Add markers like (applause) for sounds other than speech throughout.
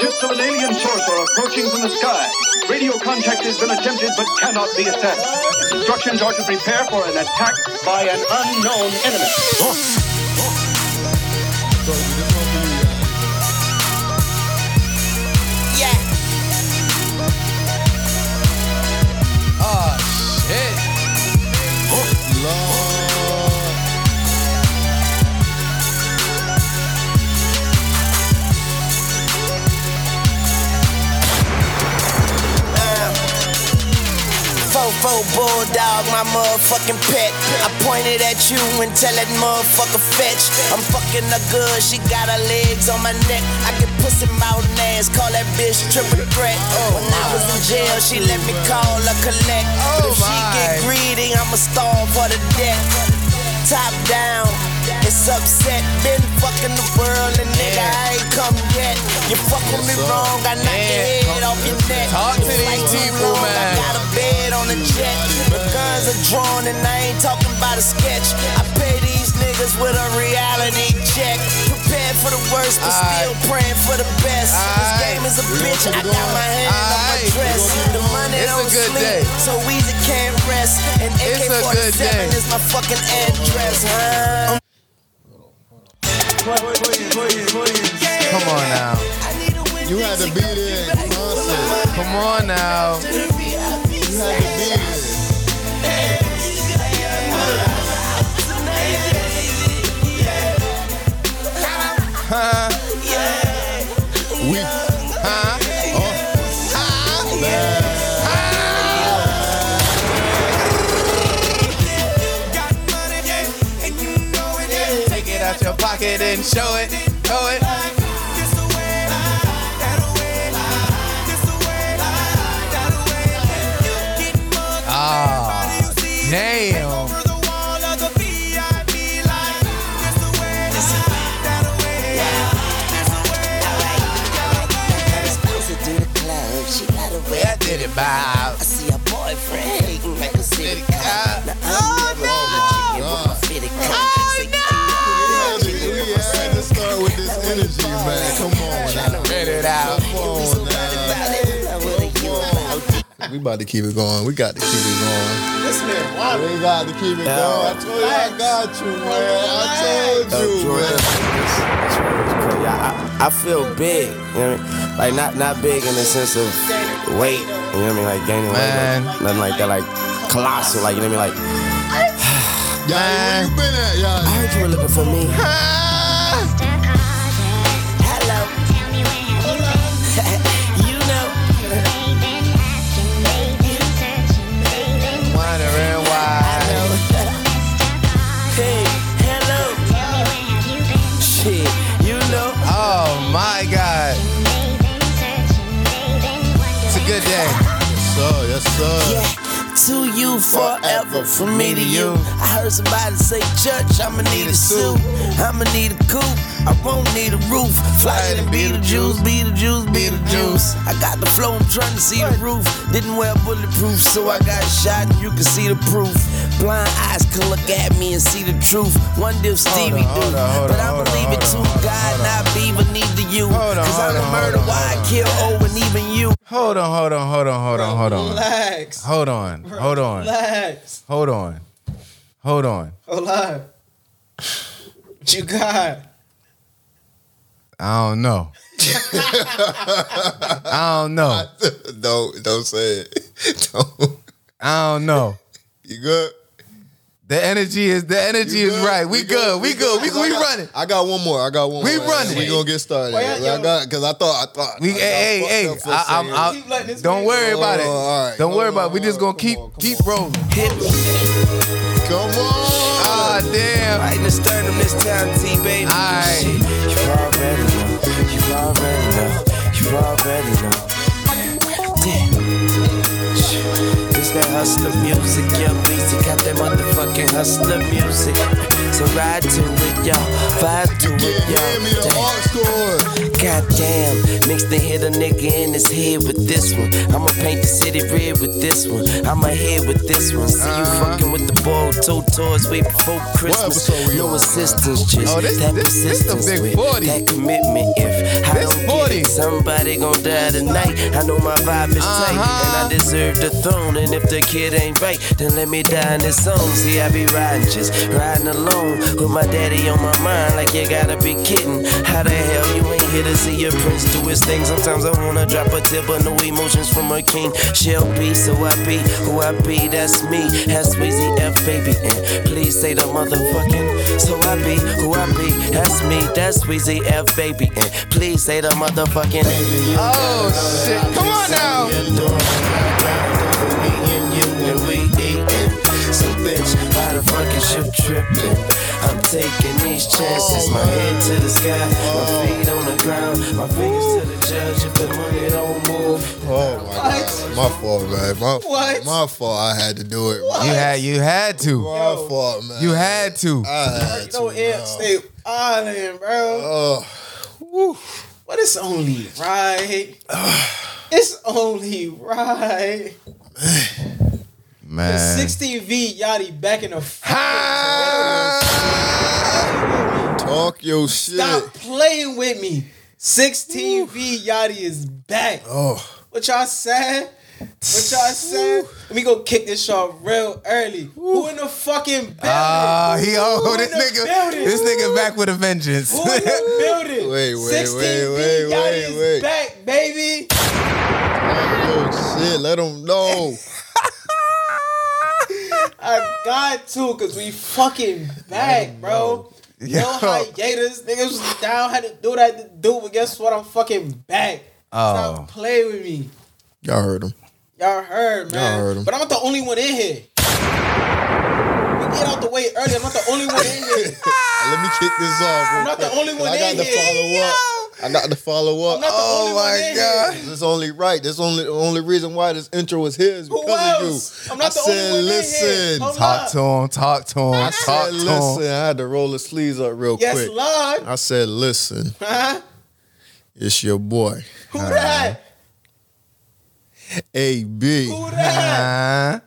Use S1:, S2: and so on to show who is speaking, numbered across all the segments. S1: Systems alien sorcerer approaching from the sky. Radio contact has been attempted but cannot be established. Instructions are to prepare for an attack by an unknown enemy.
S2: Yeah.
S3: Oh, shit. Oh,
S4: Lord.
S2: Fofo bulldog, my motherfucking pet. I pointed at you and tell that motherfucker fetch. I'm fucking her good, she got her legs on my neck. I get pussy mouth and ass, call that bitch triple threat. When I was in jail, she let me call her collect. But if she get
S3: Oh my.
S2: greedy, I'ma starve for the death. Top down, it's upset. Been fucking the world and nigga, I ain't come yet. You fucking me wrong, I knocked
S3: Yeah.
S2: your head off your neck.
S3: Talk to E
S2: Fight
S3: these
S2: too
S3: people,
S2: long, I
S3: man.
S2: got a bed on the jet. The guns are drawn and I ain't talking about a sketch. I pay these niggas with a reality check. Prepared for the worst, but
S3: Aight.
S2: still praying for the best. This
S3: Aight.
S2: game is a
S4: We
S2: bitch.
S4: gonna
S2: I
S4: keep it
S2: got my
S4: going.
S2: hand on my
S3: Aight.
S2: dress. The money
S3: It's a
S2: don't
S3: good day.
S2: sleep, so easy can't rest. And
S3: It's a good
S2: AK-47
S3: day.
S2: is my fucking address. Huh?
S3: Come on now.
S4: You had to be there at concert.
S3: Come on now.
S4: You had to be there.
S3: Huh?
S4: We.
S3: Huh?
S4: Oh.
S3: Take it out your pocket and show it. Show it. Ah, damn. I did it, Bob.
S2: See a boyfriend hating like a city cop. Now I'm
S4: Oh,
S2: oh,
S4: God.
S2: no. (laughs) oh no!
S4: We had to- We had to start with this energy, man. Come on now.
S3: Get it out.
S4: Come on now. Come on. We about to keep it going. We got to keep it going. We got to keep it going. I told you I got you, man. I told you, man.
S5: That's what it's crazy. I, I, I feel big, you know what I mean? Like not not big in the sense of weight, you know what I mean? Like gaining
S3: Man.
S5: weight, like, nothing like that, like colossal, like you know what I mean? Like
S4: Y'all, where you been
S3: (laughs)
S4: at,
S5: I
S4: y'all?
S5: heard you were looking for me.
S2: Hello. you know.
S3: Wondering why.
S2: Hey, hello. Shit, you know.
S3: Oh my God. It's a good day.
S4: Yes, sir. Yes, sir.
S2: Yeah, to you forever, from me to you. I heard somebody say, Judge, I'ma need a suit. I'ma need a coupe. I won't need a roof. Fly to be the juice, be the juice, be the juice. I got the flow, I'm trying to see the roof. Didn't wear bulletproof, so I got shot, and you can see the proof. Blind eyes can look at me and see the truth. One deal Stevie
S3: on, hold
S2: do,
S3: on, hold on,
S2: but I
S3: hold on,
S2: believe it
S3: hold
S2: to
S3: on, hold on,
S2: God,
S3: hold
S2: not be, but neither you.
S3: Hold on,
S2: Cause
S3: hold
S2: I'm
S3: on,
S2: a
S3: hold
S2: murder,
S3: on,
S2: why I
S3: hold
S2: kill O and even you.
S3: Hold on, hold on, hold on, hold on, hold on.
S6: Relax.
S3: Hold on, hold on,
S6: Relax.
S3: hold on, hold on.
S6: Hold up. What you got?
S3: I don't know. I don't know.
S4: (laughs) don't don't say it. (laughs) Don't.
S3: I don't know.
S4: You good?
S3: The energy is the energy
S4: You
S3: is
S4: good?
S3: right. We, good. We good. We,
S4: Cause I
S3: we
S4: got-
S3: running.
S4: I got one more. I got one.
S3: We
S4: more.
S3: running.
S4: We gonna get started.
S6: Wait,
S4: I
S6: yo.
S4: got because I thought I thought.
S3: We
S4: I got
S3: hey
S4: fucked
S3: hey hey.
S4: up for a
S3: I,
S4: second.
S3: I'm,
S6: Keep letting
S3: I,
S6: this
S3: don't
S6: man
S3: worry
S4: go.
S3: about it.
S4: Oh, all right.
S3: Don't worry
S4: Hold
S3: about. it. We
S4: on,
S3: just gonna
S4: come
S3: keep
S4: on, come
S3: keep
S4: on.
S3: rolling.
S4: Come on.
S3: Ah damn.
S2: Right in the sternum this time, T baby.
S3: Aight.
S2: Shit.
S5: You already know. You already know. You already know.
S2: Damn.
S5: This that hustler music, yo. Weezy got that motherfucking hustler music. So ride to it, yo. Vibe to
S4: You
S5: it,
S4: can't
S5: yo.
S4: hear me. The
S5: Damn.
S4: art score.
S5: Goddamn, mixed and hit a nigga in his head with this one. I'ma paint the city red with this one. I'ma head with this one. See you
S3: Uh-huh.
S5: fucking with the ball, two toys way before Christmas.
S4: episode we
S5: No
S4: on?
S5: assistance, just
S3: Oh, this-
S5: that
S3: this- this the
S5: persistence
S3: Big
S5: with
S3: 40.
S5: that commitment. If I
S2: I
S7: This
S2: don't
S7: 40.
S2: get it. Somebody gon' die tonight. I know my vibe is tight,
S7: Uh-huh.
S2: and I deserve the throne. And if the kid ain't right, then let me die in this zone. See, I be riding, just riding alone with my daddy on my mind. Like you gotta be kidding. How the hell you ain't here to see your prince do his thing? Sometimes I wanna drop a tip, but no emotions from a king. She'll be, so I be who I be. That's me. That's Weezy F, baby. And please say the motherfucking. So I be who I be. That's me. That's Weezy F, baby. And please say the motherfucking.
S7: Oh shit! Come on now.
S2: I'm taking these chances, my head to the sky, my feet on the ground, my fingers to the judge. If the money don't move,
S4: Oh my god, my fault, man. My
S6: What?
S4: my fault. I had to do it.
S3: You had you had to.
S4: My fault, man. Uh,
S3: You had to.
S4: I had
S6: No
S4: to.
S6: amp stay island, bro.
S4: Oh,
S6: But it's only right. It's only right.
S3: Man.
S6: 16V Yachty back in the
S3: Ah.
S4: talk your shit.
S6: Stop playing with me. 16V Yachty is back.
S4: Oh,
S6: What y'all said? What y'all said? Let me go kick this shot real early. Who in the fucking building?
S3: Ah, he oh
S6: Who
S3: this
S6: in the
S3: nigga
S6: building?
S3: this nigga back with a vengeance.
S4: (laughs)
S6: Who in the building?
S4: Wait, wait, wait,
S6: 16V
S4: wait,
S6: Yachty
S4: wait,
S6: is
S4: wait.
S6: back, baby.
S4: oh shit. Let them know.
S6: I got to, cause we fucking back, bro.
S3: Yo.
S6: No hiatus, niggas was down, had to do what I had to do, but guess what? I'm fucking back.
S3: Oh.
S6: Stop playing with me.
S4: Y'all heard them.
S6: Y'all heard, man.
S4: Y'all heard 'em.
S6: But I'm not the only one in here. We get out the way early. I'm not the only one in here.
S4: Let me kick this off. real
S6: Ah! I'm not the
S4: quick.
S6: only one
S4: (laughs) I got
S6: in
S4: to
S6: here.
S4: follow up. I got to follow up.
S6: I'm not the
S4: oh
S6: only one in
S4: my
S6: here.
S4: god. That's only right. That's only the only reason why this intro was here is
S6: Who
S4: because
S6: else?
S4: of you.
S6: I'm not
S4: I
S6: the only
S4: said,
S6: one in here.
S4: listen.
S6: Hold
S3: Talk to him, talk to him,
S4: I
S3: talk
S4: said,
S3: to
S4: listen.
S3: him.
S4: I had to roll the sleeves up real
S6: Yes,
S4: quick.
S6: Lord.
S4: I said, listen,
S6: Huh?
S4: it's your boy,
S6: Who that?
S4: AB.
S6: Who that?
S3: Huh?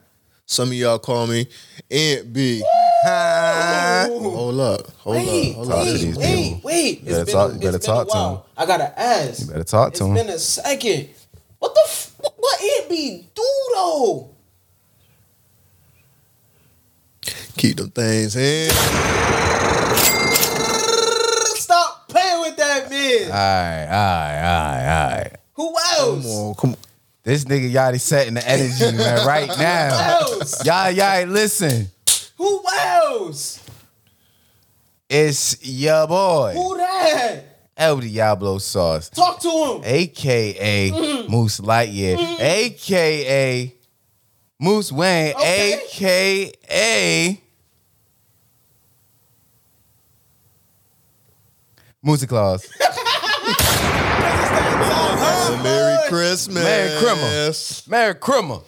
S4: Some of y'all call me Aunt B.
S3: Huh?
S4: Hold up. Hold
S6: Wait,
S4: up. Hold up.
S3: to
S6: wait,
S3: these
S6: wait,
S3: people.
S6: wait. It's
S3: better
S6: been,
S3: talk-
S6: a,
S3: you
S6: it's
S3: better
S6: been
S3: talk
S6: a
S3: to 'em.
S6: while. I gotta ask.
S3: You better talk
S6: It's
S3: to him.
S6: been a second. What the? F- what it be do though?
S4: Keep them things in.
S6: Stop playing with that man.
S3: Alright, alright, alright, alright.
S6: Who
S4: Come
S6: else?
S4: on. Oh, Come on.
S3: This nigga Yachty setting the energy,
S4: (laughs)
S3: man, right (laughs) now.
S6: Who else?
S3: Y'all, y'all, listen.
S6: Who else?
S3: It's your boy,
S6: Who that?
S3: El Diablo Sauce,
S6: Talk to him.
S3: aka Moose Lightyear, aka Moose Wayne,
S6: Okay.
S3: aka Moosey Claus.
S6: Uh-huh.
S4: And Merry Christmas.
S3: Merry Christmas. Merry Crimmer.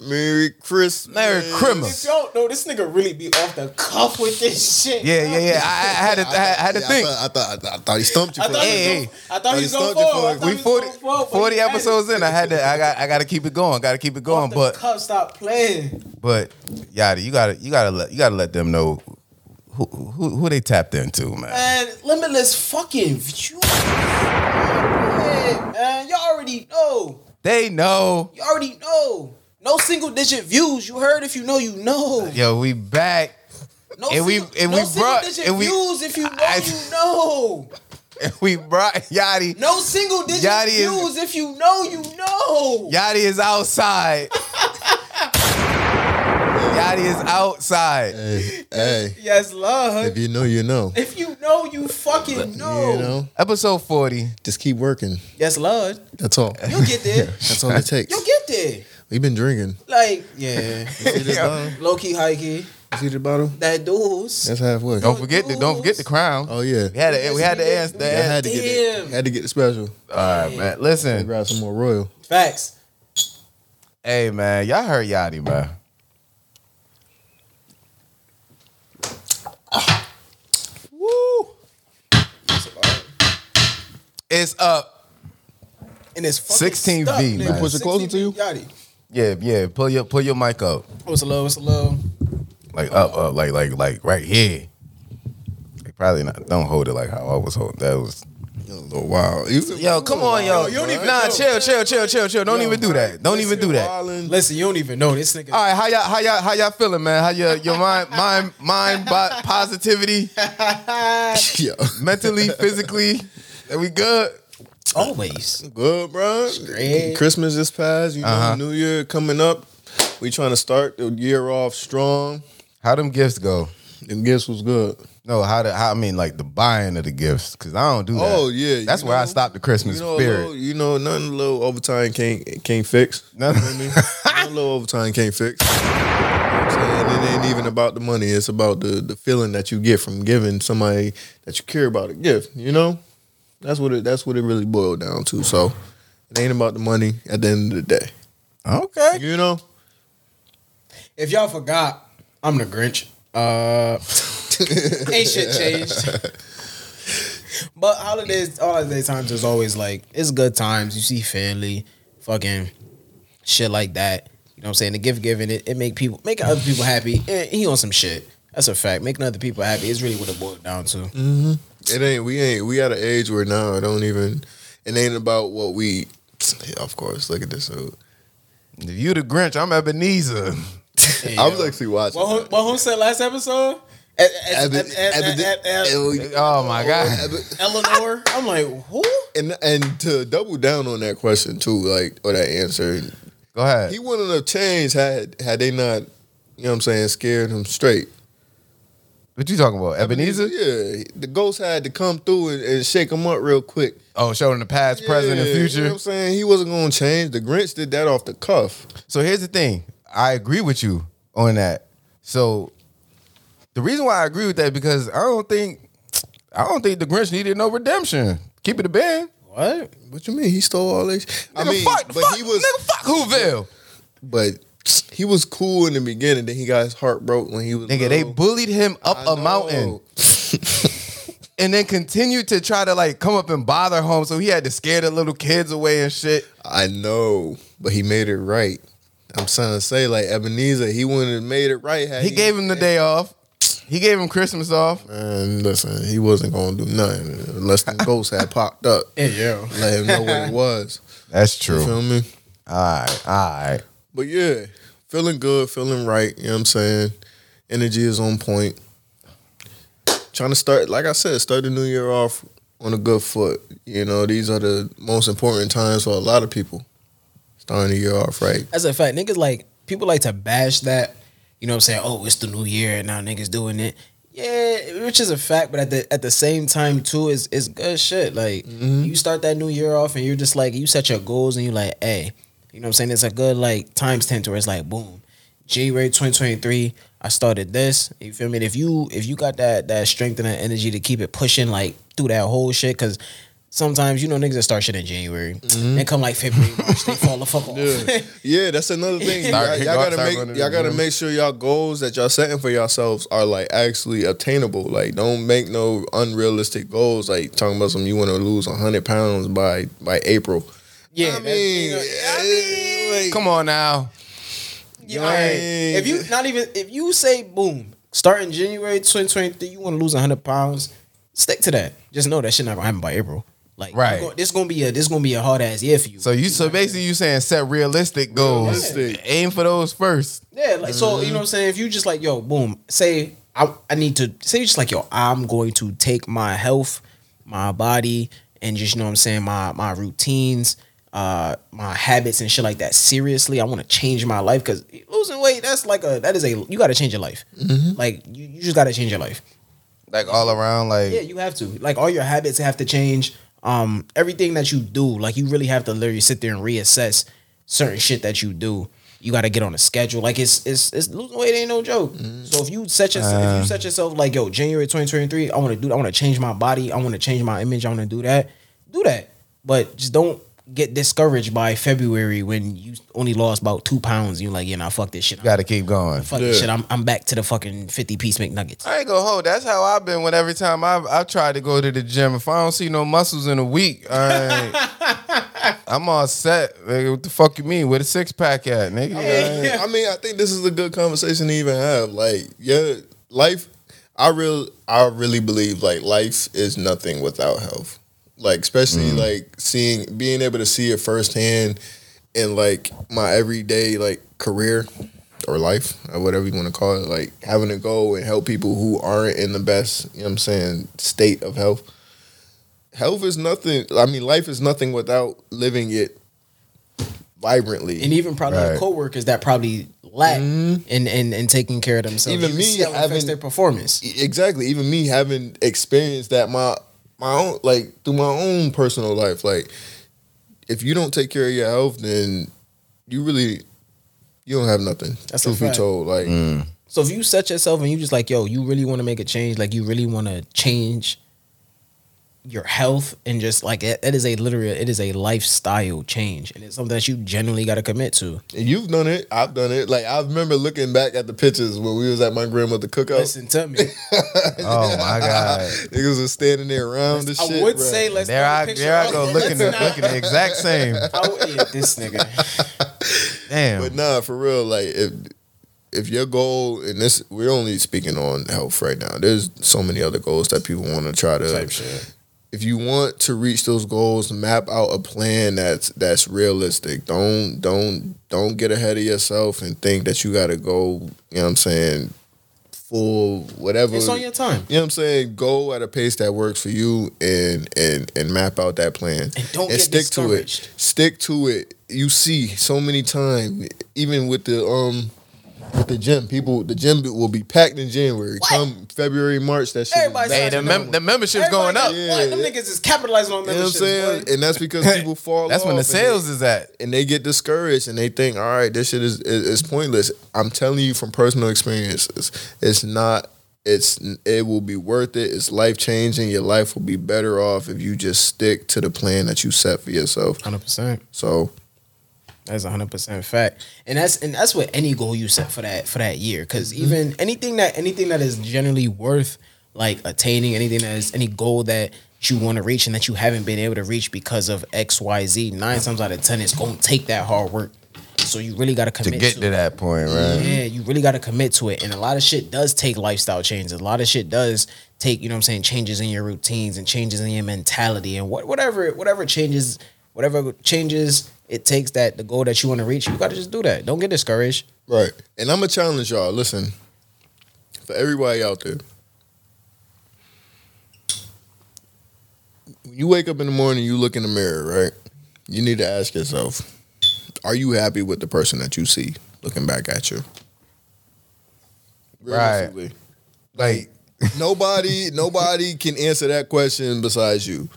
S4: Merry Christmas.
S3: Merry
S6: If
S3: Christmas.
S6: y'all know, this nigga really be off the cuff with this shit.
S3: Yeah, yeah, yeah. I, I had to, I had to
S4: Yeah,
S3: think.
S4: I thought, I thought, I thought he stumped you.
S6: I
S4: for
S6: thought,
S4: a
S3: Hey, hey.
S6: he, was going, I thought he was
S4: Thought
S6: going
S4: he started
S6: forward. I
S4: going-
S6: thought
S3: we
S6: he was
S3: 40,
S6: going forward, but he
S3: 40
S6: had it.
S3: episodes in. I had to. I got. I got to keep it going. Got to keep it
S6: Off
S3: going.
S6: the
S3: But
S6: cuff, stop playing.
S3: but yada, you gotta you gotta let you gotta let them know who who, who they tapped into, man.
S6: And limitless fucking views. Yeah, man, you already know.
S3: They know.
S6: You already know. No single digit views. You heard if you know, you know.
S3: Yo, we back. (laughs)
S6: No
S3: and we-
S6: single,
S3: and
S6: no
S3: we
S6: single
S3: brought-
S6: digit
S3: and we-
S6: views if you know,
S3: I-
S6: you know.
S3: We brought Yachty.
S6: No single digit
S3: Yachty is-
S6: views if you know, you know.
S3: Yachty is outside. Yachty is outside.
S4: Hey, hey,
S6: Yes, love.
S4: if you know, you know.
S6: If you know, you fucking know.
S4: You know,
S3: Episode 40.
S4: just keep working.
S6: Yes, Lord.
S4: That's all.
S6: You'll get there.
S4: That's all it takes.
S6: You'll get there.
S4: We've been drinking.
S6: Like, yeah.
S4: See
S3: (laughs)
S4: this bottle?
S6: Low key, high key.
S4: See this bottle?
S6: That dudes.
S4: That's halfway.
S3: Don't forget the don't forget the crown.
S4: Oh yeah.
S3: We had to we had to ask
S4: I
S3: that.
S4: had to get it.
S6: Damn.
S4: Had to get the special.
S3: All right, man.
S4: And
S3: Listen.
S4: grab some more royal.
S6: Facts.
S3: Hey man, y'all heard Yachty, man. Woo. It's up.
S6: And it's fucking
S3: 16V,
S6: stuck,
S3: man.
S6: nigga.
S4: Push it closer to you?
S6: 16V Yachty.
S3: Yeah, yeah. Pull your pull your mic up,
S6: What's a low? What's a low?
S3: like up, up, like like like right here. Like, probably not. Don't hold it like how I was holding. That was
S4: a little wild. You-
S3: Yo, come on, yo.
S4: you don't even
S3: nah,
S4: know.
S3: chill, chill, chill, chill, chill. Don't even do that. Don't even do that.
S4: Wildin'.
S6: Listen, you don't even know this nigga.
S4: Ah.
S3: All right, how y'all, how y'all, how y'all feeling, man? How your your (laughs) mind, mind, mind, bo- (laughs) positivity,
S4: Yo,
S3: mentally, physically? Are we good?
S6: Always.
S4: good, bro.
S6: Straight.
S4: Christmas this past, you know,
S3: Uh-huh.
S4: New Year coming up. We trying to start the year off strong.
S3: How them gifts go?
S4: And guess what's good?
S3: No, how the how I mean like the buying of the gifts because I don't do that.
S4: Oh, yeah, you
S3: that's where I
S4: know.
S3: stopped the Christmas
S4: You know, a
S3: spirit.
S4: little, you know, nothing a little overtime can't
S3: (laughs)
S4: can't fix.
S3: No, no.
S4: Nothing a little overtime can't fix. You know what I'm saying? It ain't even about the money. It's about the the feeling that you get from giving somebody that you care about a gift. You know, that's what it that's what it really boiled down to. So it ain't about the money at the end of the day.
S3: okay,
S4: You know,
S6: If y'all forgot, I'm the Grinch. Uh, (laughs) ain't shit
S4: (laughs)
S6: changed. but holidays, holiday times is always like it's good times. You see family, fucking shit like that. You know what I'm saying? The gift giving it, it make people making other people happy. Eh, he on some shit. That's a fact. Making other people happy is really what it boiled down to.
S4: Mm. it ain't. We ain't. We at an age where now it don't even. It ain't about what we. Of course, look at this. dude.
S3: if you the Grinch, I'm Ebenezer.
S4: I was actually watching.
S6: What,
S4: that.
S6: who- what who said last episode? At- at-
S4: Abba-
S6: at- at-
S4: Abba-
S6: at- at-
S4: Abba-
S3: Oh my god,
S4: Abba-
S6: Eleanor. I'm like, who?
S4: and and to double down on that question too, like or that answer,
S3: go ahead.
S4: he wouldn't have changed had had they not, you know what I'm saying, scared him straight.
S3: What you talking about, Ebenezer?
S4: Yeah, the ghost had to come through and, and shake him up real quick.
S3: Oh, showing the past, present, and
S4: Yeah, You
S3: future.
S4: know what I'm saying? He wasn't gonna change. The Grinch did that off the cuff.
S3: So here's the thing. I agree with you on that. So the reason why I agree with that because I don't think I don't think the Grinch needed no redemption. Keep it a band.
S6: What?
S4: What you mean? He stole all this? I
S3: Nigga,
S4: mean,
S3: fuck,
S4: but
S3: fuck,
S4: he was
S3: nigga, fuck Whoville.
S4: but he was cool in the beginning. Then he got his heart broke when he was
S3: Nigga, they
S4: little.
S3: bullied him up
S4: I
S3: a
S4: know.
S3: mountain (laughs) and then continued to try to like come up and bother home. So he had to scare the little kids away and shit.
S4: I know, but he made it right. I'm trying to say, like Ebenezer, he wouldn't have made it right. Had
S3: He gave him the day off. He gave him Christmas off.
S4: Man, listen, he wasn't gonna do nothing unless
S3: (laughs)
S4: the ghost had popped up.
S6: Yeah, yeah.
S4: Let him know what it was.
S3: That's
S4: You
S3: All
S4: feel me?
S3: right, all right.
S4: But yeah, feeling good, feeling right. You know what I'm saying? Energy is on point. Trying to start, like I said, start the new year off on a good foot. You know, these are the most important times for a lot of people. Starting the year off right.
S6: That's a fact. Niggas like people like to bash that. You know what I'm saying? Oh, it's the new year and now niggas doing it. Yeah, which is a fact, but at the at the same time too, is it's good shit. Like you start that new year off and you're just like you set your goals and you're like, hey, you know what I'm saying? It's a good like times ten to where it's like boom. January 2023, I started this. You feel me? And if you if you got that that strength and that energy to keep it pushing like through that whole shit, cause sometimes you know niggas that start shit in January. They come like February, March, they fall the fuck off. (laughs)
S4: Yeah, that's
S3: (laughs)
S4: another thing.
S3: Start-
S4: y'all,
S3: go
S4: y'all gotta
S3: outside
S4: make
S3: running
S4: y'all
S3: in the
S4: gotta
S3: gym.
S4: make sure y'all goals that y'all setting for yourselves are like actually attainable. Like, don't make no unrealistic goals. Like talking about some you want to lose hundred pounds by by April.
S6: Yeah,
S4: I
S6: that's-
S4: mean,
S6: you know,
S4: eh, like,
S3: Come on now.
S6: yeah, all right.
S4: dang.
S6: If you not even if you say boom, starting January 2023, you want to lose 100 pounds, stick to that. Just know that shit not gonna happen by April. Like, you
S3: Right.
S6: Gonna, this gonna be a this gonna be a hard ass year for you.
S3: So you so basically you saying set realistic goals.
S4: Realistic.
S3: Aim for those first.
S6: yeah, like so you know what I'm saying. If you just like yo, boom, say I I need to say you just like yo, I'm going to take my health, my body, and just you know what I'm saying my my routines. Uh, my habits and shit like that. Seriously, I want to change my life because losing weight. That's like a that is a you got to change your life. Like you, you just got to change your life.
S3: Like all around, like
S6: Yeah, you have to. Like all your habits have to change. Um, everything that you do, like you really have to literally sit there and reassess certain shit that you do. You got to get on a schedule. Like it's it's it's losing weight ain't no joke. So if you set yourself, if you set yourself like yo, January twenty twenty three, I want to do. I want to change my body. I want to change my image. I want to do that. Do that, but just don't get discouraged by February when you only lost about two pounds. You're like, yeah, nah, fuck this shit.
S3: gotta keep going.
S6: fuck this shit. I'm I'm back to the fucking fifty piece McNuggets.
S3: I ain't gonna hold. That's how I've been. When every time I've I've tried to go to the gym, if I don't see no muscles in a week, I
S4: (laughs)
S3: I'm all set. Nigga, what the fuck you mean? Where the six pack at, nigga?
S4: I mean, I think this is a good conversation to even have. Like, yeah, life. I real, I really believe like life is nothing without health. Like especially like seeing being able to see it firsthand in like my everyday like career or life or whatever you want to call it. Like having to go and help people who aren't in the best, you know what I'm saying, state of health. Health is nothing I mean life is nothing without living it vibrantly.
S6: and even probably
S3: Right.
S6: the coworkers that probably lack in, in in taking care of themselves.
S4: Mm-hmm. Even
S6: You
S4: me
S6: see how it affects
S4: having-
S6: their performance.
S4: exactly even me having experienced that my my own like through my own personal life like if you don't take care of your health then you really you don't have nothing
S6: That's a
S4: truth be
S6: fact.
S4: told like
S6: So if you set yourself and you just like, yo, you really want to make a change, like you really want to change your health and just like it, it is a literally it is a lifestyle change and it's something that you genuinely got to commit to.
S4: and you've done it i've done it like i remember looking back at the pictures when we was at my grandmother cookout
S6: Listen to me.
S3: Oh my god.
S4: (laughs) niggas was standing there around the
S6: I
S4: shit
S6: would
S4: bruh.
S6: say let's
S3: There
S6: throw the
S3: I
S6: picture
S3: there I
S6: up,
S3: go
S6: but
S3: looking
S6: let's
S3: the,
S6: not-
S3: looking the exact
S4: (laughs)
S3: same.
S6: I would- yeah, this nigga.
S3: Damn.
S4: But nah, for real, like if if your goal and this, we're only speaking on health right now. There's so many other goals that people want to try to. If you want to reach those goals, map out a plan that's that's realistic. Don't don't don't get ahead of yourself and think that you got to go. You know what I'm saying? Full whatever.
S6: It's on your time.
S4: You know what I'm saying? Go at a pace that works for you and and and map out that plan.
S6: And don't get
S4: stick to it.
S6: discouraged.
S4: Stick to it. You see so many times, even with the um with the gym, people the gym will be packed in January. Come February, March, that shit. is
S6: Everybody's
S4: back.
S3: Hey, the, mem- the membership's going up.
S6: Everybody- what? Them niggas is capitalizing on
S4: You know what
S6: membership.
S4: I'm saying? And that's because
S3: (laughs)
S4: people fall
S3: That's when the
S4: off and they-
S3: sales is at.
S4: and they get discouraged and they think, all right, this shit is is, is pointless. I'm telling you from personal experiences, it's not. It's it will be worth it. It's life changing. Your life will be better off if you just stick to the plan that you set for yourself.
S6: Hundred percent.
S4: So
S6: That's hundred percent fact, and that's and that's what any goal you set for that for that year. Because even anything that anything that is generally worth like attaining, anything that is any goal that you want to reach and that you haven't been able to reach because of X, Y, Z, nine times out of ten, it's gonna take that hard work. So you really gotta
S3: To
S6: commit
S3: get to
S6: it.
S3: that point, right?
S6: Yeah, you really got to commit to it. And a lot of shit does take lifestyle changes. A lot of shit does take, you know what I'm saying, changes in your routines and changes in your mentality and what whatever whatever changes whatever changes it takes that the goal that you want to reach, you got to just do that. Don't get discouraged.
S4: right, and I'm gonna challenge y'all. Listen, for everybody out there, when you wake up in the morning, you look in the mirror, right? You need to ask yourself, are you happy with the person that you see looking back at you?
S3: Right.
S4: Realistically.
S3: Like
S4: Nobody, nobody can answer that question besides you.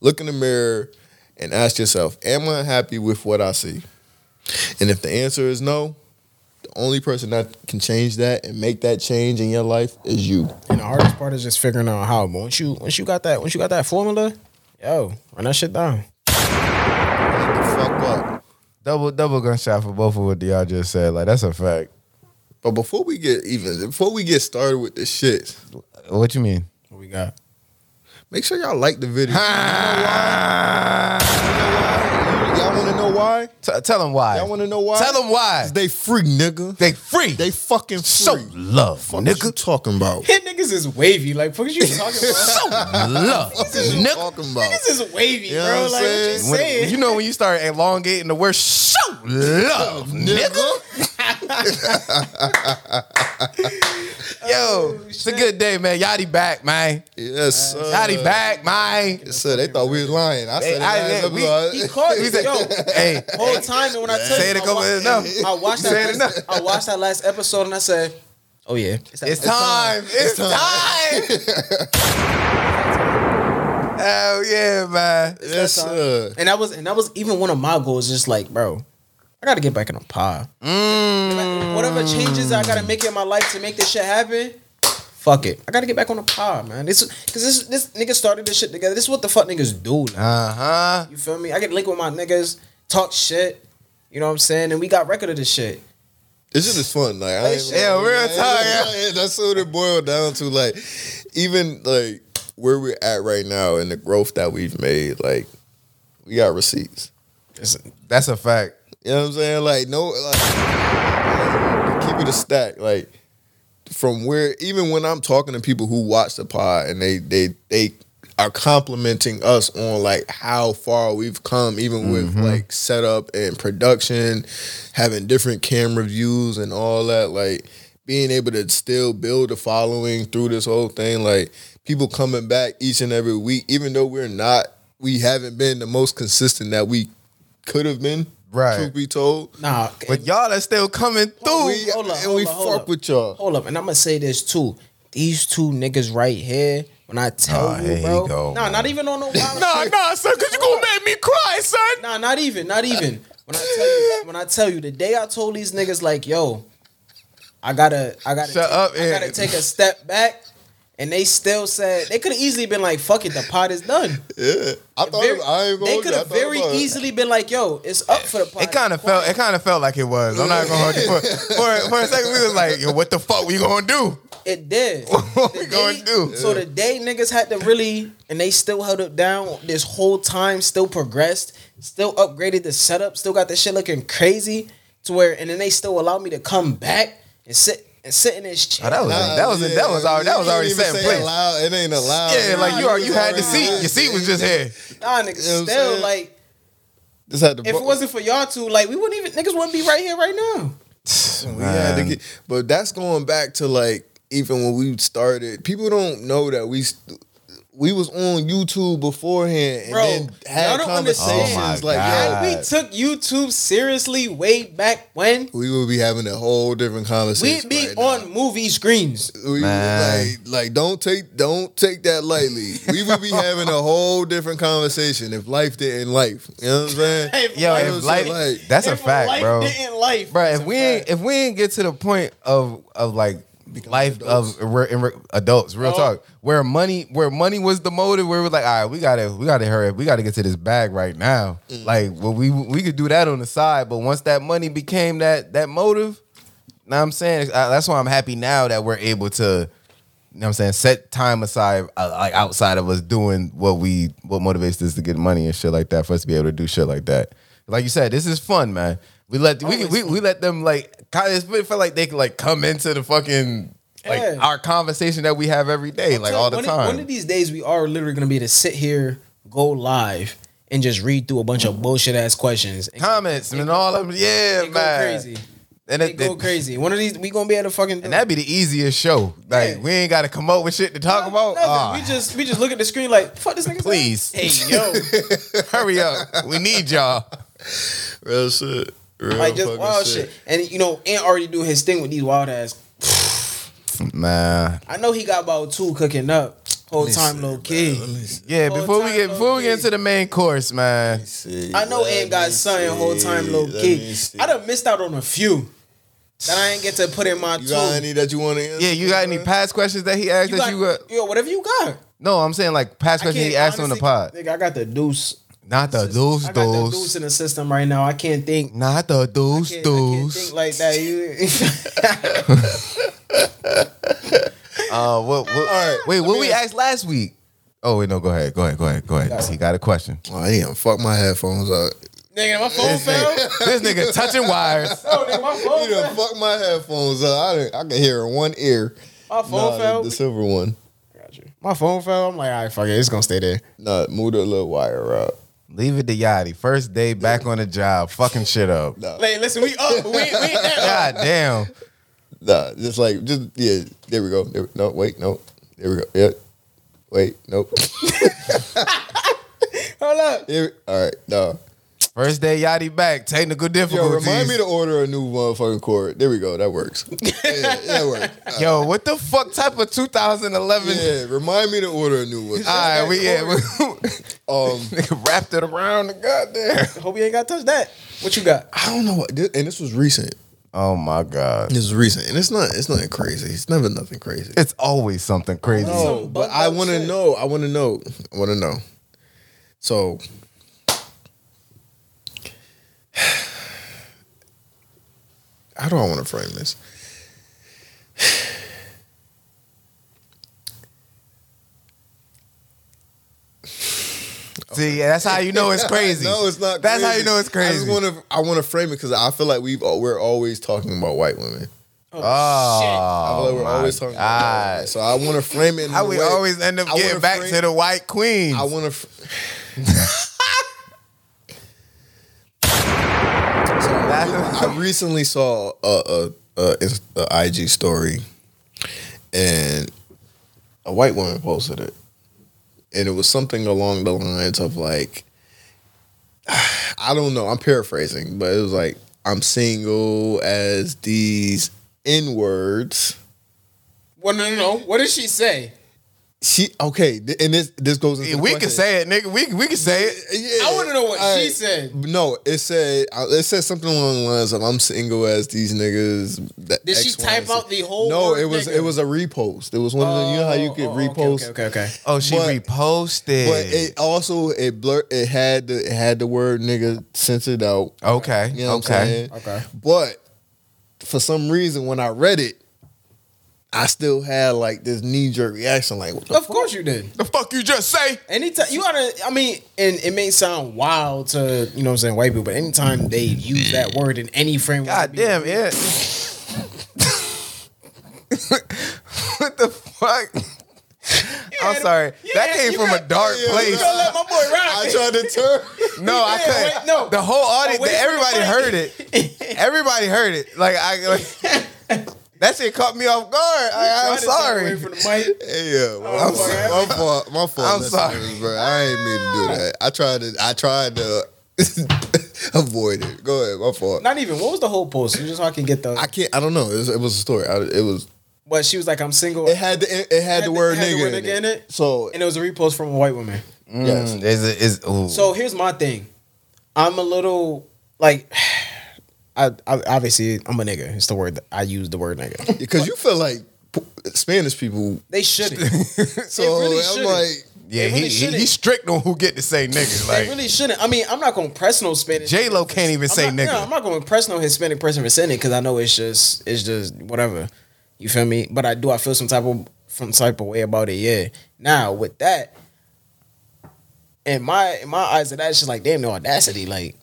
S4: Look in the mirror and ask yourself, am I happy with what I see? And if the answer is no, the only person that can change that and make that change in your life is you.
S6: And the hardest part is just figuring out how. But once you once you got that once you got that formula, yo, run that shit down.
S4: Shut the fuck up.
S3: double double gunshot for both of what y'all just said. Like that's a fact.
S4: But before we get even, before we get started with this shit,
S3: What you mean?
S6: What we got?
S4: make sure y'all like the video. Y'all want to know why?
S3: T- tell them why.
S4: Y'all want to know why?
S3: Tell them why.
S4: They free, nigga.
S3: They free.
S4: They fucking free.
S3: so love,
S4: fuck
S3: nigga.
S4: what you talking about?
S6: Hit niggas is wavy. Like fuck is you talking (laughs)
S3: So love,
S6: about?
S3: nigga.
S4: talking about?
S6: niggas is wavy,
S4: You know
S6: bro.
S4: what I'm
S6: Like what you
S4: saying?
S3: When-
S6: saying?
S3: you know when you start elongating the word, so love, nigga. Yo, it's a good day, man. Yachty back, man.
S4: Yes, sir.
S3: Yachty back, man.
S4: So they thought we was lying. I said
S3: I-
S4: it last
S3: we-
S4: episode.
S6: he called
S3: He
S6: you,
S3: said,
S6: yo.
S3: hey,
S6: whole time. And when I tell
S3: Say
S6: you,
S3: it a
S6: I
S3: couple
S6: wa-
S3: minutes now.
S6: I watched
S3: Say it
S6: that.
S3: enough.
S6: Last, I watched that last episode and I said, "Oh yeah, that-
S3: it's time. It's time. (laughs) Hell yeah, man.
S4: yes, sir.
S6: And that was and that was even one of my goals. Just like, bro, I gotta get back in a pod. Whatever
S3: Mm.
S6: changes I gotta make in my life to make this shit happen. Fuck it, I gotta get back on the pod, man. This because this this nigga started this shit together. This is what the fuck niggas do. Now.
S3: Uh huh.
S6: You feel me? I get linked with my niggas, talk shit. You know what I'm saying? And we got record of this shit.
S4: This shit is fun. Like, I ain't
S6: shit-
S3: Yeah,
S4: gonna-
S3: real talk, yeah.
S4: Yeah, That's what it boiled down to. Like, even like where we're at right now and the growth that we've made, like, we got receipts.
S3: That's a fact.
S4: You know what I'm saying? Like, no, like, keep it a stack. Like, from where, even when I'm talking to people who watch the pod and they, they, they, are complimenting us on like how far we've come, even with like setup and production, having different camera views and all that. Like being able to still build a following through this whole thing, like people coming back each and every week, even though we're not, we haven't been the most consistent that we could have been.
S3: Right.
S4: Truth be told,
S6: Nah,
S3: But y'all are still coming through.
S4: we,
S6: hold up,
S4: and we
S6: hold up, hold
S4: fuck
S6: up.
S4: with y'all.
S6: Hold up, and I'm gonna say this too. These two niggas right here, when I tell
S3: Nah,
S6: you,
S3: here he
S6: bro,
S3: go,
S6: nah,
S3: man.
S6: not even on no wild
S3: Nah,
S6: shit.
S3: nah, son, cause you gonna make me cry, son.
S6: Nah, not even, not even. When I tell you, when I tell you, the day I told these niggas like, yo, I gotta, I gotta,
S3: Shut
S6: take,
S3: up,
S6: I gotta
S3: Ed.
S6: take a step back, and they still said they could have easily been like, fuck it, the pot is done.
S4: I thought
S6: Very-
S4: I ain't gonna
S6: they
S4: hold
S6: could
S4: you. I
S6: have
S4: thought
S6: very
S4: about it.
S6: easily been like, yo, it's up for the pot.
S3: It kind of felt. It kind of felt like it was. I'm not gonna hold you for, for for a second. We was like, yo, what the fuck we gonna do?
S6: It
S3: (laughs)
S6: did.
S3: What
S6: The
S3: we gonna
S6: day-
S3: do?
S6: So the day niggas had to really, and they still held it down this whole time, still progressed, still upgraded the setup, still got the shit looking crazy to where, and then they still allowed me to come back and sit and sit in this chair.
S3: Oh, that was that was that was already that was
S4: You
S3: already
S4: didn't even
S3: set in
S4: say
S3: place.
S4: Allowed. It ain't allowed.
S3: Yeah, like you
S6: nah,
S3: are you had the
S4: the
S3: seat. Your seat was just here.
S6: nah, niggas
S4: You know what I'm
S6: still
S4: saying?
S6: like,
S4: This had to.
S6: if it wasn't for y'all two, like we wouldn't even niggas wouldn't be right here right now.
S4: we had to
S3: Man.
S4: get, but that's going back to like even when we started. People don't know that we. St- we was on YouTube beforehand and
S6: Bro,
S4: then
S6: y'all
S4: had
S6: don't
S4: conversations
S6: understand.
S4: like
S3: Oh my
S4: yeah,
S6: Like, we took YouTube seriously way back when.
S4: we would be having a whole different
S6: We'd
S4: conversation.
S6: be
S4: right now.
S6: on movie screens.
S4: We
S3: Man.
S4: like like don't take don't take that lightly. We
S3: (laughs)
S4: would be having a whole different conversation if life didn't life. You know what
S6: (laughs)
S4: I'm saying?
S6: If
S3: Yo,
S6: life-
S4: was
S3: if life,
S4: like-
S3: that's a
S6: if
S3: fact,
S6: life
S3: bro.
S6: Didn't life,
S3: Bro,
S6: it's
S3: if
S6: a
S3: we
S6: fact.
S3: ain't if we ain't get to the point of of like life of re- in re- adults, real
S6: Oh.
S3: talk, where money where money was the motive, where we're like, all right, we gotta we gotta hurry up, we gotta get to this bag right now. Like, well, we we could do that on the side, but once that money became that that motive, know what I'm saying I, that's why I'm happy now that we're able to. You know what I'm saying? Set time aside, uh, like outside of us doing what we, what motivates us to get money and shit like that, for us to be able to do shit like that. Like you said, this is fun, man. We let we, we, we let them like kind of it felt like they could like come into the fucking like
S6: Yeah.
S3: our conversation that we have every day, like
S6: Tell you,
S3: all the
S6: one of-
S3: time.
S6: one of these days, we are literally going to be able to sit here, go live, and just read through a bunch of bullshit ass questions. And
S3: Comments and all of them, yeah,
S6: and go
S3: man.
S6: crazy.
S3: And
S6: It go crazy. One of these, we gonna be able to fucking.
S3: And that'd be the easiest show. Like
S6: Yeah.
S3: we ain't got to come up with shit to talk about.
S6: Nothing.
S3: Ah,
S6: we just we just look at the screen like fuck this nigga.
S3: Please.
S6: Hey yo,
S3: (laughs) hurry up,
S6: (laughs)
S3: we need y'all.
S4: Real shit. Real
S6: like just
S4: fucking
S6: wild shit. And you know, Ant already do his thing with these wild ass.
S3: Nah,
S6: I know he got about two cooking up whole time low key.
S3: yeah.
S6: Whole
S3: Before we
S6: time
S3: get
S6: low
S3: before we
S6: key.
S3: get into the main course, man.
S6: I know Ant got something whole time low key. I done missed out on a few that I ain't get to put in my
S4: You
S6: two.
S4: got any that you want to answer?
S3: Yeah, you got any past questions that he asked
S6: You
S3: that
S6: got-
S3: you got?
S6: yo, whatever you got.
S3: No, I'm saying like past
S6: I
S3: questions
S6: can't
S3: he asked on the
S6: honestly-
S3: pod.
S6: Nigga, I got the deuce.
S3: Not the deuce,
S6: I got the deuce
S3: deuce.
S6: in the system right now. I can't think.
S3: Not the deuce,
S6: Can't, I can't
S3: deuce.
S6: think like that. You-
S3: Uh, what? what
S4: right,
S3: Wait,
S4: let
S3: what
S4: me
S3: we
S4: ask-
S3: asked last week? Oh wait, no. Go ahead. Go ahead. Go ahead. Go ahead. He got a
S6: (laughs)
S3: question.
S4: Oh, damn. Fuck my headphones up.
S6: (laughs) nigga, my phone fell.
S3: (laughs) This nigga touching wires.
S6: No, nigga, my phone
S4: You done
S6: fell.
S4: fuck my headphones up. I, done- I can hear in one ear.
S6: My phone
S4: Nah,
S6: fell.
S4: The silver one.
S6: Got you. My phone fell. I'm like, all right, fuck it. It's gonna stay there.
S4: Nah, move the little wire up.
S3: Leave it to Yachty. First day back on the job. Fucking shit up.
S6: Like, listen, we up, but we, we
S3: (laughs)
S6: ain't that up.
S3: God damn.
S4: Nah, just like, just, yeah, there we go. There, we- no, wait, no. There we go. Yep. Wait, nope. (laughs)
S6: Hold up.
S4: There- all right, nah.
S3: First day Yachty back. Technical
S4: Yo,
S3: difficulties.
S4: remind me to order a new motherfucking cord. There we go. That works.
S6: (laughs)
S4: Yeah, that works.
S3: Yo, what the fuck type of 2011?
S4: Yeah, remind me to order a new one.
S3: All right, we yeah, we,
S4: (laughs) Um,
S3: (laughs) nigga wrapped it around the goddamn.
S6: Hope you ain't got to touch that. What you got?
S4: I don't know what, thi- and this was recent.
S3: Oh my god,
S4: This is recent, and it's not. It's nothing crazy. It's never nothing crazy.
S3: it's always something crazy.
S6: No.
S4: No,
S6: Some
S4: but
S6: bug
S4: I
S6: bug
S4: want to
S6: shit.
S4: know. I want to know. I want to know. So, (sighs) how do I want to frame this?
S3: See, yeah, that's how you know it's crazy.
S4: (laughs) No, it's not.
S3: That's how
S4: crazy.
S3: you know it's
S4: I just
S3: crazy.
S4: want to. I want to frame it because I feel like we've al- we're always talking about white women.
S3: Oh,
S4: I feel like we're
S3: my
S4: always talking about
S3: God.
S4: that. So I want to frame it. in
S3: How
S4: a
S3: we
S4: way-
S3: always end up
S4: I
S3: getting
S4: wanna
S3: back
S4: frame-
S3: to the white queen.
S4: I want to.
S3: (laughs)
S4: I recently saw a, a, a, Inst- a IG story, and a white woman posted it, and it was something along the lines of like, (sighs) I don't know, I'm paraphrasing, but it was like, I'm single as these n words.
S6: Well, no, no, no. What did she say?
S4: She okay, th- and this this goes. Into the
S3: we can
S4: question.
S3: say it, nigga. We we can say it.
S4: Yeah.
S6: I want to know what
S4: All
S6: she
S4: right.
S6: said.
S4: No, it said uh, it said something along the lines of "I'm single as these niggas." That
S6: Did she
S4: X, Y,
S6: type
S4: and Z."
S6: out the whole
S4: No,
S6: word
S4: it was
S6: nigga?
S4: it was a repost. It was one of the you know how you could
S6: Oh, okay,
S4: repost,
S6: Okay, okay, okay.
S3: Oh, she
S4: But-
S3: reposted.
S4: but it also it blur it had the it had the word nigga censored out.
S3: okay,
S4: You know what I'm
S3: okay.
S4: saying?
S6: Okay.
S4: But for some reason, when I read it, I still had like this knee jerk reaction,
S6: (laughs)
S4: like what the
S6: Of course you did.
S3: The fuck you just say?
S6: Anytime you gotta, I mean, and it may sound wild to you know what I'm saying white people, but anytime they use that word in any framework,
S3: God
S6: it'd
S3: damn
S6: be-
S4: (laughs)
S3: it. what the fuck? I'm sorry. That
S6: had-
S3: came
S6: you
S3: from a
S6: had-
S3: dark
S4: yeah,
S3: place.
S6: You gonna let my boy
S4: I
S6: rock?
S4: tried to turn. (laughs)
S3: No, I
S6: Yeah,
S3: couldn't.
S6: wait, no.
S3: The whole audience,
S6: Away from the
S3: everybody
S6: mic.
S3: heard it. Everybody heard it. Like I, like,
S6: (laughs)
S3: that shit caught me off guard. I,
S6: Try
S3: am
S6: to stay
S3: sorry.
S6: away from the mic.
S4: Hey, yeah, my, fault, my fault. My fault.
S3: I'm
S4: listeners,
S3: sorry.
S4: bro. I ain't
S6: (laughs)
S4: mean to do that. I tried to. (laughs) I tried to avoid it. Go ahead. My fault.
S6: Not even. What was the whole post? You just so I can get the.
S4: I can't. I don't know. It was, it was a story. I, it was.
S6: but she was like, I'm single,
S4: It had the. It, it had, the word
S6: had the
S4: nigga,
S6: word
S4: in,
S6: nigga
S4: it.
S6: in it?
S4: So
S6: and it was a repost from a white woman.
S4: yes.
S3: Mm, is it is ooh.
S6: So here's my thing. I'm a little like. (sighs) I, I obviously I'm a nigga. It's the word that I use the word nigga.
S4: because you feel like p- Spanish people.
S6: They shouldn't.
S4: (laughs) So
S6: really
S4: I'm
S6: shouldn't.
S4: like.
S3: yeah,
S6: they really
S3: he, he
S6: shouldn't.
S3: he strict on who get to say nigga.
S6: They
S3: Like
S6: really shouldn't. I mean, I'm not gonna press no Spanish.
S3: J Lo can't even
S6: I'm
S3: say
S6: not,
S3: nigga.
S6: No, I'm not gonna press no Hispanic person for saying it because I know it's just it's just whatever. You feel me? But I do. I feel some type of some type of way about it. Yeah. Now with that, in my in my eyes, of that shit's like damn the audacity. Like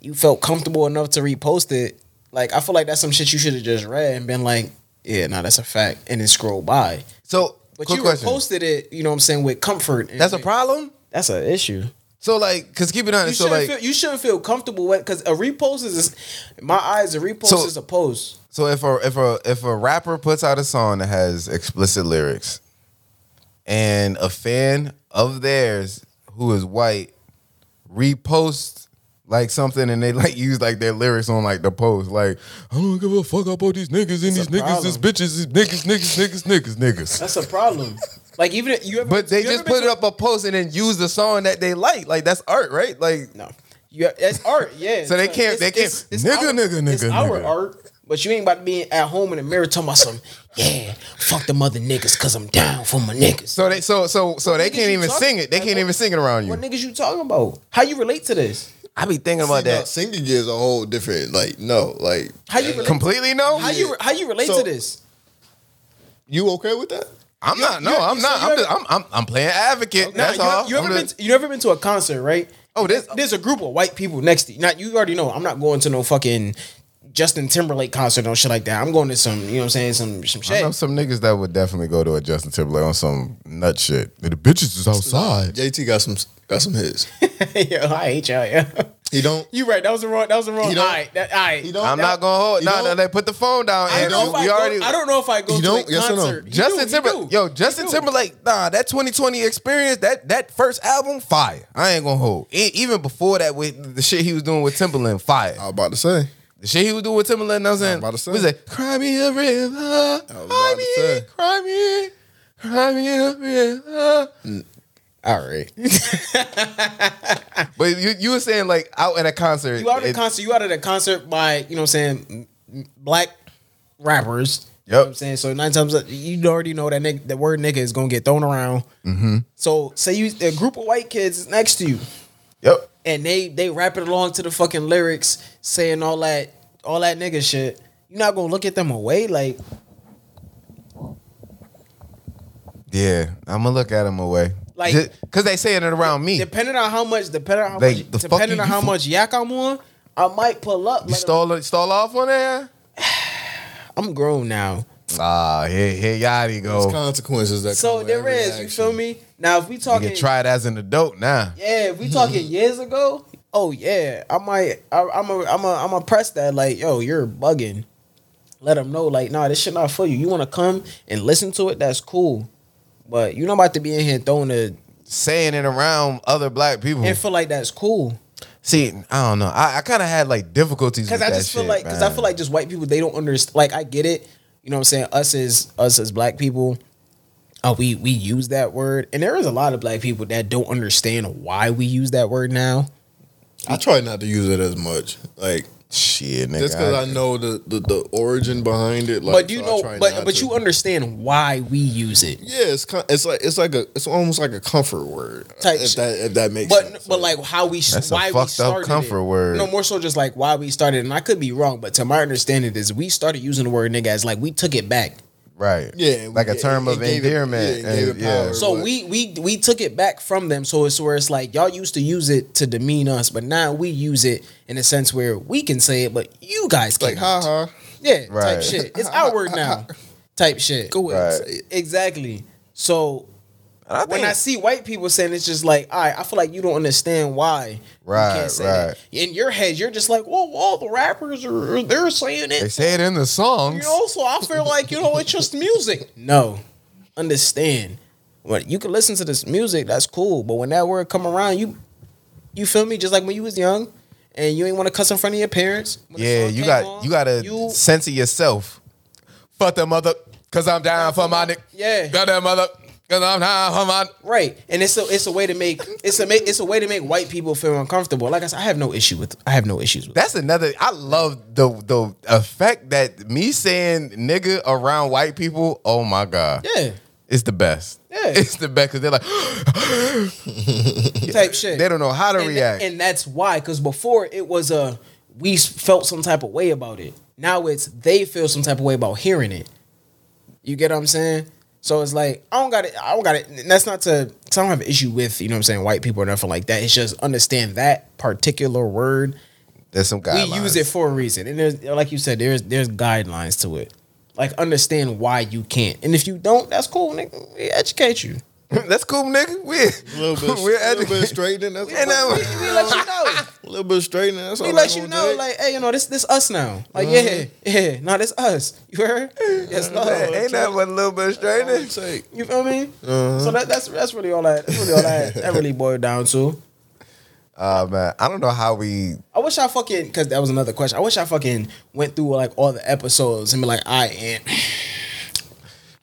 S6: you felt comfortable enough to repost it. Like I feel like that's some shit you should have just read and been like, yeah, no, that's a fact, and then scroll by.
S3: so
S6: But
S3: quick
S6: you
S3: question.
S6: posted it, you know what I'm saying, with comfort. and-
S3: That's a problem?
S6: That's an issue.
S3: So like cause keep it
S6: You
S3: honest. So
S6: shouldn't
S3: like
S6: feel, you shouldn't feel comfortable with because a repost is, in my eyes, a repost
S3: So-
S6: is a post.
S3: So if a if a if a rapper puts out a song that has explicit lyrics, and a fan of theirs who is white reposts like something and they like (laughs) use like their lyrics on like the post, like I don't give a fuck about these niggas and these
S6: a
S3: niggas,
S6: problem.
S3: this bitches, these niggas, niggas, niggas, niggas, niggas.
S6: That's a problem. like even if- you ever,
S3: But they
S6: you ever
S3: just
S6: been
S3: put
S6: to-
S3: up a post and then use the song that they like. Like that's art, right? Like
S6: No, you, it's art. Yeah.
S3: (laughs) So they
S6: it's-
S3: can't- they
S6: it's-
S3: can't-
S6: it's- it's
S3: nigga,
S6: our-
S3: nigga,
S6: It's
S3: nigga,
S6: our
S3: nigga.
S6: art. But you ain't about to be at home in the mirror talking about some, yeah, fuck the mother niggas because I'm down for my niggas.
S3: so they so so so they
S6: niggas
S3: can't
S6: you
S3: even
S6: talking-
S3: sing it. They
S6: like,
S3: can't
S6: what-
S3: even sing it around
S6: What
S3: you.
S6: niggas you talking about? How you relate to this?
S3: I be thinking about
S4: no,
S3: that.
S4: singing is a whole different. Like no. Like
S6: How you relate?
S3: Completely no.
S6: how you how you relate
S4: So-
S6: to this?
S4: you okay with that?
S3: I'm not. No,
S6: you-
S3: I'm
S6: so
S3: not.
S6: you
S3: I'm,
S6: ever-
S3: just, I'm, I'm I'm playing advocate. That's
S6: you,
S3: all.
S6: You ever
S3: I'm
S6: been?
S3: just-
S6: To, you never been to a concert, right?
S3: Oh, this-
S6: there's a group of white people next to you. Now you already know. I'm not going to no fucking Justin Timberlake concert or shit like that. I'm going to some. You know what I'm saying? Some some
S3: I
S6: shit.
S3: know some niggas that would definitely go to a Justin Timberlake on some nut shit. The bitches is outside.
S4: JT got some got some hits.
S6: (laughs) Yo, I hate y'all. Yeah.
S4: He
S6: (laughs)
S4: don't.
S6: You right. That was the wrong. That was the wrong. All
S4: He don't-
S6: right. That, all right.
S4: He don't.
S3: I'm not gonna hold.
S4: You
S3: No,
S4: don't-
S3: no, they put the phone down.
S6: I don't, know
S3: Andrew.
S6: if I,
S3: we
S6: go,
S3: already.
S6: I don't know if I go
S4: You
S6: to
S4: don't?
S6: a
S4: Yes or no?
S6: concert. You
S3: Justin
S6: do, you
S3: Timberlake.
S6: do.
S3: Yo, Justin
S6: You do.
S3: Timberlake. Nah, that 2020 experience. That that first album, fire. I ain't gonna hold. E- even before that, with the shit he was doing with Timberland, fire.
S4: I was about to say.
S3: The shit he was doing with Timberland. I was saying.
S4: about to say.
S3: Was like, cry me a river.
S4: about
S3: Cry
S4: to
S3: me,
S4: say.
S3: cry me, cry me a river.
S4: All right.
S3: But you, you were saying like out at a concert.
S6: You out of the
S3: it-
S6: concert. You out of the concert by you know what I'm saying m- m- black rappers. You know
S3: Yep.
S6: what I'm saying so nine times out- you already know that nigga, the word nigga is gonna get thrown around.
S3: Mm-hmm.
S6: So say you a group of white kids is next to you
S3: Yep.
S6: and they they rapping along to the fucking lyrics, saying all that all that nigga shit. You're not gonna look at them away like
S3: Yeah, I'm gonna look at him away.
S6: Like-
S3: Like, cause they saying it around me.
S6: depending on how much depending on how
S3: Like,
S6: much
S3: the fuck
S6: depending
S3: you-
S6: on
S3: you
S6: how
S3: fu-
S6: much yak I'm on, I might pull up.
S3: You
S6: let 'em-
S3: stall stall off on there.
S6: I'm I'm grown now.
S3: Ah, here, here, Yachty
S4: There's
S3: go.
S4: consequences that
S6: So
S4: come
S6: there
S4: with every
S6: is, you
S4: action.
S6: feel me? Now if we
S3: You
S6: talking
S3: get tried as an adult now.
S6: Yeah, if we talking years ago, oh yeah, I might, I, I'm a, I'm a, I'm a press that like, yo, you're bugging. Let them know like, nah, this shit not for you. You want to come and listen to it? That's cool, but you not about to be in here throwing a
S3: Saying it around other black people.
S6: and feel like that's cool.
S3: See, I don't know. I, I kind of had like difficulties
S6: Because
S3: with
S6: I
S3: that
S6: just feel
S3: shit,
S6: like, because I
S3: man.
S6: feel like just white people, they don't understand. Like I get it, you know what I'm saying? Us as us as black people, uh, we we use that word, and there is a lot of black people that don't understand why we use that word now.
S4: I try not to use it as much. Like
S3: shit, nigga.
S4: just because I know the, the the origin behind it. Like,
S6: But do you
S4: so I
S6: know,
S4: try
S6: but
S4: not
S6: but
S4: to.
S6: you understand why we use it.
S4: Yeah, it's kind, it's like it's like a it's almost like a comfort word.
S6: Type
S4: if
S6: shit.
S4: that if that makes
S6: But
S4: sense.
S6: but like how we s-
S3: That's a
S6: why we
S3: fucked up
S6: started
S3: comfort
S6: it.
S3: word.
S6: No more so just like why we started, and I could be wrong, but to my understanding is we started using the word nigga as like we took it back.
S3: right.
S4: yeah,
S3: like a
S4: yeah,
S3: term
S4: it
S3: of
S4: gave it-
S3: endearment.
S4: yeah, it gave
S3: and-
S4: it power.
S3: yeah.
S6: So
S4: Right.
S6: we we we took it back from them. So it's where it's like y'all used to use it to demean us, but now we use it in a sense where we can say it, but you guys can't.
S4: like ha
S6: (laughs)
S4: ha.
S6: yeah, type
S3: Right.
S6: shit. It's our word now, type shit.
S4: Go ahead.
S3: Right.
S4: And say it.
S6: Exactly. So
S3: And I
S6: when
S3: think-
S6: I see white people saying it's just like, all right, I feel like you don't understand why.
S3: Right,
S6: You can't say that. In your head, you're just like, well, all the rappers are are- they're saying
S3: they
S6: it.
S3: say it in the songs.
S6: You know, so I
S3: (laughs)
S6: feel like you know it's just music. No, understand. Well, you can listen to this music, that's cool. But when that word come around, you you feel me? Just like when you was young, and you ain't want to cuss in front of your parents. when the
S3: yeah,
S6: song
S3: you
S6: came
S3: got
S6: on,
S3: you gotta
S6: you-
S3: censor yourself. Fuck the mother, cause I'm down for my nigga.
S6: Yeah.
S3: Fuck that mother, cause I'm down for my.
S6: Right, and it's a it's a way to make it's a make, it's a way to make white people feel uncomfortable. Like I said, I have no issue with I have no issues with.
S3: That's another. I love the the effect that me saying nigga around white people. Oh my god.
S6: Yeah,
S3: It's the best.
S6: Yeah.
S3: It's the best because they're like,
S6: type
S3: (gasps)
S6: shit.
S3: they don't know how to
S6: and,
S3: react.
S6: and that's why, because before it was a we s- felt some type of way about it. Now it's they feel some type of way about hearing it. You get what I'm saying? So it's like I don't got it. I don't got it. and That's not to. 'cause I don't have an issue with you know what I'm saying white people or nothing like that. It's just understand that particular word
S3: There's some guidelines.
S6: we use it for a reason, and there's like you said, there's there's guidelines to it. Like understand why you can't, and if you don't, that's cool. Nigga. We educate you.
S3: That's cool, nigga. We
S4: A little bit,
S3: we're
S4: a little bit
S3: educated.
S4: straightening. That's
S3: And
S4: all-
S3: then-
S6: We let you know.
S4: a little bit straightening. That's
S6: We
S4: all
S6: let
S4: I'm
S6: you
S4: gonna
S6: know,
S4: take.
S6: like, hey, you know, this this us now. Like,
S4: Uh-huh.
S6: yeah, yeah, no, this us. You
S4: (laughs)
S6: heard? Yes, no.
S3: Ain't that one little bit straightening?
S4: Say,
S6: You feel me?
S4: Uh-huh.
S6: So that, that's that's really all that. That's really all
S4: (laughs)
S6: that. That really boiled down to.
S3: Oh man, I don't know how we.
S6: I wish I fucking because that was another question. I wish I fucking went through like all the episodes and be like, I and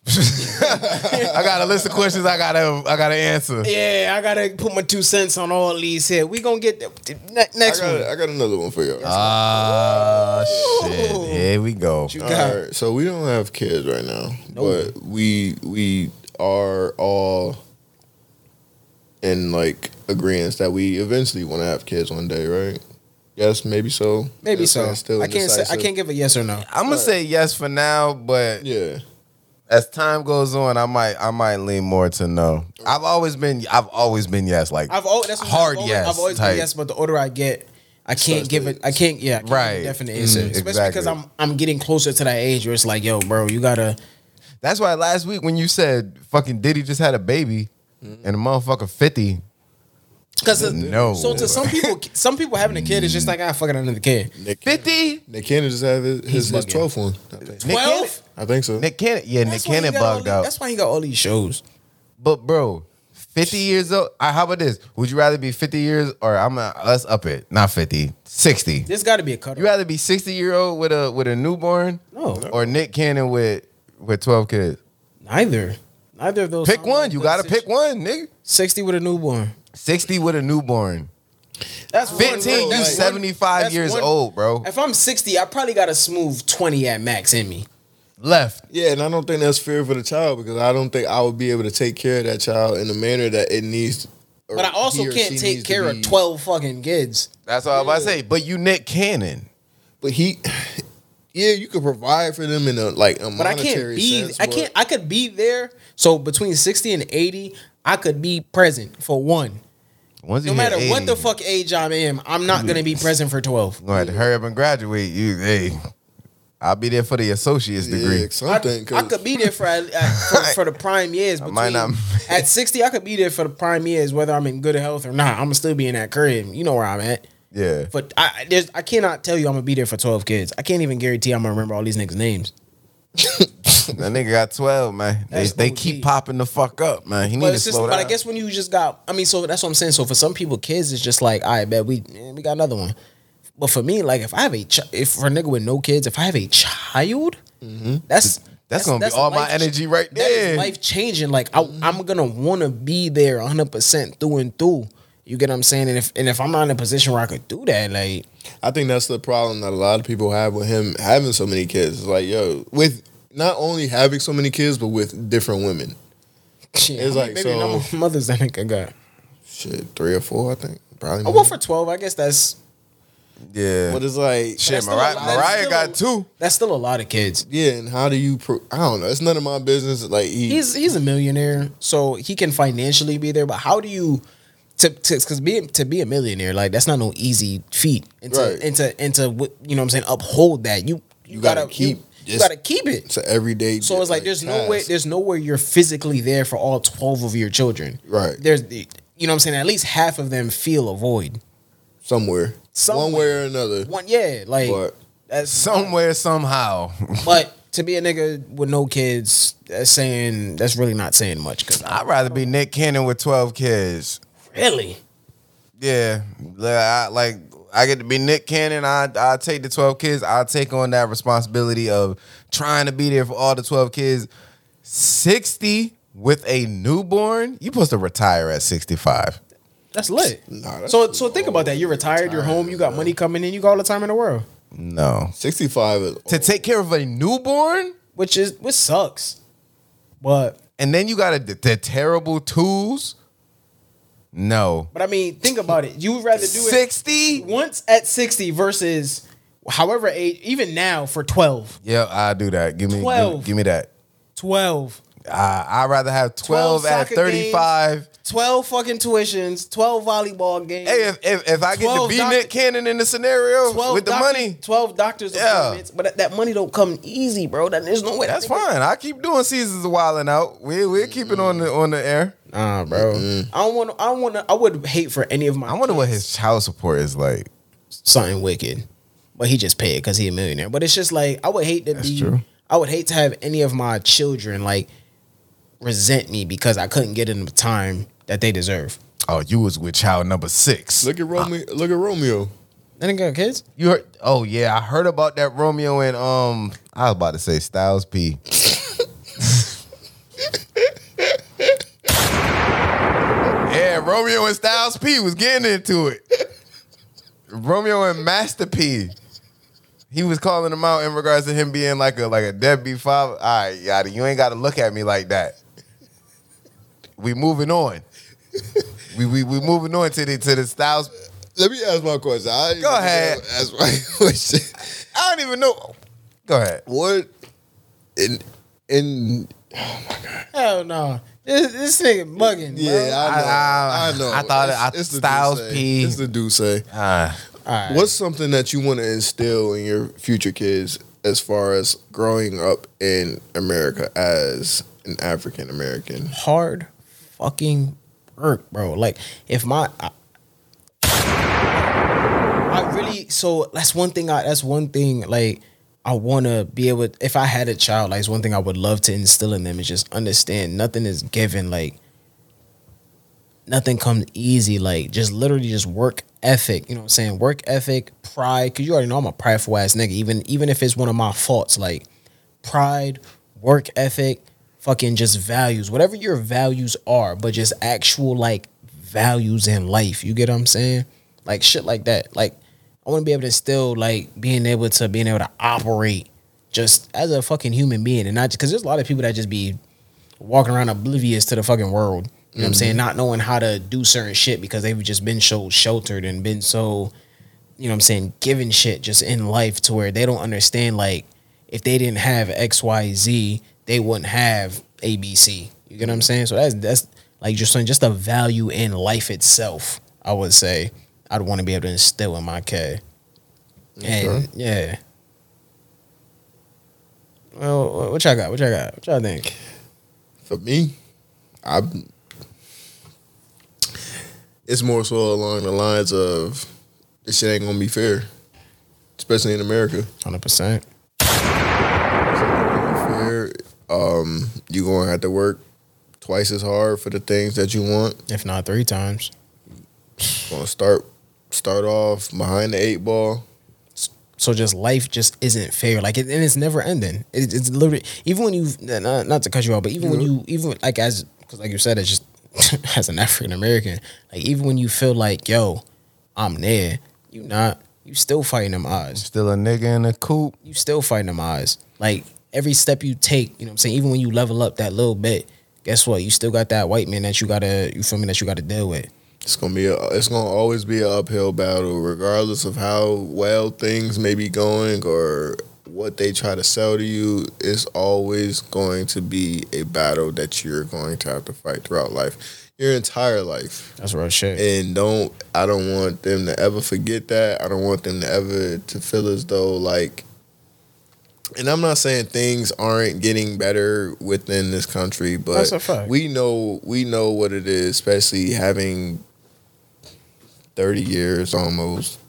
S3: I got a list of questions. I gotta. I gotta answer.
S6: yeah, I gotta put my two cents on all these here. We gonna get the, the ne-
S4: I
S6: next
S4: got,
S6: one.
S4: I got another one for y'all.
S3: Ah shit.
S6: Ooh.
S3: Here we go.
S6: You
S4: All
S6: got-
S4: right, so we don't have kids right now, but we we are all in like agreement that we eventually want to have kids one day, right? Yes, maybe so.
S6: maybe
S4: Yes,
S6: so.
S4: man, still
S6: I can't say, I
S4: indecisive.
S6: can't give a yes or no.
S3: I'm gonna say yes for now, but
S4: Yeah,
S3: as time goes on, I might. I might lean more to no. I've always been. I've always been yes. Like
S6: I've always that's what-
S3: Hard
S6: I've always,
S3: yes
S6: I've always
S3: type.
S6: been yes, but the older I get, I can't give it. I can't. Yeah, I can't
S3: Right.
S6: Give a definite answer,
S3: Mm,
S6: especially
S3: exactly.
S6: because I'm I'm getting closer to that age where it's like, yo, bro, you gotta.
S3: That's why last week when you said fucking Diddy just had a baby
S6: Mm-hmm.
S3: and a motherfucker 50.
S6: Because
S3: No.
S6: So to some people, some people having a kid is just like I fucking another kid.
S4: Nick,
S3: 50?
S4: Nick Cannon just had his his, his
S6: bugging.
S4: twelfth one. I think.
S6: Twelve.
S4: I think so.
S3: Nick Cannon. Yeah,
S6: That's
S3: Nick
S6: why he
S3: Cannon
S6: got all
S3: bugged
S6: these-
S3: out.
S6: That's why he got all these shows.
S3: But bro, 50 years old. I, how about this? Would you rather be 50 years or I'm not let's up it. Not 50. 60.
S6: There's got to be a cut.
S3: You rather be 60 year old with a with a newborn?
S6: No.
S3: Or Nick Cannon with with 12 kids.
S6: Neither. Neither of those.
S3: Pick
S6: sound
S3: one.
S6: like
S3: You
S6: the
S3: gotta
S6: situ-
S3: pick one, nigga.
S6: Sixty with a newborn.
S3: 60 with a newborn.
S6: That's
S3: 15, you
S6: that's
S3: 75
S6: that's
S3: years
S6: one-
S3: old, bro.
S6: If I'm sixty, I probably got a smooth twenty at max in me.
S3: Left.
S4: Yeah, and I don't think that's fair for the child because I don't think I would be able to take care of that child in the manner that it needs. or
S6: But I also
S4: he or she
S6: can't
S4: needs
S6: take
S4: to
S6: care
S4: be.
S6: of twelve fucking kids.
S3: That's all I'm about to say. But you Nick Cannon.
S4: But he, yeah, you could provide for them in a like a
S6: But I can't
S4: monetary
S6: be.
S4: sense,
S6: I
S4: but-
S6: can't. I could be there. So between sixty and eighty, I could be present for one.
S3: Once you
S6: No
S3: hit
S6: matter
S3: 80,
S6: what the fuck
S3: (laughs)
S6: age I am, I'm not gonna be present for twelve.
S3: Gonna have to hurry up and graduate. You hey, I'll be there for the associate's degree.
S4: Yeah, something.
S6: I, I
S4: 'cause-
S6: could be there for,
S3: (laughs)
S6: at- at- for for the prime years.
S3: I
S6: Between,
S3: might not- (laughs)
S6: at sixty, I could be there for the prime years, whether I'm in good health or not. I'm gonna still be in that crib. You know where I'm at.
S3: Yeah.
S6: But I I- there's I cannot tell you I'm gonna be there for twelve kids. I can't even guarantee I'm gonna remember all these niggas' names.
S3: That nigga got 12, man. They,
S6: That's
S3: they
S6: OG.
S3: keep popping the fuck up, man. He need
S6: But
S3: to
S6: it's just
S3: slow
S6: but
S3: down.
S6: I guess when you just got I mean, so that's what I'm saying. So for some people, kids it's just like, I bet we eh, we got another one. But for me, like if I have a ch- if for a nigga with no kids, if I have a child, that's
S3: that's, gonna be
S6: a
S3: all my
S6: life-
S3: energy right
S6: that is
S3: there.
S6: life changing. Like I, I'm gonna want to be there 100 percent through and through. You get what I'm saying? And if and if I'm not in a position where I could do that, like
S4: I think that's the problem that a lot of people have with him having so many kids. It's like, yo, with not only having so many kids, but with different women.
S6: shit,
S4: It's
S6: how many
S4: like,
S6: baby
S4: so-
S6: number (laughs) mothers that nigga got.
S4: Shit, three or four, I think. Probably.
S6: Oh
S4: more.
S6: well, for 12, I guess that's
S3: yeah.
S4: but it's like,
S3: Shit,
S6: still
S3: Mariah,
S6: alive.
S3: Mariah got
S6: That's
S3: two.
S6: that's still a lot of kids.
S4: yeah, and how do you? Pro- I don't know. It's none of my business. Like he,
S6: He's he's a millionaire, so he can financially be there. But how do you? To, to, cause being to be a millionaire, like that's not no easy feat, and to
S4: Right.
S6: and to and to what- you know what I'm saying uphold that you you,
S4: gotta
S6: gotta,
S4: keep
S6: keep you
S4: this-
S6: gotta keep it.
S4: it's an everyday.
S6: So it's like, there's no way
S4: task.
S6: there's nowhere you're physically there for all twelve of your children.
S4: Right.
S6: There's the- you know what I'm saying? At least half of them feel a void.
S4: somewhere, one way
S6: Somewhere.
S4: or another.
S6: One yeah, like
S4: But
S6: that's
S3: Somewhere, somehow.
S6: but to be a nigga with no kids, that's saying that's really not saying much because I
S3: I'd rather be Nick Cannon with 12 kids.
S6: really
S3: Yeah. Like, I, like, I get to be Nick Cannon. I I take the 12 kids. I take on that responsibility of trying to be there for all the 12 kids. 60 with a newborn, you supposed to retire at 65.
S6: that's lit.
S4: Nah, that's
S6: so so think about that. You're retired, you're home, you got money coming in, you got all the time in the world.
S3: No.
S4: sixty-five is
S3: To take care of a newborn?
S6: Which is which sucks. But
S3: and then you got the, the terrible tools. No,
S6: but I mean, think about it. You would rather do it
S3: sixty.
S6: once at 60 versus however age even now for 12
S3: Yeah, I do that. Give me, give me-
S6: 12.
S3: Give, me that.
S6: 12
S3: Uh, I'd rather have twelve,
S6: 12
S3: at
S6: soccer
S3: thirty-five.
S6: 12 fucking tuitions 12 volleyball games
S3: Hey, if, if, if I get to
S6: 12
S3: be
S6: doctor-
S3: Nick Cannon in the scenario with the
S6: doctor-
S3: money,
S6: 12 doctors
S3: Yeah.
S6: appointments but that, that money don't come easy bro that, there's no way that
S3: that's
S6: nigga-
S3: fine. I keep doing seasons of wilding out. We we keep it on the on the air.
S6: nah bro I don't want I don't want I would hate for any of my
S3: I wonder what his child support is like.
S6: something wicked but he just paid because he a millionaire but it's just like I would hate to be
S3: true.
S6: I would hate to have any of my children like resent me because I couldn't get in the time that they deserve
S3: Oh, you was with child number six.
S4: look at Romeo. look at Romeo.
S6: They didn't got kids.
S3: You heard? Oh yeah, I heard about that Romeo and um. I was about to say Styles P. yeah, Romeo and Styles P was getting into it. Romeo and Master P. He was calling him out in regards to him being like a like a deadbeat father. All right, yada, you ain't got to look at me like that. We moving on. We we we moving on to the to the Styles.
S4: Let me ask my question. I ain't
S3: Go
S4: gonna
S3: ahead.
S4: Ask my (laughs) question.
S3: I don't even know. Go ahead.
S4: What in in
S6: Hell no. This, this nigga bugging.
S4: Yeah,
S6: Yeah.
S4: I know.
S3: I- I-
S4: I, know.
S3: I thought it- I-
S4: the
S3: Styles
S4: say.
S3: P.
S4: It's the do say.
S3: Ah.
S4: What's something that you want to instill in your future kids as far as growing up in America as an African American?
S6: Hard fucking work, bro. Like, if my. I, I really. So that's one thing. I That's one thing. Like, I want to be able. If I had a child, like, it's one thing I would love to instill in them is just understand nothing is given. Like, nothing comes easy. Like just literally just work ethic. You know what I'm saying? Work ethic, pride. Cause you already know I'm a prideful ass nigga. Even even if it's one of my faults, like pride, work ethic, fucking just values. Whatever your values are, but just actual like values in life. You get what I'm saying? Like shit like that. Like I want to be able to still like being able to being able to operate just as a fucking human being and not because there's a lot of people that just be walking around oblivious to the fucking world. You know what I'm saying? Not knowing how to do certain shit because they've just been so sheltered and been so, you know what I'm saying, given shit just in life to where they don't understand like if they didn't have XYZ, they wouldn't have ABC. You get what I'm saying? So that's that's like just something- just a value in life itself, I would say. I'd want to be able to instill in my kid. And yeah. Well, what y'all got? What y'all got? What y'all think?
S4: For me, I it's more so along the lines of this shit ain't gonna be fair, especially in America.
S6: Hundred percent.
S4: Fair, um, you gonna have to work twice as hard for the things that you want.
S6: If not three times.
S4: Gonna start start off behind the eight ball.
S6: So just life just isn't fair. Like it, and it's never ending. It, it's literally even when you not, not to cut you off, but even when you even like as because like you said, it's just (laughs) as an African American, like even when you feel like yo, I'm there, you not. You still fighting them odds.
S3: Still a nigga in a coop.
S6: you still fighting them odds. Like every step you take, you know what I'm saying? Even when you level up that little bit, guess what? You still got that white man that you gotta you feel me that you gotta deal with.
S4: It's gonna be a, it's gonna always be an uphill battle, regardless of how well things may be going or what they try to sell to you. It's always going to be a battle that you're going to have to fight throughout life, your entire life.
S6: That's real shit.
S4: And don't I don't want them to ever forget that. I don't want them to ever to feel as though like and I'm not saying things aren't getting better within this country, but
S6: That's a fact.
S4: we know we know what it is, especially having thirty years almost.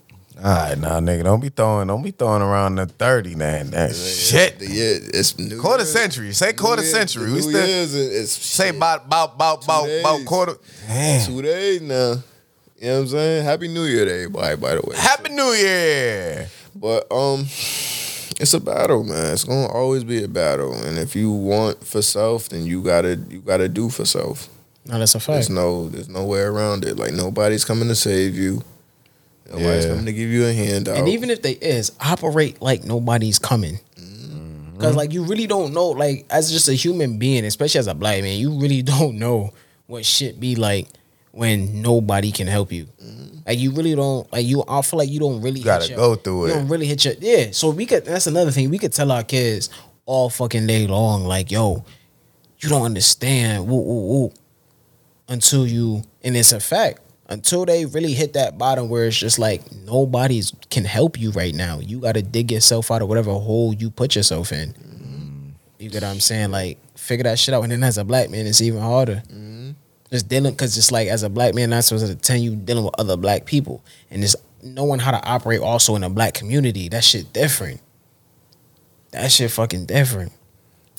S3: All right, nah, nigga, don't be throwing, don't be throwing around the thirty, man. That shit.
S4: The year it's new
S3: Quarter
S4: year-
S3: century. Say
S4: new
S3: quarter
S4: year-
S3: century.
S4: the
S3: We
S4: new
S3: still
S4: year's and it's
S3: say about about about about about
S4: days.
S3: quarter. Damn.
S4: two days now. You know what I'm saying? Happy New Year to everybody, by the way.
S3: Happy New Year.
S4: But um, it's a battle, man. It's gonna always be a battle, and if you want for self, then you gotta you gotta do for self.
S6: No, that's a
S4: There's
S6: fact.
S4: no there's no way around it. Like nobody's coming to save you. Nobody's
S3: Yeah.
S4: coming to give you a handout.
S6: and even if they is, operate like nobody's coming.
S3: Mm-hmm.
S6: Cause like you really don't know, like as just a human being, especially as a black man, you really (laughs) don't know what shit be like when nobody can help you. Like you really don't like you. I feel like you don't really
S3: Mm-hmm. gotta
S6: hit
S3: go through
S6: you
S3: it.
S6: Don't really hit your yeah. So we could. That's another thing. We could tell our kids all fucking day long, like yo, you don't understand. Woo woo woo. Until you and it's a fact. Until they really hit that bottom where it's just like nobody's can help you right now. You got to dig yourself out of whatever hole you put yourself in. You get what I'm saying? Like, figure that shit out. And then as a black man, it's even harder. Just dealing, because just like as a black man, not supposed to tell you dealing with other black people. And just knowing how to operate also in a black community, that shit different. That shit fucking different.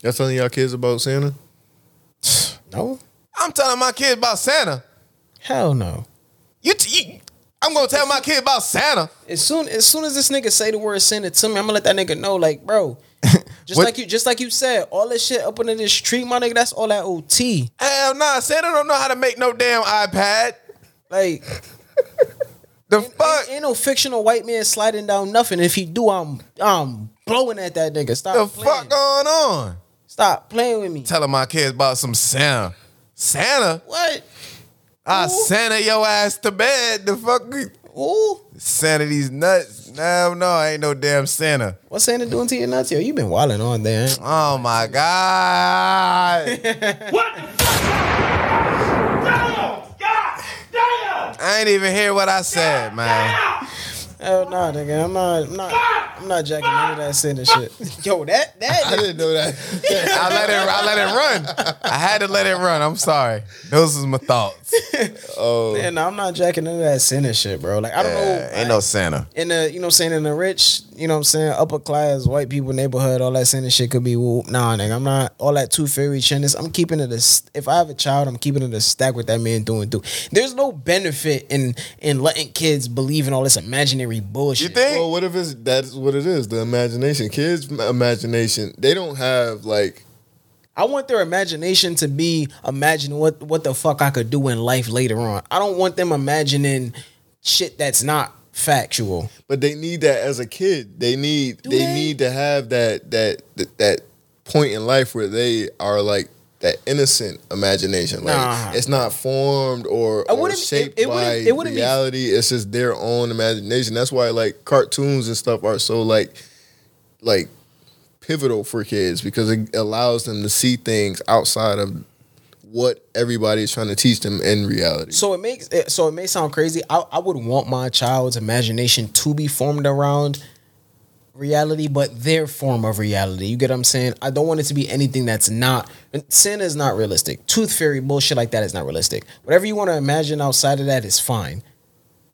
S4: y'all telling y'all kids about (laughs) Santa,
S6: No?
S3: I'm telling my kids about Santa.
S6: Hell no.
S3: You, t- you I'm gonna tell my kid about Santa.
S6: As soon as soon as this nigga say the word send it to me, I'm gonna let that nigga know,
S3: (laughs)
S6: like, bro. Just
S3: What-
S6: like you just like you said, all this shit up under this street, my nigga, that's all that OT.
S3: Hell nah, Santa don't know how to make no damn iPad.
S6: Like
S3: The fuck.
S6: Ain't, ain't no fictional white man sliding down nothing. If he do, I'm I'm blowing at that nigga. Stop
S3: the
S6: playing.
S3: fuck going on?
S6: Stop playing with me.
S3: Telling my kids about some Santa. Santa?
S6: What?
S3: I
S6: Who?
S3: Santa your ass to bed. The fuck? you-
S6: Who?
S3: Santa these nuts. No, no, ain't no damn Santa.
S6: What's Santa doing to your nuts? Yo, you been wilding on there. ain't-
S3: Oh my
S6: (laughs)
S3: God.
S8: What the fuck? Damn! God damn!
S3: I ain't even hear what I said, man.
S6: Hell nah, nigga. I'm not. I'm not. I'm not jacking none of that Santa shit. (laughs) Yo, that
S4: I
S6: that.
S4: didn't know that.
S3: I let it I let it run. I had to let it run. I'm sorry. Those was my thoughts.
S6: Yeah, nah, I'm not jacking none of that Santa shit, bro. Like I don't know.
S3: Yeah, ain't no Santa.
S6: in the you know what I'm saying in the rich, you know what I'm saying, upper class white people neighborhood, all that Santa shit could be woo. Nah, nigga, I'm not all that two fairy chinnis. I'm keeping it a s- if I have a child, I'm keeping it a stack with that man doing through. There's no benefit in in letting kids believe in all this imaginary
S3: You
S6: bullshit.
S3: think?
S4: well, what if it's that's what it is? The imagination, kids' imagination. They don't have like
S6: I want their imagination to be imagine what what the fuck I could do in life later on. I don't want them imagining shit that's not factual.
S4: But they need that as a kid. They need they,
S6: they?
S4: need to have that that that, that point in life where they are like that innocent imagination. Like
S6: Nah.
S4: it's not formed or,
S6: I
S4: or
S6: wouldn't- it-
S4: shaped
S6: it wouldn't-
S4: by
S6: it wouldn't be-
S4: reality. It's just their own imagination. That's why like cartoons and stuff are so like like pivotal for kids because it allows them to see things outside of what everybody's trying to teach them in reality.
S6: So it makes it, so it may sound crazy. I, I would want my child's imagination to be formed around reality, but their form of reality. You get what I'm saying? I don't want it to be anything that's not. Sin is not realistic. Tooth fairy bullshit like that is not realistic. Whatever you want to imagine outside of that is fine.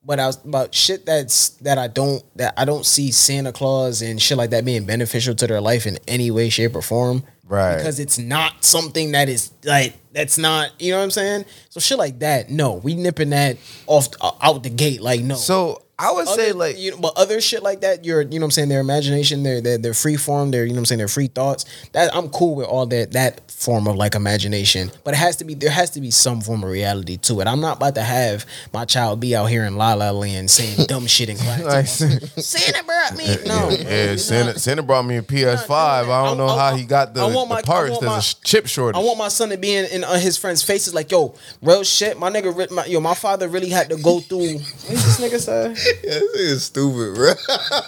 S6: But I was about shit that's that I don't that I don't see Santa Claus and shit like that being beneficial to their life in any way, shape, or form.
S3: Right.
S6: Because it's not something that is like that's not you know what I'm saying. So shit like that, no, we nipping that off uh, out the gate like no.
S3: So I would
S6: Other-
S3: say like
S6: you know, but other shit like that, your you know what I'm saying, their imagination, their their, their free form, their you know what I'm saying, their free thoughts. That I'm cool with all that that form of like imagination. But it has to be there has to be some form of reality to it. I'm not about to have my child be out here in La La
S3: (laughs)
S6: Land saying dumb shit in class.
S3: Like,
S6: Santa brought me no.
S3: (laughs) yeah, yeah, Santa, Santa brought me a PS5.
S6: no,
S3: I don't know
S6: I- I-
S3: how he got the,
S6: I want my-
S3: the parts.
S6: I want
S3: There's
S6: my-
S3: a sh- chip shortage.
S6: I want my son to be in, in uh, his friends' faces like, yo, real shit, my nigga, re- my, yo, my father really had to go through. (laughs) What's this nigga say?
S4: This is stupid, bro.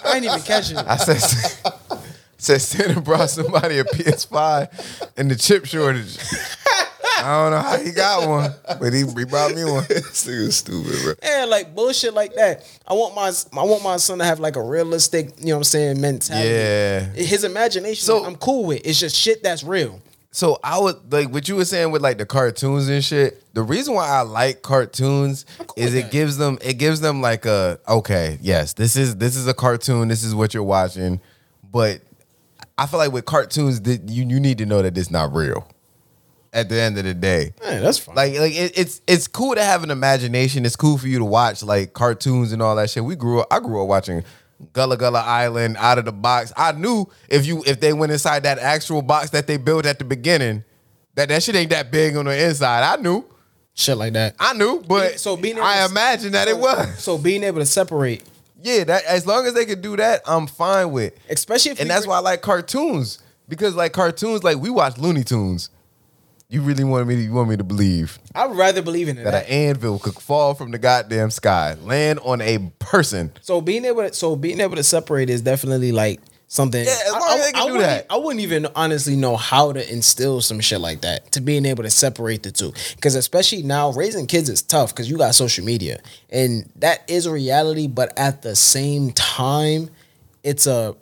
S6: I ain't even catch it.
S3: I said, (laughs) said Santa brought somebody a PS5 and the chip shortage. I don't know how he got one, but he, he brought me one.
S4: (laughs) this nigga stupid, bro.
S6: Yeah, like bullshit like that. I want my I want my son to have like a realistic, you know what I'm saying, mentality.
S3: Yeah.
S6: His imagination,
S3: So-
S6: I'm cool with. It's just shit that's real.
S3: So I would like what you were saying with like the cartoons and shit. The reason why I like cartoons is it gives them it gives them like a okay, yes, this is this is a cartoon, this is what you're watching, but I feel like with cartoons that you you need to know that it's not real. At the end of the day,
S6: Man, that's fine.
S3: like like it, it's it's cool to have an imagination. It's cool for you to watch like cartoons and all that shit. We grew up. I grew up watching Gullah Gullah Island, Out of the Box. I knew if you if they went inside that actual box that they built at the beginning, that that shit ain't that big on the inside. I knew,
S6: shit like that.
S3: I knew, but
S6: So being able
S3: I
S6: to-
S3: imagine that it was.
S6: So being able to separate,
S3: Yeah, that as long as they could do that, I'm fine with.
S6: especially if
S3: And
S6: you
S3: that's
S6: re-
S3: why I like cartoons because like cartoons, like we watch Looney Tunes. You really want me? To, you want me to believe?
S6: I would rather believe in it.
S3: that an anvil could fall from the goddamn sky, land on a person.
S6: So being able to so being able to separate is definitely like something.
S3: Yeah, as long as they can do
S6: wouldn't,
S3: that.
S6: I wouldn't even honestly know how to instill some shit like that to being able to separate the two. Because especially now, raising kids is tough because you got social media and that is a reality. But at the same time, it's a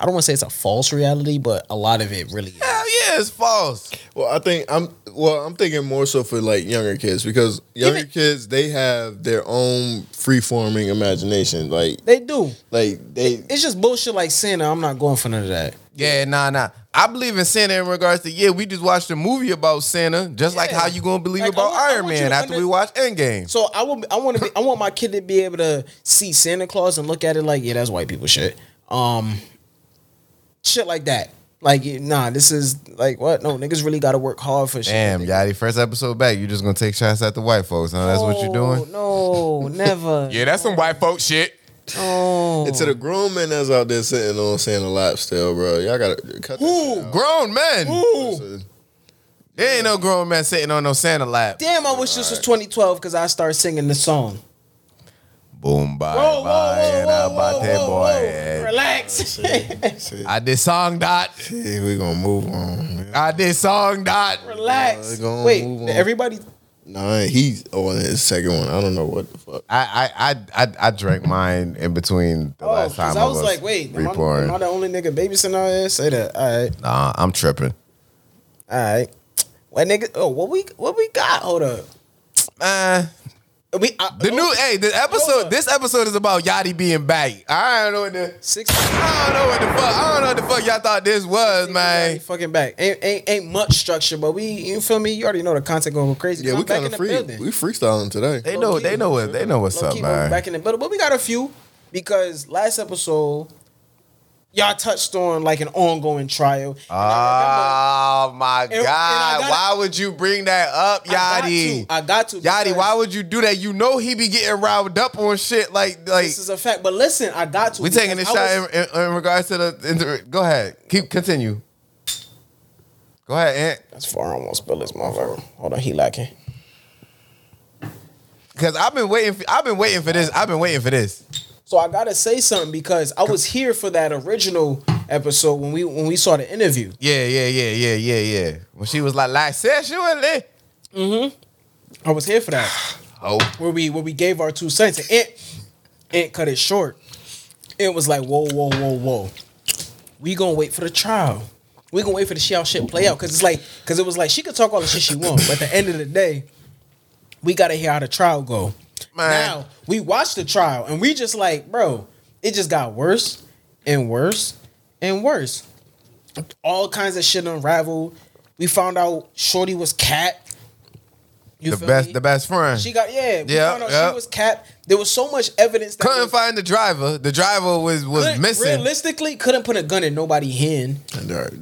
S6: I don't want to say it's a false reality, but a lot of it really is.
S3: Hell yeah, it's false.
S4: Well, I think I'm well. I'm thinking more so for like younger kids because younger kids they have their own free forming imagination. Like,
S6: They do.
S4: like they
S6: It's just bullshit like Santa. I'm not going for none of that.
S3: Yeah, nah, nah. I believe in Santa in regards to yeah. We just watched a movie about Santa, just like
S6: Yeah.
S3: how you gonna believe
S6: Like, I
S3: about
S6: want- I
S3: Iron
S6: want you
S3: Man
S6: to
S3: after we
S6: under-
S3: watch Endgame.
S6: So I would I want to be I want my kid to be able to see Santa Claus and look at it like yeah that's white people shit um shit like that like nah this is like what no niggas really got to work hard for shit
S3: Damn, Yachty, first episode back. You just gonna take shots at the white folks, huh? That's what you're doing.
S6: Oh, no (laughs) never Oh.
S3: Yeah, that's some white folk shit.
S6: no
S4: And to the grown men that's out there sitting on Santa Lap still, bro. Y'all gotta cut
S3: Ooh, grown men.
S4: that.
S3: There ain't no grown man sitting on no Santa lap.
S6: damn I wish this was 2012 because I started singing the song
S3: Boom, bye, bye, and I'm about that boy. (laughs)
S6: relax
S3: I did song dot.
S4: Yeah, we gonna move on. man.
S3: I did song dot.
S4: Uh,
S6: relax
S4: go on,
S6: wait
S4: move on.
S6: everybody
S4: Nah, he's on oh, his second one. I don't know what the fuck.
S3: I I I I, I drank mine in between the
S6: oh
S3: last
S6: 'cause
S3: time
S6: I was
S3: us
S6: like wait am I,
S3: reporting.
S6: am I the only nigga babysitting out here say that all right.
S3: nah, I'm tripping.
S6: All right. What nigga? Oh, what we what we got? Hold up.
S3: Uh,
S6: We uh, I,
S3: the new hey, the episode.
S6: up.
S3: This episode is about Yachty being back. I don't know what the
S6: six.
S3: I don't know what the fuck. I don't know what the fuck y'all thought this was, man.
S6: Fucking back. Ain't, ain't ain't much structure, but we you feel me? You already know the content going crazy.
S4: Yeah,
S6: I'm
S4: we
S6: back in
S4: kind of
S6: the
S4: free.
S6: building.
S4: We freestyling today.
S3: They know. They know what. They know what's
S6: Low
S3: up,
S6: key, but we
S3: man.
S6: Back in the building, but we got a few because last episode y'all touched on like an ongoing trial. And I
S3: Oh my
S6: and I
S3: god!
S6: gotta-
S3: why would you bring that up,
S6: remember- I got
S3: Yachty?
S6: to. I got to.
S3: Yachty,
S6: because
S3: why would you do that? You know he be getting riled up on shit like like.
S6: this is a fact? But listen, I got to.
S3: We taking this
S6: because
S3: shot
S6: I was-
S3: in, in, in regards to the. in the- go ahead. Keep continue. Go ahead, Ant.
S6: That's far. I almost spilled this motherfucker. Hold on, he lacking.
S3: Because I've been waiting. For, I've been waiting for this. I've been waiting for this.
S6: So I gotta say something because I was here for that original episode when we when we saw the interview.
S3: Yeah, yeah, yeah, yeah, yeah, yeah. When she was like, like sexually.
S6: I was here for that
S3: Oh,
S6: where we where we gave our two cents and it it cut it short. It was like, whoa, whoa, whoa, whoa. We gonna wait for the trial. We gonna wait for the shit how shit play out. Cause it's like, cause it was like she could talk all the shit she want, but at the end of the day, we gotta hear how the trial go. Now we watched the trial and we just like, bro, it just got worse and worse and worse. All kinds of shit unraveled. We found out Shorty was cat. You
S3: The
S6: feel
S3: best,
S6: me?
S3: the best friend.
S6: She got yeah. We
S3: Yeah,
S6: found out
S3: yeah.
S6: she was cat. There was so much evidence that
S3: Couldn't
S6: was-
S3: find the driver. The driver was was
S6: couldn't-
S3: missing.
S6: Realistically, couldn't put a gun in nobody's hand.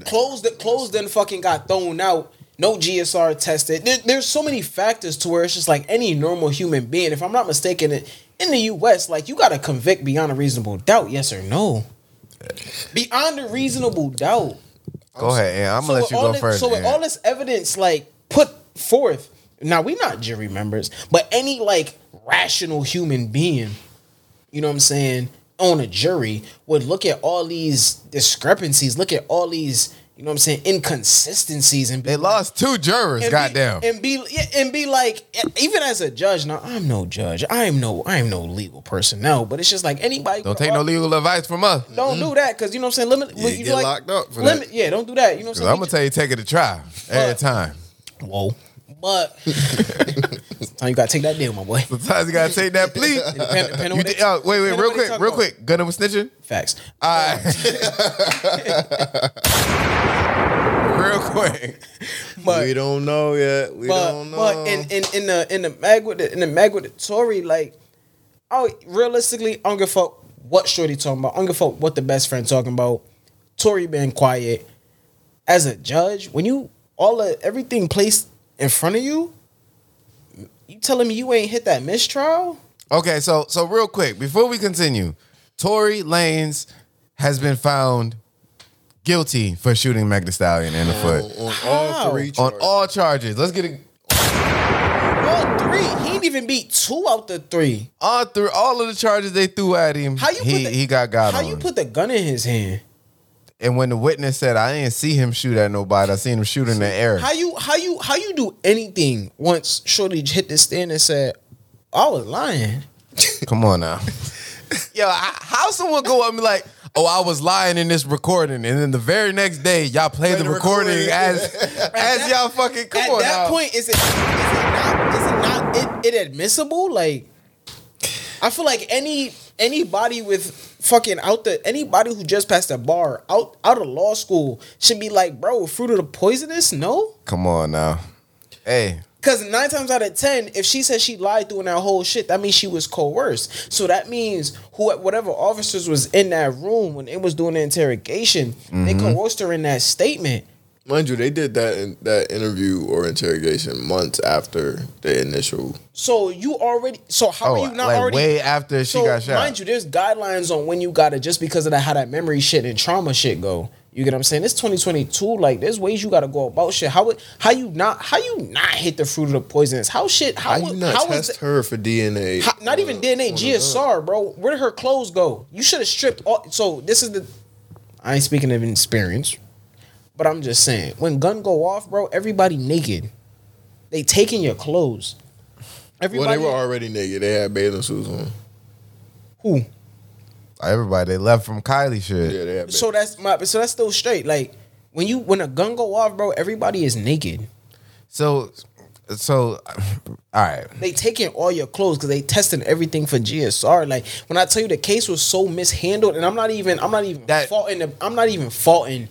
S6: Clothes that clothes then fucking got thrown out. No GSR tested. There, there's so many factors to where it's just like any normal human being. If I'm not mistaken, it in the U.S., like you got to convict beyond a reasonable doubt, yes or no. Beyond a reasonable doubt.
S3: Go ahead, yeah. I'm
S6: So
S3: gonna let
S6: with
S3: you
S6: all
S3: go
S6: this-
S3: first.
S6: So with
S3: Aaron.
S6: all this evidence like put forth, now we not jury members, but any like rational human being, you know what I'm saying, on a jury would look at all these discrepancies, look at all these, you know what I'm saying, inconsistencies and be
S3: they
S6: like-
S3: lost two jurors.
S6: and
S3: goddamn.
S6: be, and be yeah, and be like e, even as a judge. Now I'm no judge. I am no I am no legal personnel, but it's just like anybody
S3: Don't
S6: could
S3: take no
S6: argue-
S3: legal Mm. advice from us.
S6: Don't do that because you know what I'm saying. Limit.
S4: you get locked up for
S6: limit. Yeah, don't do that. You know what I'm saying.
S3: I'm gonna tell you, take it to trial every
S6: Fuck.
S3: time.
S6: Whoa.
S3: (laughs)
S6: But Sometimes you gotta take that deal, my boy.
S3: Sometimes you gotta take
S6: (laughs)
S3: that plea.
S6: Depend- depend on
S3: You
S6: what
S3: did-
S6: they-
S3: oh, wait, wait,
S6: depend on
S3: real
S6: what they
S3: quick,
S6: talk
S3: real
S6: about.
S3: quick. Gunner was snitching.
S6: Facts.
S3: All right. real quick.
S4: we
S6: But
S4: don't know yet. We
S6: but
S4: don't know.
S6: but in, in in the in the mag with the, in the mag with the Tory, like oh realistically, I don't give a fuck what Shorty talking about. I don't give a fuck what the best friend talking about. Tory being quiet. As a judge, when you all of everything placed in front of you, you telling me you ain't hit that mistrial?
S3: (laughs) Okay, so so real quick before we continue, Tory Lanez has been found guilty for shooting Meg Thee Stallion in the
S6: Oh,
S3: foot
S4: on
S6: How?
S4: all three
S3: on
S4: charges.
S3: all charges. Let's get it.
S6: All three. He didn't even beat two out the three.
S3: All through all of the charges they threw at him,
S6: How you
S3: he,
S6: put the,
S3: he got got
S6: How
S3: on.
S6: you put the gun in his hand?
S3: and when the witness said, "I didn't see him shoot at nobody. I seen him shoot in the air."
S6: How you how you how you do anything once Shorty hit the stand and said, I was lying.
S3: Come on now. (laughs) Yo, I- how someone go up and be like, "Oh, I was lying in this recording," and then the very next day y'all play the,
S4: the
S3: recording,
S4: recording.
S3: as
S6: (laughs)
S3: as
S6: that-
S3: y'all fucking come
S6: At
S3: on
S6: that
S3: now.
S6: point, is it is it not is it not it, it admissible? Like I feel like any anybody with fucking out the anybody who just passed a bar out out of law school should be like, bro, fruit of the poisonous? No?
S3: Come on now. Hey,
S6: Because nine times out of ten, if she says she lied doing that whole shit, that means she was coerced. So that means who, whatever officers was in that room when it was doing the interrogation, they
S3: Mm-hmm.
S6: coerced her in that statement.
S4: Mind you, they did that in, that interview or interrogation months after the initial.
S6: So you already, so how
S3: Oh,
S6: are you not
S3: like
S6: already
S3: way after she
S6: so
S3: got shot.
S6: Mind you, there's guidelines on when you gotta just because of that how that memory shit and trauma shit go. You get what I'm saying? It's 2022. Like there's ways you gotta go about shit. How would how you not how you not hit the fruit of the poisonous? How shit? How,
S4: How
S6: would-
S4: you not
S6: how is
S4: test
S6: that-
S4: her for DNA?
S6: How- not even DNA,
S4: on the
S6: GSR, bro. Where did her clothes go? You should have stripped all. So this is the. I ain't speaking of experience, but I'm just saying when gun go off, bro. Everybody naked. They taking your clothes.
S4: well, they
S6: Everybody.
S4: were already naked. They had bathing suits on.
S6: who?
S3: Everybody they left from Kylie shit.
S4: Yeah, they had.
S6: So that's my. So that's still straight. Like when you when a gun go off, bro. Everybody is naked.
S3: So so all right.
S6: They taking all your clothes because they testing everything for GSR. Like when I tell you the case was so mishandled, and I'm not even I'm not even
S3: That-
S6: faulting the I'm not even faulting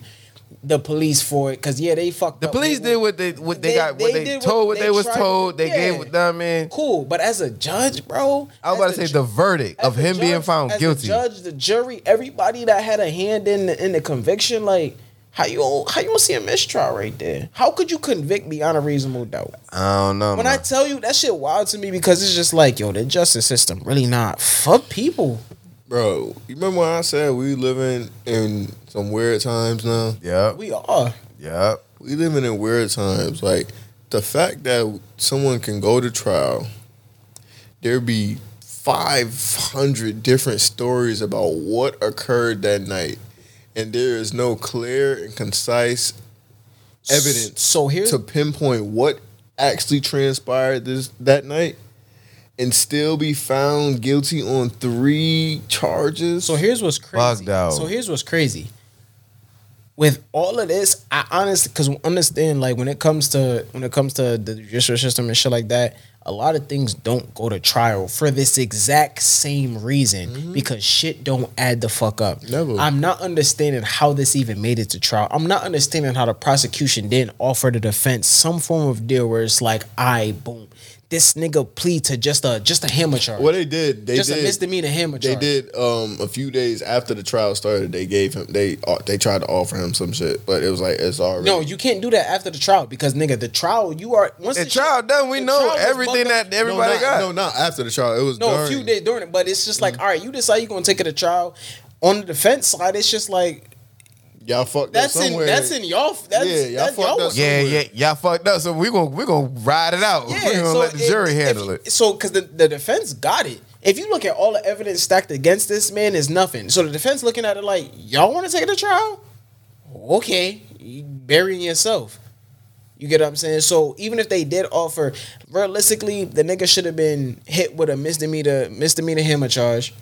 S6: the police for it because yeah they fucked
S3: The
S6: up.
S3: police
S6: They-
S3: did what they what they,
S6: They-
S3: got what
S6: they
S3: they,
S6: did what
S3: told what they,
S6: they
S3: was
S6: tried-
S3: told. They
S6: yeah.
S3: gave what them in.
S6: cool, but as a judge, bro,
S3: I was about
S6: as
S3: to say
S6: a
S3: the
S6: ju-
S3: verdict
S6: as
S3: of
S6: a
S3: him being
S6: judge-
S3: found
S6: as a
S3: guilty.
S6: judge, the jury, everybody that had a hand in the, in the conviction, like. How you don't- how you gonna see a mistrial right there? How could you convict beyond a reasonable doubt?
S3: I don't know.
S6: When
S3: man.
S6: I tell you that shit wild to me because it's just like yo, the justice system really not for people.
S4: Bro, you remember when I said we living in some weird times now?
S3: yep.
S6: We are.
S3: Yep.
S4: We living in weird times. Like the fact that someone can go to trial, there be five hundred different stories about what occurred that night, and there is no clear and concise evidence
S6: So here's
S4: to pinpoint what actually transpired this that night and still be found guilty on three charges.
S6: So here's what's crazy.
S3: Bugged out.
S6: So here's what's crazy. With all of this, I honestly, because understand, like when it comes to when it comes to the judicial system and shit like that, a lot of things don't go to trial for this exact same reason because shit don't add the fuck up.
S4: Mm-hmm. Never.
S6: I'm not understanding how this even made it to trial. I'm not understanding how the prosecution didn't offer the defense some form of deal where it's like, I boom, this nigga plead to just a just a hammer charge,
S4: what they did, they
S6: just
S4: did
S6: a misdemeanor hammer
S4: They
S6: charge.
S4: did um, a few days after the trial started. They gave him they uh, they tried to offer him some shit, but it was like it's already
S6: No, you can't do that after the trial because nigga, the trial you are once
S3: The
S6: shit-
S3: trial done, we
S6: the
S3: know
S6: trial was
S3: everything
S6: fucked up.
S3: that everybody
S4: no, not,
S3: got.
S4: No, not after the trial. It was
S6: No,
S4: during,
S6: a few days during it, but it's just
S3: Mm.
S6: like, all right, you decide you're gonna take it to trial. On the defense side, it's just like
S4: Y'all fucked
S6: that's
S4: up
S6: in
S4: somewhere.
S6: that's in y'all. That's,
S4: Yeah, y'all
S6: that's
S4: fucked
S6: y'all
S4: up
S6: was-
S3: Yeah, yeah,
S4: somewhere.
S3: y'all fucked up. So we gonna we gonna ride it out.
S6: Yeah,
S3: we gonna
S6: so
S3: let the
S6: it-
S3: jury
S6: if-
S3: handle it.
S6: So, because the, the defense got it. If you look at all the evidence stacked against this man, is nothing. So the defense looking at it like, y'all want to take it to trial? Okay, you burying yourself. You get what I'm saying? So even if they did offer, realistically, the nigga should have been hit with a misdemeanor misdemeanor hammer charge.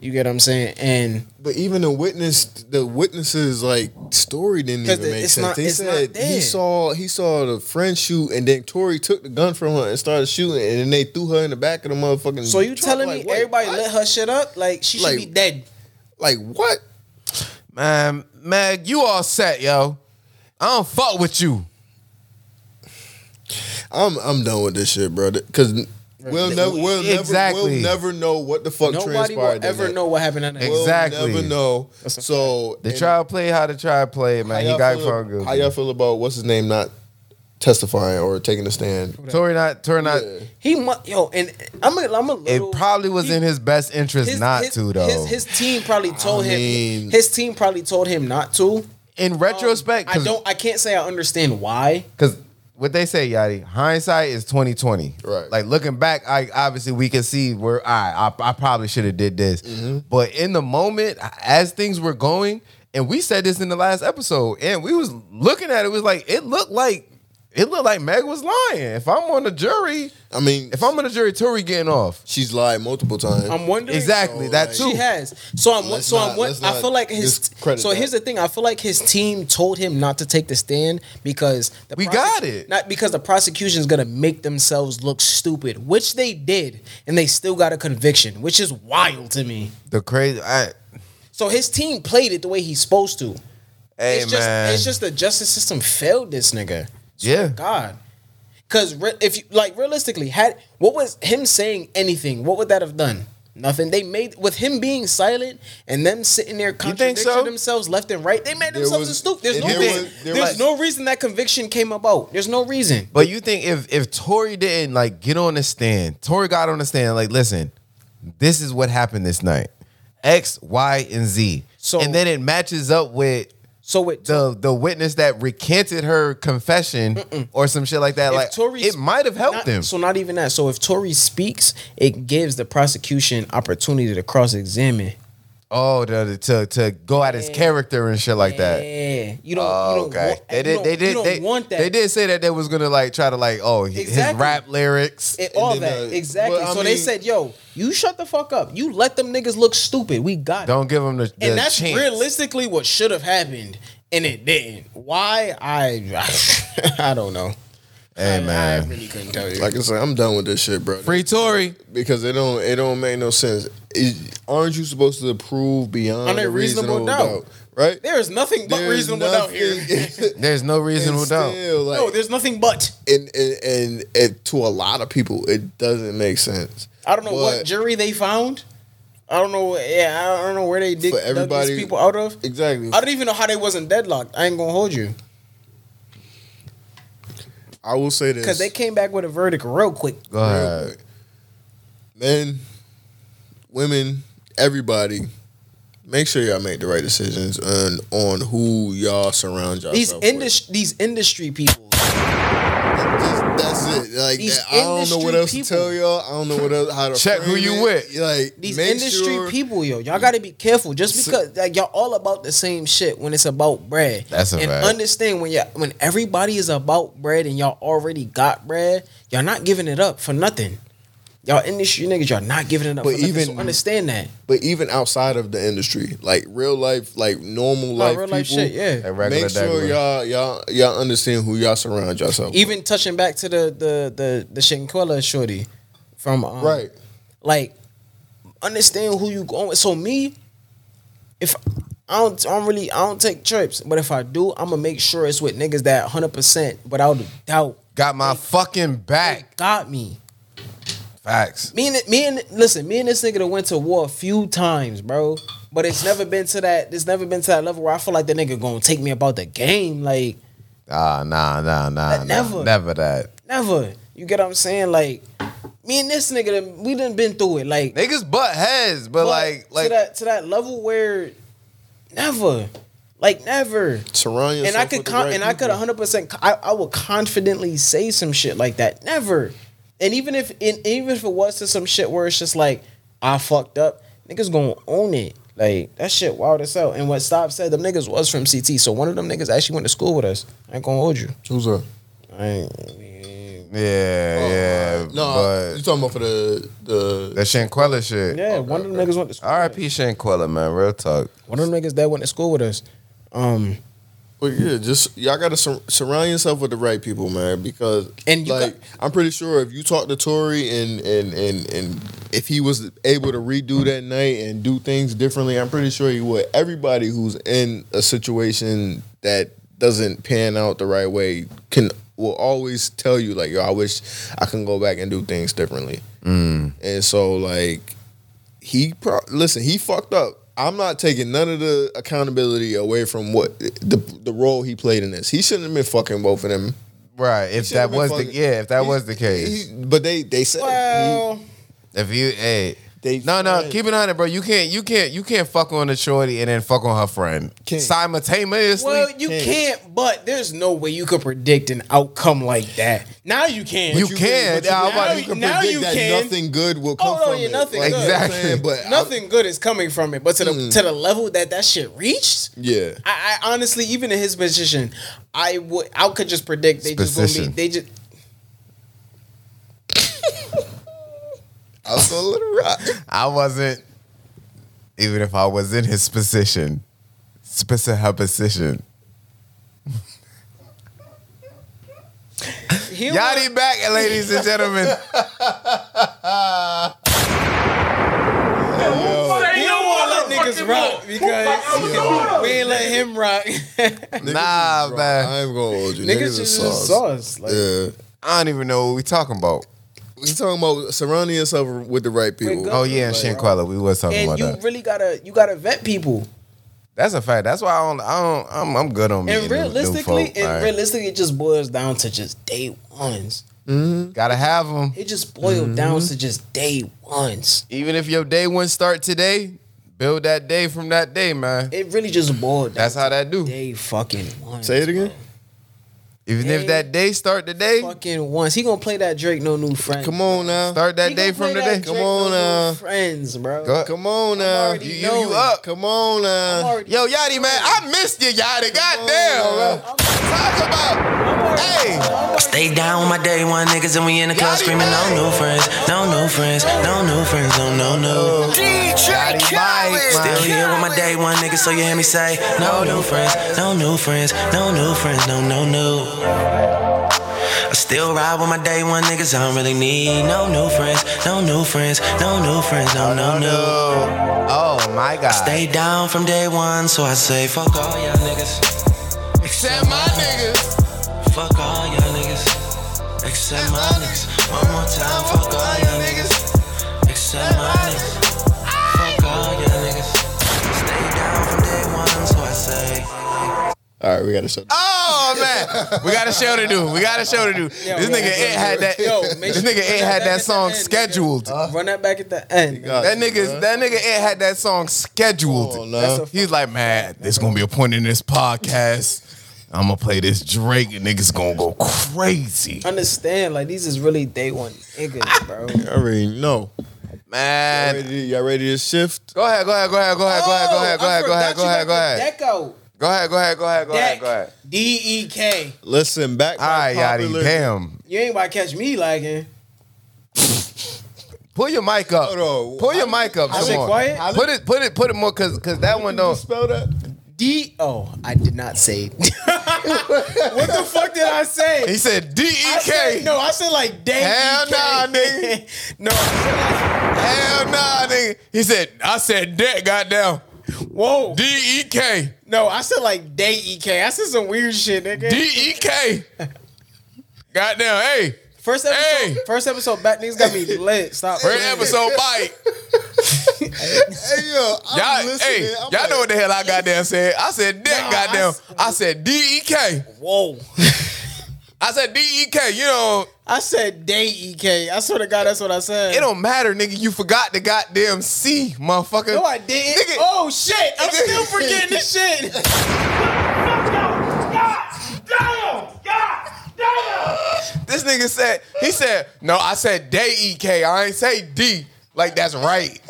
S6: You get what I'm saying? And
S4: But even the witness, the witnesses like story didn't
S6: 'Cause
S4: even make
S6: it's
S4: sense.
S6: not-
S4: they
S6: it's not
S4: said he
S6: there.
S4: saw he saw the friend shoot, and then Tori took the gun from her and started shooting, and then they threw her in the back of the motherfucking.
S6: so you
S4: truck.
S6: telling
S4: Like,
S6: me
S4: what?
S6: everybody
S4: What?
S6: let her shit up? Like she should
S4: Like-
S6: be dead.
S4: like what?
S3: Man, Mag, you all set, yo. I don't fuck with you.
S4: I'm I'm done with this shit, bro. Because we'll never we'll never
S3: Exactly.
S4: we'll never know what the fuck
S6: Nobody
S4: transpired.
S6: will
S4: that
S6: ever
S4: night.
S6: know what happened. That night.
S4: We'll
S3: Exactly.
S4: never know. So
S3: The
S4: and
S3: trial played how the trial played,
S4: how
S3: man.
S4: y'all
S3: He got
S4: feel-
S3: found guilty.
S4: How y'all feel about what's his name not testifying or taking a stand?
S3: Tory not, Tory not.
S4: Yeah.
S6: He mu- yo, and I'm a, I'm a little.
S3: It probably was
S6: he-
S3: in his best interest not to, though.
S6: His, his team probably told him.
S4: mean-
S6: His team probably told him not to. Um,
S3: in retrospect,
S6: I don't. I can't say I understand why.
S3: because what they say, Yadi, hindsight is twenty twenty.
S4: Right.
S3: Like looking back, I obviously we can see where I I, I probably should have did this, but in the moment, as things were going, and we said this in the last episode, and we was looking at it, it was like it looked like it looked like Meg was lying. If I'm on the jury,
S4: I mean,
S3: if I'm on the jury, Tory getting off.
S4: she's lied multiple times.
S6: I'm wondering.
S3: Exactly,
S4: So,
S3: that
S4: Oh, like-
S3: too.
S6: She has. So I'm.
S4: Let's
S6: so I'm.
S4: not- let's
S6: I
S4: not
S6: feel like his.
S4: discredit
S6: So
S4: that.
S6: here's the thing. I feel like his team told him not to take the stand because the
S3: We
S6: prosec-
S3: got it.
S6: Not because the prosecution's gonna make themselves look stupid, which they did, and they still got a conviction, which is wild to me.
S3: The crazy, I,
S6: So his team played it the way he's supposed to.
S3: hey
S6: it's
S3: man,
S6: just it's just the justice system failed this nigga. Swear
S3: Yeah.
S6: to God. Cause re- if you like realistically had what was him saying anything, what would that have done? Nothing. They made with him being silent and them sitting there contradicting
S3: so?
S6: themselves left and right. They made themselves a
S4: was-
S6: stupid. There's
S4: and
S6: no
S4: there
S6: reason,
S4: was- there
S6: there's
S4: was-
S6: no reason that conviction came about. There's no reason.
S3: But you think if if Tory didn't like get on the stand, Tory got on the stand, like, listen, this is what happened this night. X, Y, and Z.
S6: So-
S3: and then it matches up with
S6: So it
S3: the the witness that recanted her confession or some shit like that.
S6: If
S3: like
S6: Tory
S3: it
S6: sp-
S3: might have helped
S6: not-
S3: him.
S6: So not even that. So if Tory speaks, it gives the prosecution opportunity to cross examine.
S3: oh, to, to to go at his character and shit like that.
S6: Yeah, you don't.
S3: Oh,
S6: you don't
S3: Uh, okay.
S6: Want,
S3: they
S6: you
S3: did.
S6: don't-
S3: they did.
S6: You don't
S3: they,
S6: want that.
S3: They did say that they was gonna like try to like oh his
S6: Exactly.
S3: rap lyrics.
S6: It- all
S4: then,
S6: that
S4: uh,
S6: exactly.
S4: well, I
S6: so they
S4: mean-
S6: said, "Yo, you shut the fuck up. You let them niggas look stupid. We got it."
S3: don't give him the, the
S6: And that's
S3: chance.
S6: realistically what should have happened, and it didn't. Why? I (laughs) I don't know.
S3: Hey
S6: I
S3: man,
S6: really couldn't tell you.
S4: like I said, I'm done with this shit, bro.
S3: free Tory.
S4: because it don't it don't make no sense. Is- aren't you supposed to prove beyond
S6: Under
S4: a
S6: reasonable
S4: reasonable,
S6: doubt.
S4: doubt. Right?
S6: there is nothing but
S4: There's
S6: reasonable doubt
S4: (laughs)
S6: here.
S4: nothing-
S3: There's no
S4: and
S3: reasonable doubt.
S4: still, like,
S6: no, there's nothing but.
S4: and and, and it, to a lot of people, it doesn't make sense.
S6: I don't know what
S4: But-
S6: jury they found. I don't know. Yeah, I don't know where they dig
S4: For
S6: dug
S4: everybody-
S6: these people out of.
S4: exactly.
S6: I don't even know how they wasn't deadlocked. I ain't gonna hold you.
S4: I will say this
S6: Because they came back with a verdict real quick.
S3: Go ahead.
S4: men, women, everybody, make sure y'all make the right decisions on on who y'all surround y'all.
S6: These industry, these industry people.
S4: that's it. Like
S6: These
S4: I don't know what
S6: industry
S4: else
S6: people.
S4: to tell y'all. I don't know what else how to
S3: Check who
S4: frame
S3: you
S4: it.
S3: with.
S4: Like
S6: These
S4: make
S6: industry
S4: sure-
S6: people, yo, y'all gotta be careful. Just because like y'all all about the same shit when it's about bread.
S3: That's a
S6: and
S3: fact.
S6: understand when you when everybody is about bread and y'all already got bread, y'all not giving it up for nothing. Y'all industry niggas, y'all not giving it up.
S4: But
S6: for nothing,
S4: even-
S6: so understand that.
S4: But even outside of the industry, like real life, like normal
S6: Like
S4: life,
S6: real life
S4: people,
S6: shit, yeah.
S3: At regular
S4: make sure
S3: degular.
S4: y'all y'all y'all understand who y'all surround yourself.
S6: Even touching back to the the the the Shinquella shorty from um,
S4: with. right,
S6: Like, understand who you going with. So me, if I don't, I don't really, I don't take trips. But if I do, I'm gonna make sure it's with niggas that 100 percent without a doubt
S3: Got my fucking back.
S6: got me.
S3: Facts.
S6: Me and me and listen, me and this nigga that went to war a few times, bro. But it's never been to that. It's never been to that level where I feel like the nigga gonna take me about the game. Like
S3: Ah, nah, nah, nah, nah.
S6: never.
S3: Never that.
S6: never. You get what I'm saying? Like me and this nigga, done- we done been through it. Like
S3: Niggas butt heads, but,
S6: but
S3: like, like
S6: to that to that level where never, like never.
S4: surround yourself.
S6: and I could
S4: with the
S6: con-
S4: right
S6: and I could
S4: people.
S6: 100 percent I, I would confidently say some shit like that. Never. And even if and even if it was to some shit where it's just like I fucked up, niggas gonna own it. Like that shit wild as hell. And what Stop said, them niggas was from CT. So one of them niggas actually went to school with us. I ain't gonna hold you.
S4: Who's up?
S6: I ain't,
S3: yeah, yeah.
S4: No, you
S3: but
S4: talking about for the the
S3: the Shanquella shit.
S6: yeah, one of them niggas went to school.
S3: R.I.P. Shanquella, man. Real talk.
S6: One of them niggas that went to school with us. Um,
S4: But yeah, just y'all gotta sur- surround yourself with the right people, man. Because
S6: And you
S4: like, I'm pretty sure if you talk to Tory and and and and if he was able to redo that night and do things differently, I'm pretty sure he would. Everybody who's in a situation that doesn't pan out the right way can will always tell you like, yo, I wish I can go back and do things differently. And so like he pro- listen, he fucked up. I'm not taking none of the accountability away from what the the role he played in this. He shouldn't have been fucking both of them.
S3: Right. If that was the yeah, if that was the case.
S4: He- but they they said
S6: well,
S3: if you hey
S4: They
S3: no, no,
S4: friends.
S3: keep it on it, bro. You can't, you can't, you can't fuck on the shorty and then fuck on her friend
S4: Can't.
S3: simultaneously.
S6: well, you can't. But there's no way you could predict an outcome like that. Now you can.
S3: You can.
S4: but you
S3: I'm about
S6: now
S3: to-
S6: you-
S4: can
S6: now
S4: predict
S6: you
S4: that
S6: can.
S4: nothing good will come
S6: Oh no,
S4: from
S6: yeah,
S4: it.
S6: nothing
S4: Like,
S6: good.
S4: you know what I'm
S3: Exactly.
S4: saying? But I- Mm.
S6: nothing good is coming from it. But to the to the level that that shit reached,
S4: Yeah.
S6: I, I honestly, even in his position, I would I could just predict they just gonna
S3: Position.
S6: be they just
S4: I was a little rock.
S3: I wasn't, even if I was in his position, specific her position.
S6: he
S3: Yachty
S6: wa-
S3: back, ladies and
S4: (laughs)
S3: gentlemen.
S6: he don't want to let niggas rock because we ain't let him rock. (laughs)
S3: nah, man.
S4: I ain't gonna hold you.
S6: niggas
S4: Niggas,
S6: just
S4: is
S6: sauce.
S4: sauce.
S6: sauce. Like,
S4: Yeah. oh
S3: I don't even know what we talking about.
S4: We talking about surrounding yourself with the right people.
S6: good.
S3: Oh yeah, and Shanquella, we was talking
S6: And
S3: about
S6: you
S3: that.
S6: really gotta you gotta vet people.
S3: That's a fact. That's why I don't. I don't. I'm, I'm good on me.
S6: And realistically, and realistically, it just boils down to just day ones.
S3: gotta have them.
S6: It just boiled down
S3: Mm-hmm.
S6: to just day ones.
S3: Even if your day one start today, build that day from that day, man.
S6: It really just boiled. Down
S3: That's how that do.
S6: to day fucking ones.
S4: Say it again.
S3: Even if that day start today,
S6: fucking once. He gonna play that Drake No New Friends.
S4: Come on now.
S3: start
S6: He
S3: that day from
S6: gonna play that
S3: today.
S6: Drake
S3: Come on
S6: No New
S3: now.
S6: friends, bro.
S3: Go-
S4: Come on now.
S6: already
S4: You, you,
S6: knowing.
S4: you up. Come on
S6: I'm
S4: now.
S6: already-
S3: Yo, Yachty, man, I missed you, Yachty. Goddamn.
S4: man.
S3: Talk about. Hey,
S9: Stay down with my day one niggas and we in the club
S3: Yachty
S9: screaming, no
S3: Bang.
S9: new friends, no new friends, no new friends, no no no.
S3: Yachty Mike,
S9: Still
S3: man.
S9: here with my day one niggas, so you hear me say, no new friends, no new friends, no new friends, no no no. I still ride with my day one niggas, I don't really need no new friends, no new friends, no new friends, no no no.
S3: Oh my God.
S9: Stay down from day one, so I say fuck all y'all niggas.
S3: Except my niggas.
S9: Fuck all y'all niggas. Except my niggas. One more time, fuck all y'all niggas. Except my niggas. Fuck all y'all niggas. Stay down from day one, so I say.
S4: All right, we gotta shut.
S3: Oh man, we got a show to do. We got a show to do. This nigga it had that.
S6: Yo, make
S3: This
S6: sure
S3: nigga
S6: you
S3: it
S6: put
S3: had
S6: that
S3: that
S6: back
S3: song
S6: at the end, nigga.
S3: scheduled.
S6: Run that back at the end.
S3: That nigga, that nigga, it had that song scheduled.
S4: Come on, now.
S3: He's like, man, there's gonna be a point in this podcast. I'm gonna play this Drake, and niggas gonna go crazy.
S6: Understand? Like these is really day one
S3: (laughs)
S6: niggas, bro.
S4: I already know. Y'all
S3: Man,
S4: ready, y'all ready to shift?
S3: go ahead, go ahead, go ahead, go ahead, go ahead, go ahead, go ahead, go ahead, go ahead, go ahead,
S6: Deco.
S3: go ahead, go ahead, go ahead, go ahead,
S6: Deck.
S3: go ahead.
S6: D E K.
S4: Listen, back.
S3: All right,
S4: by popular,
S3: Yachty, damn.
S6: You ain't about to catch me lagging.
S3: Pull your mic up.
S4: Hold on.
S3: Pull your mic up.
S6: Is
S3: Come
S6: it
S3: on.
S6: quiet?
S3: Put it, put it, put it more, cause, cause that one don't.
S4: Spell that.
S6: D. Oh, I did
S3: (laughs)
S6: not say. (laughs) what the fuck did I say?
S3: He said D E
S6: I
S3: K.
S6: said, no, I said like dang.
S3: Hell
S6: DK.
S3: nah, nigga.
S6: (laughs) no, I
S3: Hell nah, nigga. He said, I said that. Goddamn.
S6: said like, whoa.
S3: D E K.
S6: no, I said like day EK. I said some weird shit, nigga.
S3: D E K. Goddamn. Hey,
S6: first episode,
S3: Hey.
S6: first episode, back niggas
S3: (laughs)
S6: got me lit. Stop.
S3: first
S6: playing.
S3: episode bite.
S4: Hey yo, I'm
S3: Y'all,
S4: listening.
S3: hey,
S4: I'm
S3: y'all
S4: like,
S3: know what the hell I goddamn said. I said that.
S6: Nah,
S3: goddamn.
S6: I
S3: I, said D E K.
S6: Whoa.
S3: I said D E K. You know,
S6: I said day EK. I swear to God, that's what I said.
S3: it don't matter, nigga. You forgot the goddamn C, motherfucker.
S6: No, I didn't.
S3: Nigga.
S6: Oh shit! I'm still forgetting this shit. (laughs)
S8: God damn!
S3: This nigga said, he said, no, I said day E K. I ain't say D. Like that's right.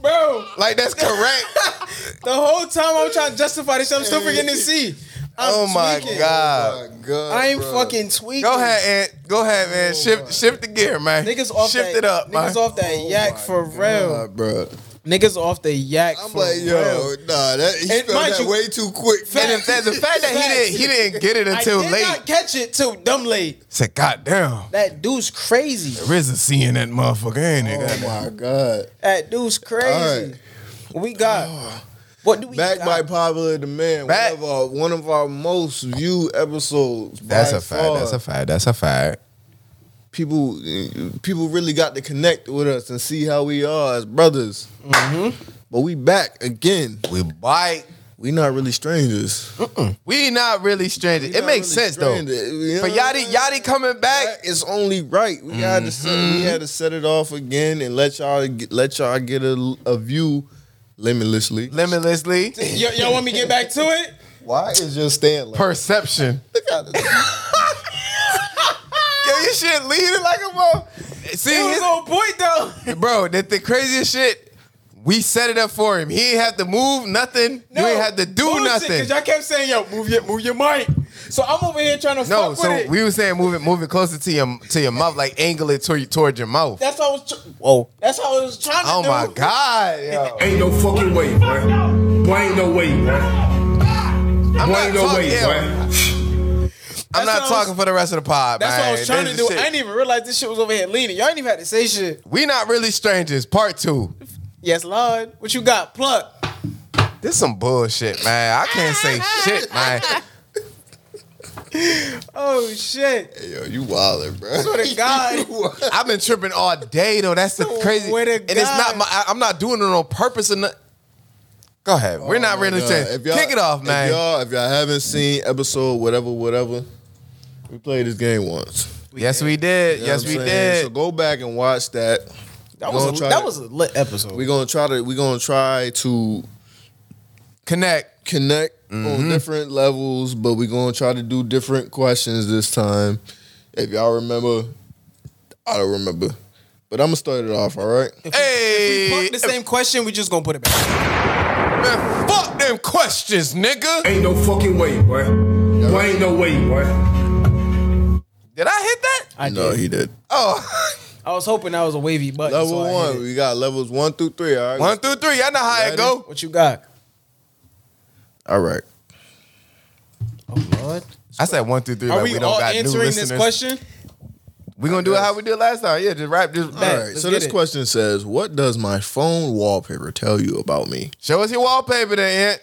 S6: Bro,
S3: Like that's correct.
S6: the whole time I'm trying to justify this shit, I'm still forgetting to see. I'm
S3: oh my
S6: tweaking.
S3: god.
S4: my God,
S6: I ain't
S4: bruh.
S6: fucking tweaking.
S3: Go ahead, Ant. Go ahead, man. shift, shift the gear, man.
S6: Niggas off
S3: shift
S6: that,
S3: it up, man. Oh
S6: Niggas off that yak for real.
S3: Uh,
S4: Nah, bro.
S6: Niggas off the yak
S4: I'm
S6: for
S4: like, yo,
S6: real.
S4: nah, that he
S6: And
S4: spelled
S6: mind
S4: that
S6: you-
S4: way too quick.
S3: and the fact, the fact that he didn't, he didn't get it
S6: I
S3: until
S6: did
S3: late.
S6: not catch it till dumb late.
S3: said, God damn,
S6: That dude's crazy.
S3: Riz is seeing that motherfucker, ain't it?
S4: Oh my God.
S6: That dude's crazy. What we got? What do we
S4: Back
S6: got?
S4: by popular demand.
S3: Back-
S4: One of our one of our most viewed episodes.
S3: That's
S4: by
S3: a fact.
S4: far.
S3: That's a fact. That's a fact.
S4: people people really got to connect with us and see how we are as brothers.
S6: Mm-hmm.
S4: But we back again.
S3: We bite.
S4: We not really strangers.
S3: We not really strangers. it makes sense though. But Yachty, Yachty coming back.
S4: It's only right. We had to set,
S6: Mm-hmm.
S4: we had to set it off again and let y'all get, let y'all get a, a view limitlessly.
S3: Limitlessly.
S6: Yo, y'all want me to get back to it?
S4: Why is your stand like?
S3: Perception. Yo, your shit leading like a mother. See,
S6: (laughs) It was
S3: it's-
S6: on point though.
S3: bro, the, the craziest shit. We set it up for him. He ain't have to move nothing. you ain't have to do
S6: bullshit,
S3: nothing.
S6: Cause y'all kept saying, "Yo, move your move your mic." So I'm over here trying to
S3: No,
S6: fuck
S3: so
S6: with it.
S3: we were saying move it, move it closer to your to your mouth, like angle it toward, toward your mouth.
S6: that's how I was. Tr- Whoa. That's how I was trying to
S3: Oh
S6: do.
S3: my god,
S6: (laughs)
S3: yo.
S10: Ain't no fucking way, bruh. Boy, ain't no way, bruh.
S3: I'm
S10: Boy,
S3: not
S10: ain't no
S3: talking.
S10: way,
S3: yeah,
S10: bruh.
S3: I'm not
S6: That's what I was-
S3: talking for the rest of the pod.
S6: That's
S3: man.
S6: what I was trying
S3: This
S6: to do.
S3: is
S6: I
S3: shit.
S6: didn't even realize this shit was over here leaning. Y'all ain't even had to say shit.
S3: We not really strangers. Part two.
S6: Yes, Lord. What you got? Pluck.
S3: This some bullshit, man. I can't say
S6: (laughs)
S3: shit, man.
S6: Oh shit.
S4: Yo, you wildin', bro.
S6: Swear
S3: (laughs)
S6: to God.
S3: I've been tripping all day though. That's the crazy.
S6: Swear to
S3: And it's not
S6: God.
S3: my. I, I'm not doing it on purpose. Or not. Go ahead. We're not really
S4: Nah,
S3: strangers. Kick it off, man.
S4: Oh If y'all, if y'all haven't seen episode whatever, whatever, we played this game once.
S3: yes, we did.
S4: You know
S3: yes,
S4: what
S3: we
S4: I'm saying?
S3: did.
S4: So go back and watch that.
S6: That
S4: Gonna
S6: was a,
S4: try
S6: that
S4: to-
S6: was a lit episode.
S4: We're gonna try to we're gonna try to
S3: Connect. Mm-hmm.
S4: connect on different levels, but we're gonna try to do different questions this time. If y'all remember, I don't remember. But I'm gonna start it off, all right?
S3: Hey,
S6: Fuck the same question. We just gonna put it back.
S3: man, fuck them questions, nigga.
S10: Ain't no fucking way, bruh. Boy, ain't no way, bruh.
S3: Did I hit that?
S6: I
S4: No,
S6: did.
S4: he did.
S3: (laughs) Oh,
S6: I was hoping that was a wavy button.
S4: Level
S6: so I hit
S4: one.
S6: it.
S4: We got levels one through three, all right?
S3: one through three. Y'all know how it
S4: Ready?
S3: go.
S6: What you got?
S4: All right.
S6: Oh Lord.
S3: I said one through three.
S6: Are
S3: but
S6: we,
S3: we don't
S6: all
S3: got new
S6: answering this
S3: listeners.
S6: question?
S3: We gonna do it how we did last time. Yeah, just rap. Just
S4: All
S6: Bet.
S4: right.
S6: Let's
S4: so
S6: get
S4: this
S6: it.
S4: question says, What does my phone wallpaper tell you about me?
S3: show us your wallpaper, then. Ant.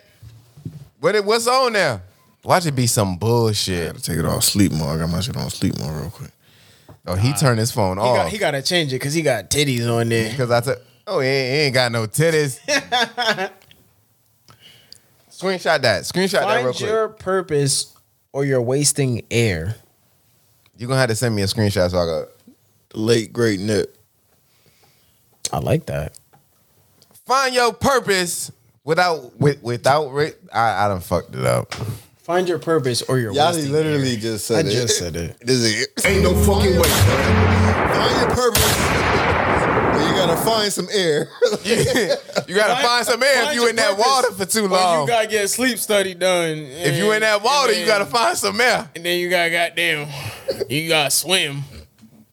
S3: What it, what's on there? Watch it be some bullshit.
S4: Gotta take it off sleep mode. I got my shit on sleep mode real quick.
S3: Oh, he turned his phone
S6: He,
S3: off
S6: got, he gotta change it because he got titties on there.
S3: because I said, "Oh, he ain't, he ain't got no titties." Screenshot that. Screenshot that real
S6: Find
S3: quick.
S6: your purpose or you're wasting air.
S3: You're gonna have to send me a screenshot so I go.
S4: The late great Nip.
S6: I like that.
S3: Find your purpose without with, without. Re- I I done fucked it up.
S6: Find your purpose or you're wasting
S4: literally just
S6: air. I
S4: said
S6: just said it.
S4: This is it.
S10: Ain't no fucking way, bruh.
S4: Find your purpose. Well, you gotta find some air.
S3: (laughs)
S4: (laughs)
S3: you gotta find some air if
S6: find
S3: you
S6: your
S3: in that
S6: purpose,
S3: water for too
S6: (laughs) Well, you
S3: long.
S6: gotta get a sleep study done.
S3: If you in that water, you gotta
S6: find
S3: find some air.
S6: and then you gotta goddamn you gotta swim.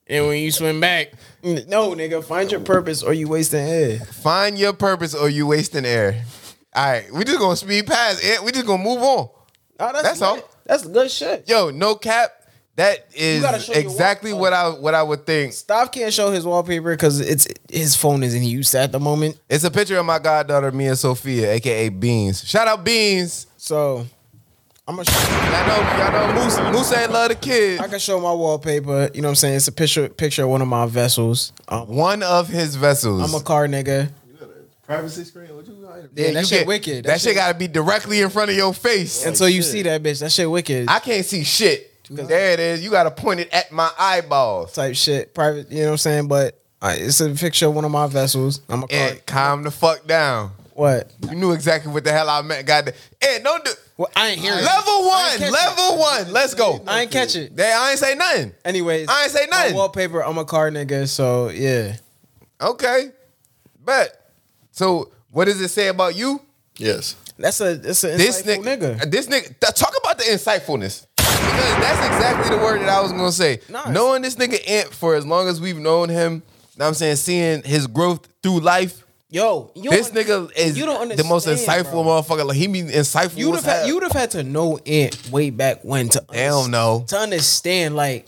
S6: And when you swim back, N- No, nigga, find your purpose or you wasting air.
S3: Find your purpose or you wasting air. All right, we just gonna speed past it. We just gonna move on.
S6: Nah, Oh, that's
S3: That's all.
S6: lit. That's good shit.
S3: Yo, no cap. That
S6: gotta
S3: is
S6: show your
S3: exactly
S6: work.
S3: what I what I would think.
S6: Stav can't show his wallpaper because it's his phone is in use at the moment.
S3: It's a picture of my goddaughter Mia Sophia, aka Beans. Shout out Beans.
S6: So I'm gonna show,
S3: Y'all know, y'all know Moose. Moose ain't love the kid.
S6: I can show my wallpaper. You know what I'm saying? It's a picture picture of one of my vessels. Um,
S3: One of his vessels.
S6: I'm a car nigga.
S4: Privacy screen. What you
S6: Yeah, that
S3: you
S6: shit
S3: get-
S6: wicked.
S3: That, shit gotta be directly in front of your face.
S6: until you see that bitch. That shit wicked.
S3: I can't see shit. There it is. You gotta point it at my eyeballs.
S6: type shit. Private. You know what I'm saying? But uh, it's a picture of one of my vessels. I'm a car.
S3: And calm the fuck down.
S6: What?
S3: You knew exactly what the hell I meant. God, and don't do
S6: Well, I ain't hear it.
S3: level
S6: I ain't
S3: one,
S6: catch
S3: level one. Let's go.
S6: it. I ain't catch it.
S3: They, I ain't say nothing.
S6: Anyways,
S3: I ain't say
S6: my
S3: nothing.
S6: wallpaper. I'm a car nigga. So yeah.
S3: Okay, but so what does it say about you?
S4: Yes.
S6: That's a that's an
S3: This
S6: insightful
S3: nigga,
S6: nigga.
S3: this nigga. th- Talk about the insightfulness. Because that's exactly the word that I was gonna say.
S6: Nice.
S3: Knowing this nigga Ant for as long as we've known him, know what I'm saying seeing his growth through life.
S6: Yo, you
S3: this
S6: don't-
S3: nigga is
S6: you don't
S3: the most
S6: understand,
S3: insightful
S6: bro.
S3: motherfucker. Like he be insightful.
S6: You'd
S3: as
S6: have had,
S3: hell.
S6: you'd have had to know it way back when to
S3: Hell
S6: underst-
S3: no.
S6: to understand like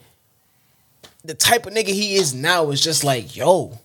S6: the type of nigga he is now is just like yo.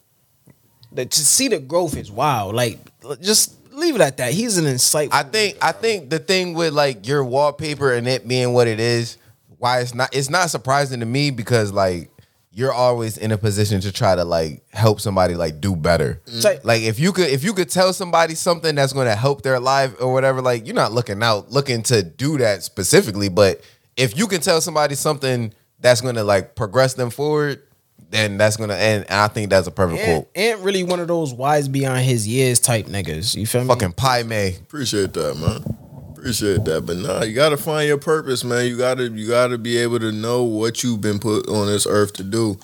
S6: The, to see the growth is wild. Like l- just leave it at that. He's an insightful.
S3: I think I think the thing with like your wallpaper and it being what it is, why it's not it's not surprising to me because like you're always in a position to try to like help somebody like do better.
S6: Like-
S3: Like if you could if you could tell somebody something that's going to help their life or whatever, like you're not looking out looking to do that specifically, but if you can tell somebody something that's going to like progress them forward, then that's going to and I think that's a perfect
S6: Ant,
S3: quote.
S6: Ant really one of those wise beyond his years type niggas. You feel me?
S3: Fucking pie may.
S4: Appreciate that, man. Appreciate that, but nah, you gotta find your purpose, man. You gotta you gotta be able to know what you've been put on this earth to do,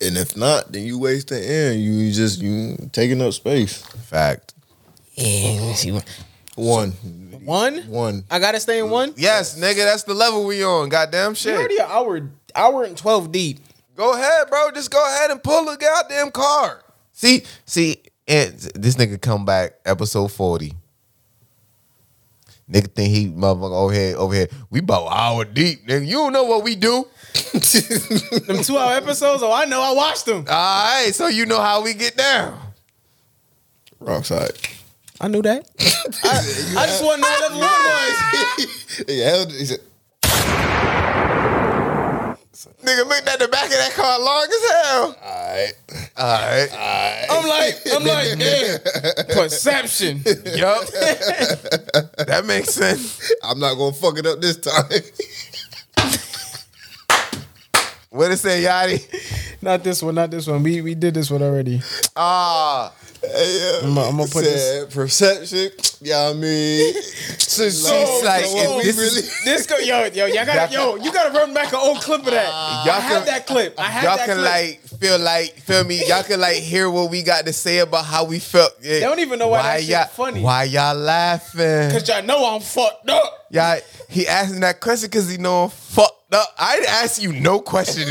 S4: and if not, then you waste the end. You just you taking up space.
S3: Fact.
S6: Yeah, let's see what-
S4: One,
S6: one.
S4: one.
S6: I gotta stay in one.
S3: Yes, nigga, that's the level we on. Goddamn
S6: We
S3: shit.
S6: already an hour hour and twelve deep.
S3: Go ahead, bro. Just go ahead and pull the goddamn card. See, see, and this nigga come back episode 40. Nigga think he motherfucker over here, over here. We about an hour deep, nigga. You don't know what we do.
S6: Them two hour episodes. Oh, I know. I watched them.
S3: Alright, so you know how we get down.
S4: Wrong side.
S6: I knew that. I, I just want to know what level one was.
S4: Yeah, he said,
S3: Nigga looked at the back of that car long as hell.
S4: all
S3: Alright.
S6: I'm like, I'm like, yeah. Perception.
S3: (laughs) Yup. (laughs) that makes sense.
S4: I'm not gonna fuck it up
S3: (laughs)
S4: this time.
S3: What it say, Yachty?
S6: Not this one. Not this one. We we did this one already.
S3: Ah.
S6: I'm gonna put this.
S4: Said perception. Yeah, I mean,
S3: she's like,
S4: so
S3: if this is
S6: This go, yo, yo, y'all gotta, yo, you gotta run back an old clip of that. I had that clip. I had
S3: y'all
S6: that
S3: can
S6: clip.
S3: like feel like feel me. Y'all can like hear what we got to say about how we felt. They
S6: don't even know why that shit
S3: y'all,
S6: funny.
S3: Why y'all laughing?
S6: Cause y'all know I'm fucked up.
S3: Y'all, he asking that question because he know I'm fucked up. I didn't ask you no (laughs) question.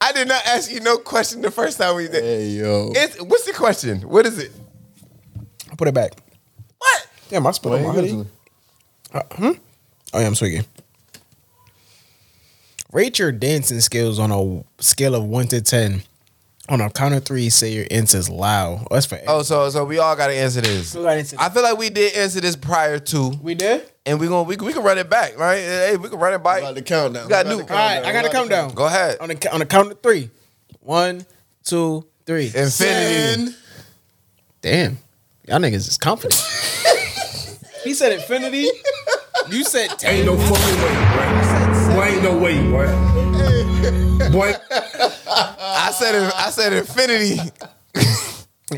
S3: I did not ask you no question the first time we did.
S4: hey yo,
S3: It's, what's the question? What is it?
S6: Put it back.
S3: What?
S6: Damn, I spilled on my hoodie. Oh yeah, I'm swinging. Rate your dancing skills on a scale of one to ten. On a count of three, say your ants is loud. Oh, that's for
S3: Oh, so so we all got to answer this.
S6: We gotta answer this.
S3: I feel like we did answer this prior to,
S6: we did.
S3: and we gonna we, can- we can run it back, right? Hey, we can run it back.
S4: about to count down.
S3: We got new.
S6: All right, I got to Oh, come down.
S3: Go ahead.
S6: on the on the count of three. One, two, three.
S3: Infinity.
S4: Ten.
S6: Damn, y'all niggas
S3: (laughs)
S6: is confident. he said infinity. You said ten.
S10: Ain't no fucking way, boy. Boy, ain't no way, boy. Boy,
S3: I said I said infinity.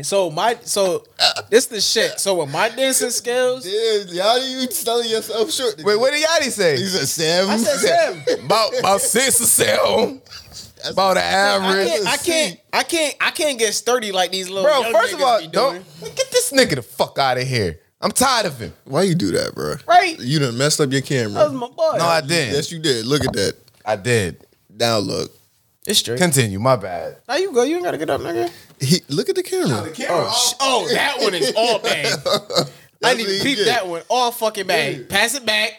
S6: So my so this the shit. So with my dancing skills,
S4: Yeah, y'all you selling yourself short.
S3: Wait, what did Yachty
S4: He
S3: say?
S4: said seven.
S6: I said
S3: (laughs)
S6: seven.
S3: About about six or seven. About an
S6: I
S3: average.
S6: can't, I can't, I can't, I can't get sturdy like these little.
S3: Bro,
S6: young
S3: first of
S6: niggas
S3: all,
S6: be
S3: don't
S6: doing.
S3: get this nigga the fuck out of here. I'm tired of him.
S4: Why you do that, bro?
S6: Right.
S4: You done messed up your
S6: That was
S4: camera.
S6: my boy.
S3: No, I
S4: Yes,
S3: didn't.
S4: you did. Look at that.
S3: I did.
S4: Now look.
S6: It's straight.
S3: Continue. My bad.
S6: Now you go. You ain't gotta get up, nigga.
S4: He, look at the camera.
S3: Oh, sh-
S6: Oh, that one is (laughs) all bang. I need to
S4: what he
S6: peep
S4: did.
S6: that one. All fucking bang. Pass it back.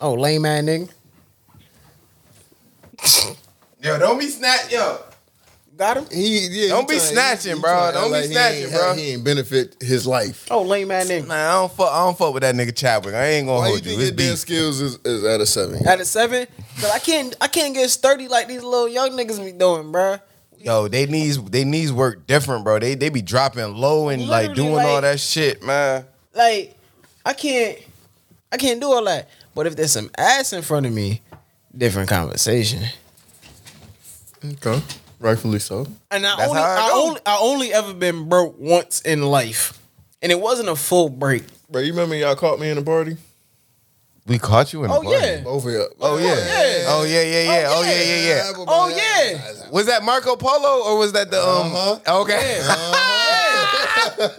S6: Oh, lame man, nigga.
S3: yo, don't be snatch. Yo,
S6: Got him.
S4: He, yeah,
S3: Don't
S4: he
S3: be
S4: tryna-
S3: snatching,
S4: he
S3: bro.
S4: tryna act
S3: Don't be
S4: he
S3: snatching,
S4: ain't-
S3: bro.
S4: He ain't benefit his life.
S6: Oh, lame man, nigga.
S3: man, I don't fuck. I don't fuck with that nigga Chadwick. I ain't gonna
S4: Why you
S3: hold you.
S4: think
S3: It's
S4: his damn
S3: beef.
S4: skills is, is at a seven?
S6: Out of seven, cause I can't. I can't get sturdy like these little young niggas be doing, bruh.
S3: Yo, they knees they knees work different, bro. They they be dropping low and like
S6: Literally,
S3: doing all
S6: like-
S3: that shit, man.
S6: Like, I can't. I can't do all that. But if there's some ass in front of me, different conversation.
S4: Okay, rightfully so.
S6: And I
S3: That's
S6: only,
S3: how it
S6: I,
S3: go.
S6: only, I only ever been broke once in life, and it wasn't a full break.
S4: Bro, you remember y'all caught me in the party?
S3: We caught you in the
S6: Oh
S3: party.
S6: yeah.
S4: Over here.
S3: Oh yeah.
S6: yeah.
S3: Oh yeah, yeah, yeah. Oh yeah, yeah, yeah.
S6: Oh yeah.
S3: Was that Marco Polo or was that the um? Okay.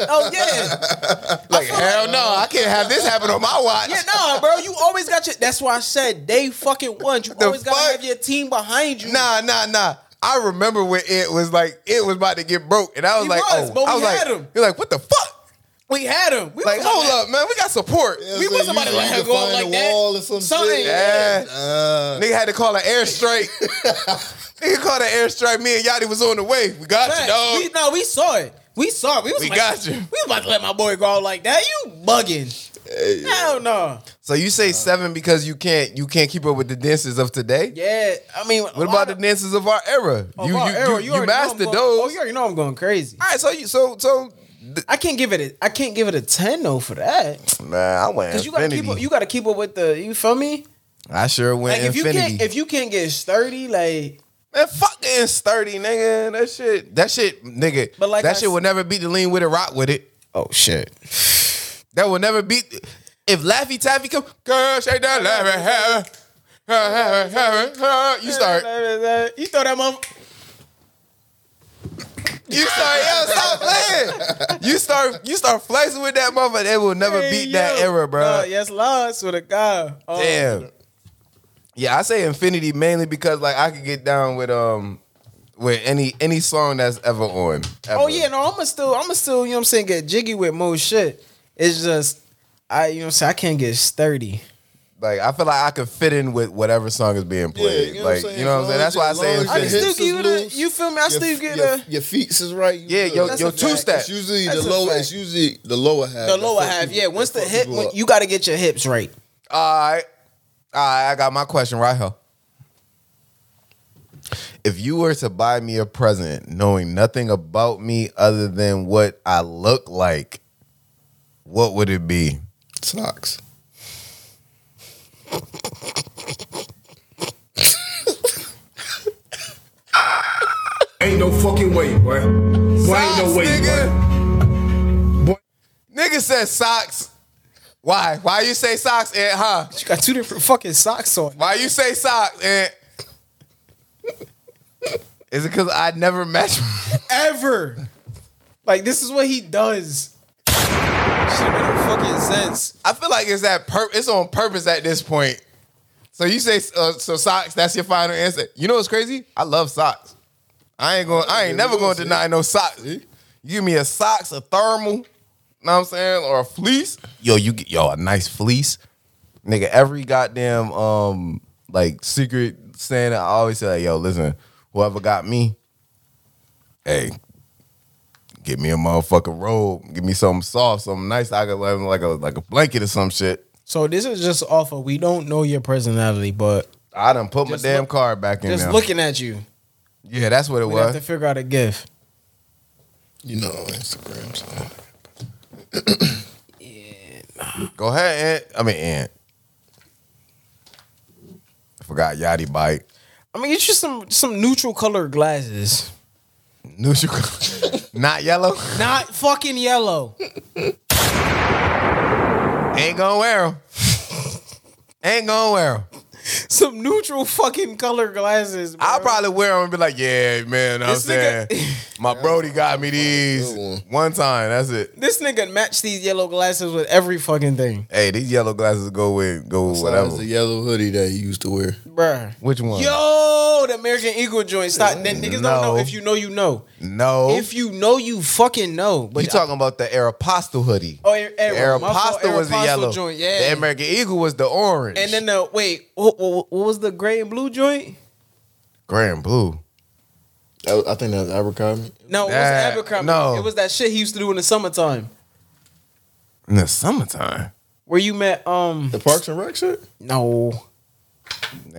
S6: Oh yeah.
S3: (laughs) like hell no, I can't have this happen on my watch.
S6: uh, Yeah, nah, bro. You always got your. That's why I said day fucking one. You
S3: The
S6: always
S3: fuck?
S6: gotta have your team behind you.
S3: Nah, nah, nah. I remember when it was like it was about to get broke, and I was
S6: He
S3: like,
S6: was,
S3: oh,
S6: but
S3: I
S6: we
S3: was like,
S6: had him.
S3: you're like, what the fuck?
S6: we had him. We
S3: Like,
S6: was
S3: hold
S6: like-
S3: up, man, we got support.
S4: Yeah,
S3: we
S4: so
S3: was
S4: you-
S3: about to
S4: you
S3: let
S4: can
S3: her go
S4: find
S3: like
S4: a
S3: that.
S4: wall or some
S6: Something.
S3: (laughs)
S4: shit.
S3: Yeah.
S4: Uh,
S3: Nigga had to call an airstrike. Nigga called an airstrike. Me and Yachty was on the way. We got
S6: Facts.
S3: you, dog.
S6: We, no, we saw it. We saw it. We, was
S3: We
S6: like,
S3: got you.
S6: We was about to let my boy go out like that. You bugging? Hell no.
S3: so you say seven because you can't you can't keep up with the dances of today.
S6: Yeah, I mean,
S3: What about the dances of our era?
S6: Oh,
S3: you,
S6: Bar
S3: you,
S6: Arrow,
S3: you, you,
S6: already know I'm
S3: mastered
S6: going- Oh,
S3: those.
S6: you already know I'm going crazy.
S3: All right, so you so so
S6: I can't give it. A, I can't give it a ten though for that
S3: man, I went
S6: because you gotta
S3: infinity.
S6: keep. Up, you gotta keep up with the. You feel me?
S3: I sure went
S6: Like if you
S3: infinity.
S6: can't, if you can't get sturdy, like
S3: Man, fuck getting sturdy, nigga. That shit, that shit, nigga.
S6: But like
S3: that
S6: I
S3: shit will
S6: s-
S3: never beat the lean with it, rock with it.
S6: oh shit,
S3: That will never beat. If Laffy Taffy come, girl, shake that Laffy hair. Hair, hair, hair, hair. You start.
S6: (laughs) You throw that mother.
S3: You start. Yo, stop playing. You start. You start flexing with that motherfucker. It will never
S6: Hey,
S3: beat that
S6: yo.
S3: era, bro.
S6: Nah, yes, Lord, swear to God. Oh,
S3: Damn. Yeah, I say Infinity mainly because like I could get down with um with any any song that's ever on. ever.
S6: Oh yeah, no, I'ma still, I'ma still, you know what I'm saying, get jiggy with most shit. It's just, I, you know what I'm saying, I can't get sturdy.
S3: Like I feel like I could fit in with whatever song is being played.
S4: you know what
S3: like
S4: I'm saying?
S3: you know what I'm saying? That's why I
S4: As long
S3: say
S4: as
S6: I
S4: your
S6: can
S3: Infinity.
S4: hip-
S6: still
S4: hips
S6: give you
S4: is
S6: the,
S4: loose.
S6: you feel me? I
S4: your,
S6: still get
S4: your,
S6: a
S4: your feet is right. You
S3: Yeah,
S4: good.
S3: yo,
S6: That's
S3: yo,
S6: a
S3: two
S6: fact.
S3: step.
S4: It's usually
S6: That's
S4: the
S6: a
S4: lower.
S6: fact.
S4: It's usually the lower half.
S6: the
S4: that
S6: lower
S4: fuck
S6: half.
S4: people-
S6: Yeah, once
S4: that
S6: the
S4: fuck
S6: hip,
S4: people
S6: when,
S4: up.
S6: you got to get your hips right.
S3: All right, all right. I got my question right here. If you were to buy me a present, knowing nothing about me other than what I look like, what would it be?
S4: socks.
S10: Ain't no fucking way, boy. Boy, ain't no way, boy.
S3: nigga. Nigga said socks. Why? Why you say socks? And huh?
S6: You got two different fucking socks on.
S3: Why you say socks? And is it because I never match?
S6: Ever, like this is what he does. Shit, make no fucking sense.
S3: I feel like it's that pur- it's on purpose at this point. So you say uh, so socks? That's your final answer. You know what's crazy? I love socks. I ain't going. to I ain't never going to deny no socks. You give me a socks, a thermal. Know what I'm saying, or a fleece. Yo, you get yo a nice fleece, nigga. Every goddamn um like secret Santa. I always say like, yo, listen, whoever got me, hey, get me a motherfucking robe, give me something soft, something nice. I could like like a like a blanket or some shit.
S6: So this is just off of we don't know your personality, but
S3: I done put
S6: Just
S3: my damn
S6: look-
S3: card back in
S6: just
S3: there.
S6: looking at you,
S3: yeah, that's what it
S6: we have
S3: was.
S6: to figure out a gift.
S4: You know Instagram. So.
S3: Go ahead, Ant. I mean, Ant. I forgot Yachty Bike.
S6: I mean, get you some some neutral color glasses,
S3: Neutral. (laughs) Not yellow.
S6: not fucking yellow. (laughs)
S3: Ain't gonna wear them. Ain't gonna wear them.
S6: some neutral fucking color glasses. Bro.
S3: I'll probably wear them and be like, yeah, man, I'm
S6: This nigga-
S3: saying.
S6: (laughs)
S3: My Brody got me these
S4: Good one.
S3: one time. That's it.
S6: This nigga matched these yellow glasses with every fucking thing,
S3: Hey, these yellow glasses go with go with
S4: Whatever.
S3: whatever.
S4: the yellow hoodie that you used to wear.
S6: bruh.
S3: Which one?
S6: Yo, the American Eagle joint. Stop. That niggas don't
S3: No.
S6: know. If you know, you know.
S3: No.
S6: If you know, you fucking know. But
S3: you talking about the Aeropostale hoodie.
S6: Oh, Aer-
S3: the
S6: Aero. My fault,
S3: Aeropostale was the
S6: Aeropostale
S3: yellow.
S6: joint, yeah.
S3: The American Eagle was the orange.
S6: and then the wait, what, what, what was the gray and blue joint?
S3: gray and blue.
S4: I, I think that's Abercrombie.
S6: No, it was
S3: That-
S6: Abercrombie.
S3: no.
S6: it was that shit he used to do in the summertime.
S3: In the summertime.
S6: Where you met? Um,
S4: The Parks and Rec shit?
S6: no.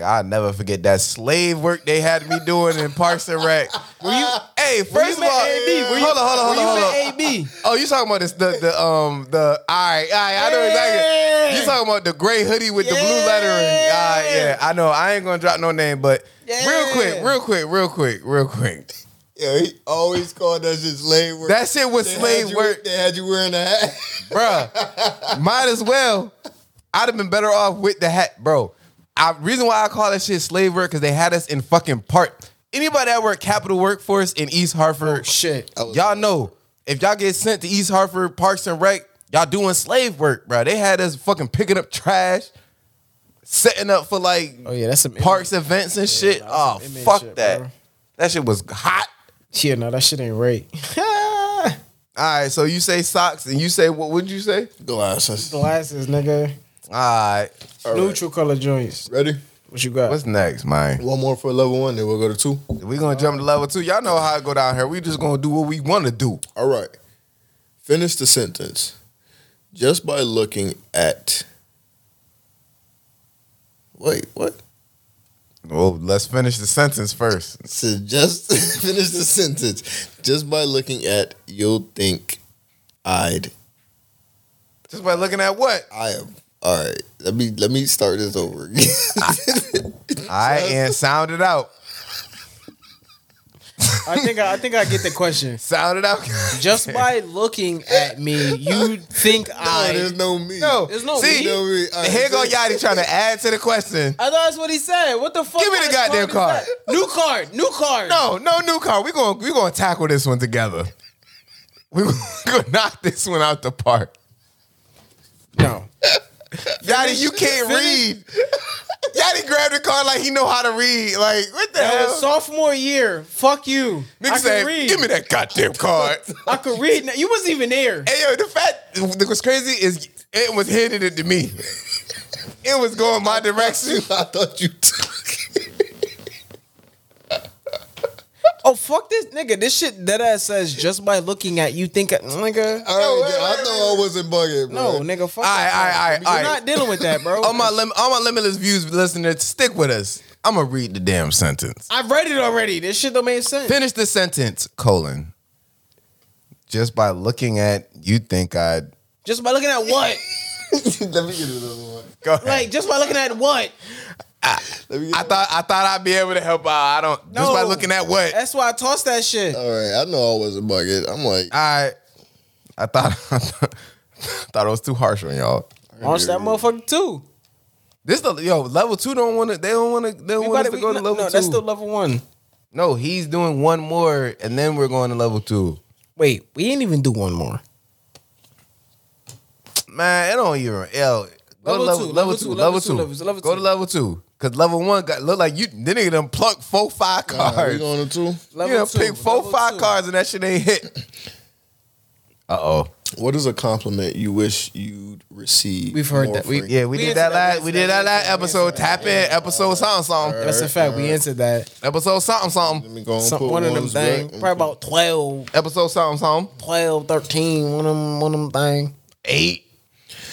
S3: I'll never forget that slave work they had me doing in Parks and
S6: (laughs)
S3: Rec. Were you, hey, first
S6: you met
S3: of all,
S6: AB? Were you-
S3: hold on, hold on,
S6: Where
S3: hold
S6: you
S3: on, hold on.
S6: met AB?
S3: Oh, you talking about this the the um the all right, all right, I know exactly. You talking about the gray hoodie with the blue
S6: Yeah.
S3: lettering. Ah, yeah, I know. I ain't gonna drop no name, but real quick, real quick, real quick, real quick.
S4: Yeah, he always called that shit slave work.
S3: That shit was slave work,
S4: They had you wearing a (laughs) hat.
S3: bruh. Might as well. I'd have been better off with the hat, bro. I reason why I call that shit slave work because they had us in fucking park. Anybody that worked capital workforce in East
S6: Oh,
S3: Hartford,
S6: Shit.
S3: Y'all know if y'all get sent to East Hartford Parks and Rec, y'all doing slave work, bro. They had us fucking picking up trash, setting up for like
S6: Oh yeah, that's some
S3: parks events and shit. Oh
S6: some image
S3: fuck
S6: shit,
S3: that.
S6: bro.
S3: That shit was
S6: (laughs)
S3: hot.
S6: Yeah, no, that shit ain't right.
S3: All right, so you say socks and you say what would you say?
S4: Glasses.
S6: Glasses, nigga.
S3: All right,
S6: Neutral color joints.
S4: Ready?
S6: What you got?
S3: what's next, man?
S4: One more for level one, then we'll go to two.
S3: We gonna jump to level two. Y'all know how I go down here. We just gonna do what we want to do.
S4: All right. Finish the sentence. Just by looking at. Wait, what?
S3: Well, let's finish the sentence first.
S4: So just (laughs) finish the sentence. Just by looking at, you'll think I'd.
S3: Just by looking at what
S4: I am. All right. Let me let me start this over again.
S3: I and sound it out.
S6: I think I, I think I get the
S3: (laughs)
S6: question.
S3: Sound it
S6: (laughs)
S3: out.
S6: Just by looking at me, you think
S4: (laughs) no,
S6: (laughs) I?
S4: there's no me.
S3: No,
S6: There's no
S3: see,
S6: me.
S4: No me. All right,
S3: here go
S4: so-
S3: Yachty trying to add to the question.
S6: I thought that's what he said. What the fuck?
S3: Give me the
S6: kind
S3: goddamn
S6: of
S3: card.
S6: is that? New card. New card.
S3: No, no new car. We're gonna we gonna tackle this one together. (laughs) We're gonna (laughs) knock this one out the park.
S6: No.
S3: (laughs) Yachty, you can't read. Yachty grabbed the card like he know how to read. Like what the
S6: That
S3: hell?
S6: was sophomore year. Fuck you. I
S3: Nigga
S6: could
S3: said,
S6: read.
S3: "Give me that goddamn card."
S6: I could read. now. You wasn't even there.
S3: hey yo, the fact what's crazy is it was handed it to me. it was going my direction.
S4: I thought you took.
S6: Oh fuck this nigga. This shit that ass says just by looking at you think nigga.
S4: All right, dude, I thought I wasn't bugging.
S6: No,
S3: Uh,
S4: (laughs) bro.
S6: nigga. Fuck.
S3: All right, all
S6: that,
S3: right, all right,
S6: bro.
S3: all
S6: You're
S3: right.
S6: not dealing with
S3: (laughs)
S6: that, bro.
S3: All my lim- all my limitless views listeners, stick with us. I'm gonna read the damn sentence.
S6: I've read it already. This shit don't make sense.
S3: Finish the sentence, colon. Just by looking at, you think I'd
S6: Just by looking at what?
S3: (laughs)
S4: Let me get another one.
S3: go ahead.
S6: Like just by looking at what?
S4: Let me get
S3: I thought I thought I'd be able to help out. I don't just
S6: No.
S3: by looking at what.
S6: That's why I tossed that shit.
S4: All right, I know I wasn't bugging. I'm like,
S3: I I thought (laughs) I thought, it was too harsh on y'all.
S6: Launch that motherfucker too.
S3: This the yo level two don't want to. They don't want to. They don't
S6: We
S3: want us
S6: about
S3: to
S6: we-
S3: go to
S6: no,
S3: level
S6: no,
S3: two.
S6: that's still level one.
S3: no, he's doing one more, and then we're going to level two.
S6: Wait, we ain't even do one more.
S3: Man, it don't even. Yo, go to level,
S6: Level two,
S3: level
S6: level
S3: two, level
S6: two, level
S3: two,
S6: two, level- level
S3: Go to
S6: two.
S3: level two. Cause level one got look like you. Then nigga done plucked four five
S4: all right,
S3: cards.
S4: we going to two.
S6: Level
S3: you done
S6: two.
S3: picked four
S6: level
S3: five
S6: two.
S3: cards and that shit ain't hit. Uh oh.
S4: What is a compliment you wish you'd receive?
S6: We've heard
S4: more
S6: that. We-
S4: frequently?
S3: Yeah, we,
S6: We
S3: did
S6: into
S3: that
S6: that,
S3: last.
S6: we
S3: We
S6: into
S3: did that
S6: that, we into
S3: last
S6: that, we
S3: episode. Tap in episode something something.
S6: That's a fact. We answered that.
S3: Episode something
S4: Let
S3: something.
S4: me go and
S6: Some,
S4: put
S6: one of them
S4: ones back
S6: thing.
S4: and
S6: Probably about 12,
S3: Episode something something.
S6: 12, 13, one of them, one of them thing.
S3: Eight.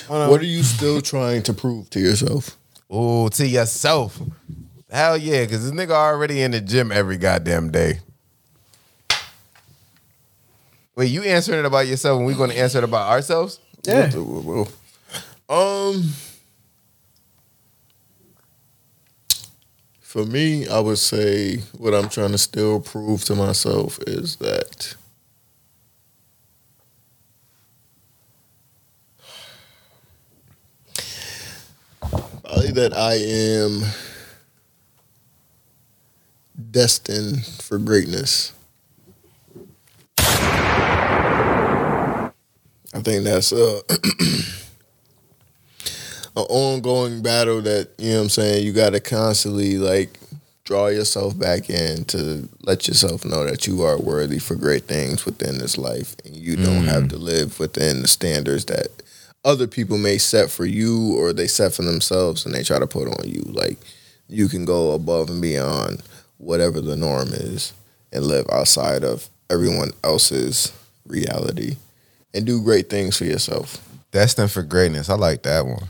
S4: put- What are you still trying to prove to yourself?
S3: Ooh, to yourself. Hell yeah, because this nigga already in the gym every goddamn day. Wait, you answering it about yourself and we going to answer it about ourselves?
S6: Yeah.
S4: Whoa, whoa. Um, for me, I would say what I'm trying to still prove to myself is that probably that I am destined for greatness. I think that's uh, a an ongoing battle that, you know what I'm saying, you gotta constantly like draw yourself back in to let yourself know that you are worthy for great things within this life and you don't have to live within the standards that other people may set for you or they set for themselves and they try to put on you like you can go above and beyond whatever the norm is and live outside of everyone else's reality and do great things for yourself
S3: Destined for greatness. I like that one.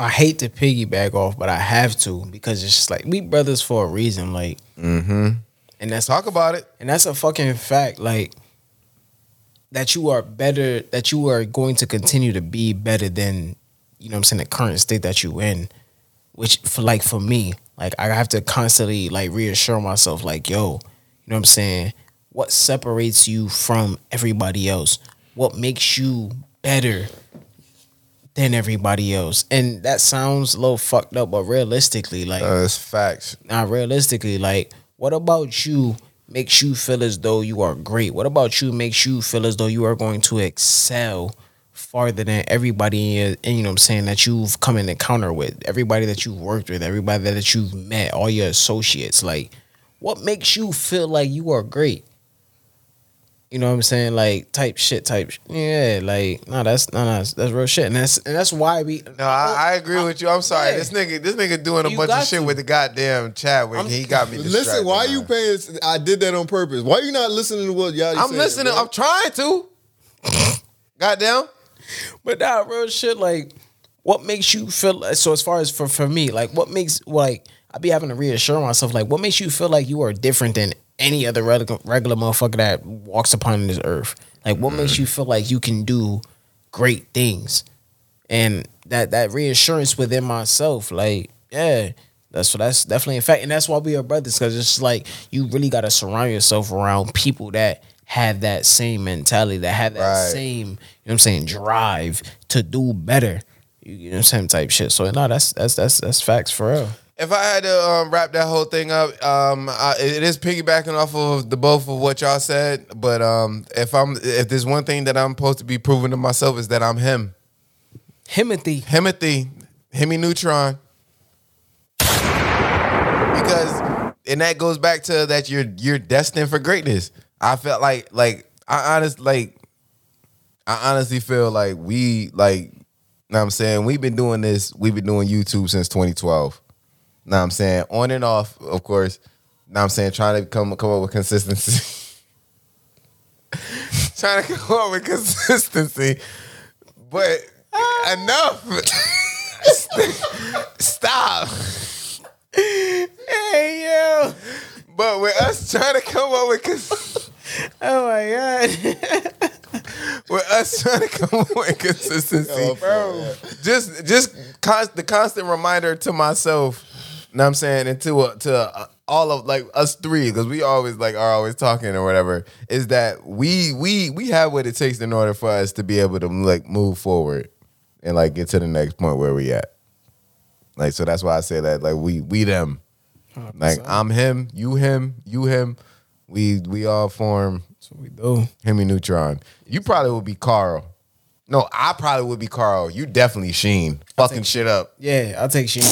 S6: I hate to piggyback off, but I have to because it's just like we brothers for a reason. Like, and that's
S3: Talk about it.
S6: and that's a fucking fact. Like that you are better. That you are going to continue to be better than you know. what I'm saying the current state that you in, which for like for me, like I have to constantly like reassure myself, like yo, you know what I'm saying. What separates you from everybody else? What makes you better than everybody else? And that sounds a little fucked up, but realistically, like
S3: Uh, it's facts.
S6: now realistically, like, what about you makes you feel as though you are great? What about you makes you feel as though you are going to excel farther than everybody in, in, you know what I'm saying that you've come in encounter with, everybody that you've worked with, everybody that you've met, all your associates, like what makes you feel like you are great? You know what I'm saying? Like type shit, type sh- yeah, like no, that's no, no, that's real shit, and that's and that's why we
S3: No, I, I agree with you. I'm sorry.
S6: Yeah.
S3: This nigga, this nigga doing a
S6: You
S3: bunch of
S6: got
S3: shit
S6: to.
S3: with the goddamn Chadwick. He got me.
S6: (laughs)
S3: Distracted,
S4: Listen, why you
S3: man.
S4: paying? I did that on purpose. Why you not listening to what y'all?
S3: I'm listening. I'm trying to. (laughs) goddamn.
S6: But nah, real shit. Like, what makes you feel? So as far as for for me, like, what makes like I be having to reassure myself, like, what makes you feel like you are different than any other regular, regular motherfucker that walks upon this earth? Like, what makes you feel like you can do great things? And that that reassurance within myself, like, yeah. That's so that's definitely in fact, and that's why we are brothers, because it's just like you really gotta surround yourself around people that have that same mentality, that have that
S3: Right.
S6: same same, you know what I'm saying, drive to do better. You you know what I'm saying, type shit. So no, that's that's that's that's facts for real.
S3: If I had to um, wrap that whole thing up, um, I, it is piggybacking off of the both of what y'all said. But um, if I'm, if there's one thing that I'm supposed to be proving to myself is that I'm him,
S6: Himothy.
S3: Himothy, Hemi Neutron, because and that goes back to that you're you're destined for greatness. I felt like like I honest like I honestly feel like we like know what I'm saying we've been doing this we've been doing YouTube since 2012. Know what I'm saying on and off of course. Know what I'm saying trying to come come up with consistency. (laughs) trying to come up with consistency. But
S6: Ah.
S3: enough. (laughs) Stop. Hey yo. But with us trying to come up with cons-
S6: (laughs) Oh my god.
S3: with us (laughs) trying to come up with consistency,
S4: bro.
S3: just just const, the constant reminder to myself. Know what I'm saying, and to uh, to uh, all of like us three, because we always like are always talking or whatever. Is that we we we have what it takes in order for us to be able to like move forward and like get to the next point where we at. Like so, that's why I say that like we we them. Like I'm him, you him, you him. We we all form
S6: we do.
S3: Hemi Neutron. You probably would be Carl. No, I probably would be Carl. You definitely Sheen. Fucking shit up.
S6: Yeah, I'll take Sheen.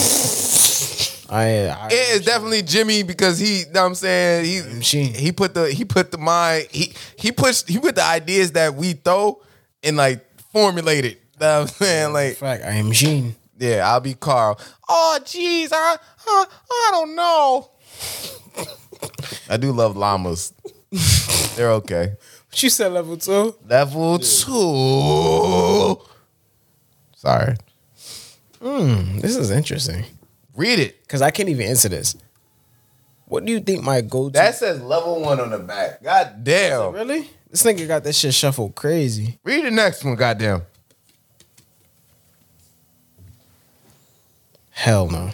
S6: I, I
S3: It is definitely Jimmy because he, know what I'm saying, he
S6: Sheen.
S3: he put the he put the mind he he pushed he put the ideas that we throw and like formulated. Know what I'm saying? Like,
S6: fact, I am Sheen.
S3: yeah, I'll be Carl. Oh jeez, I, I I don't know. (laughs) I do love llamas. They're okay.
S6: What you said level two?
S3: Level two. Sorry.
S6: This is interesting.
S3: Read it.
S6: Cause I can't even answer this. What do you think my go to
S3: That says level one on the back. God damn.
S6: really? This nigga got that shit shuffled crazy.
S3: Read the next one, goddamn.
S6: Hell no.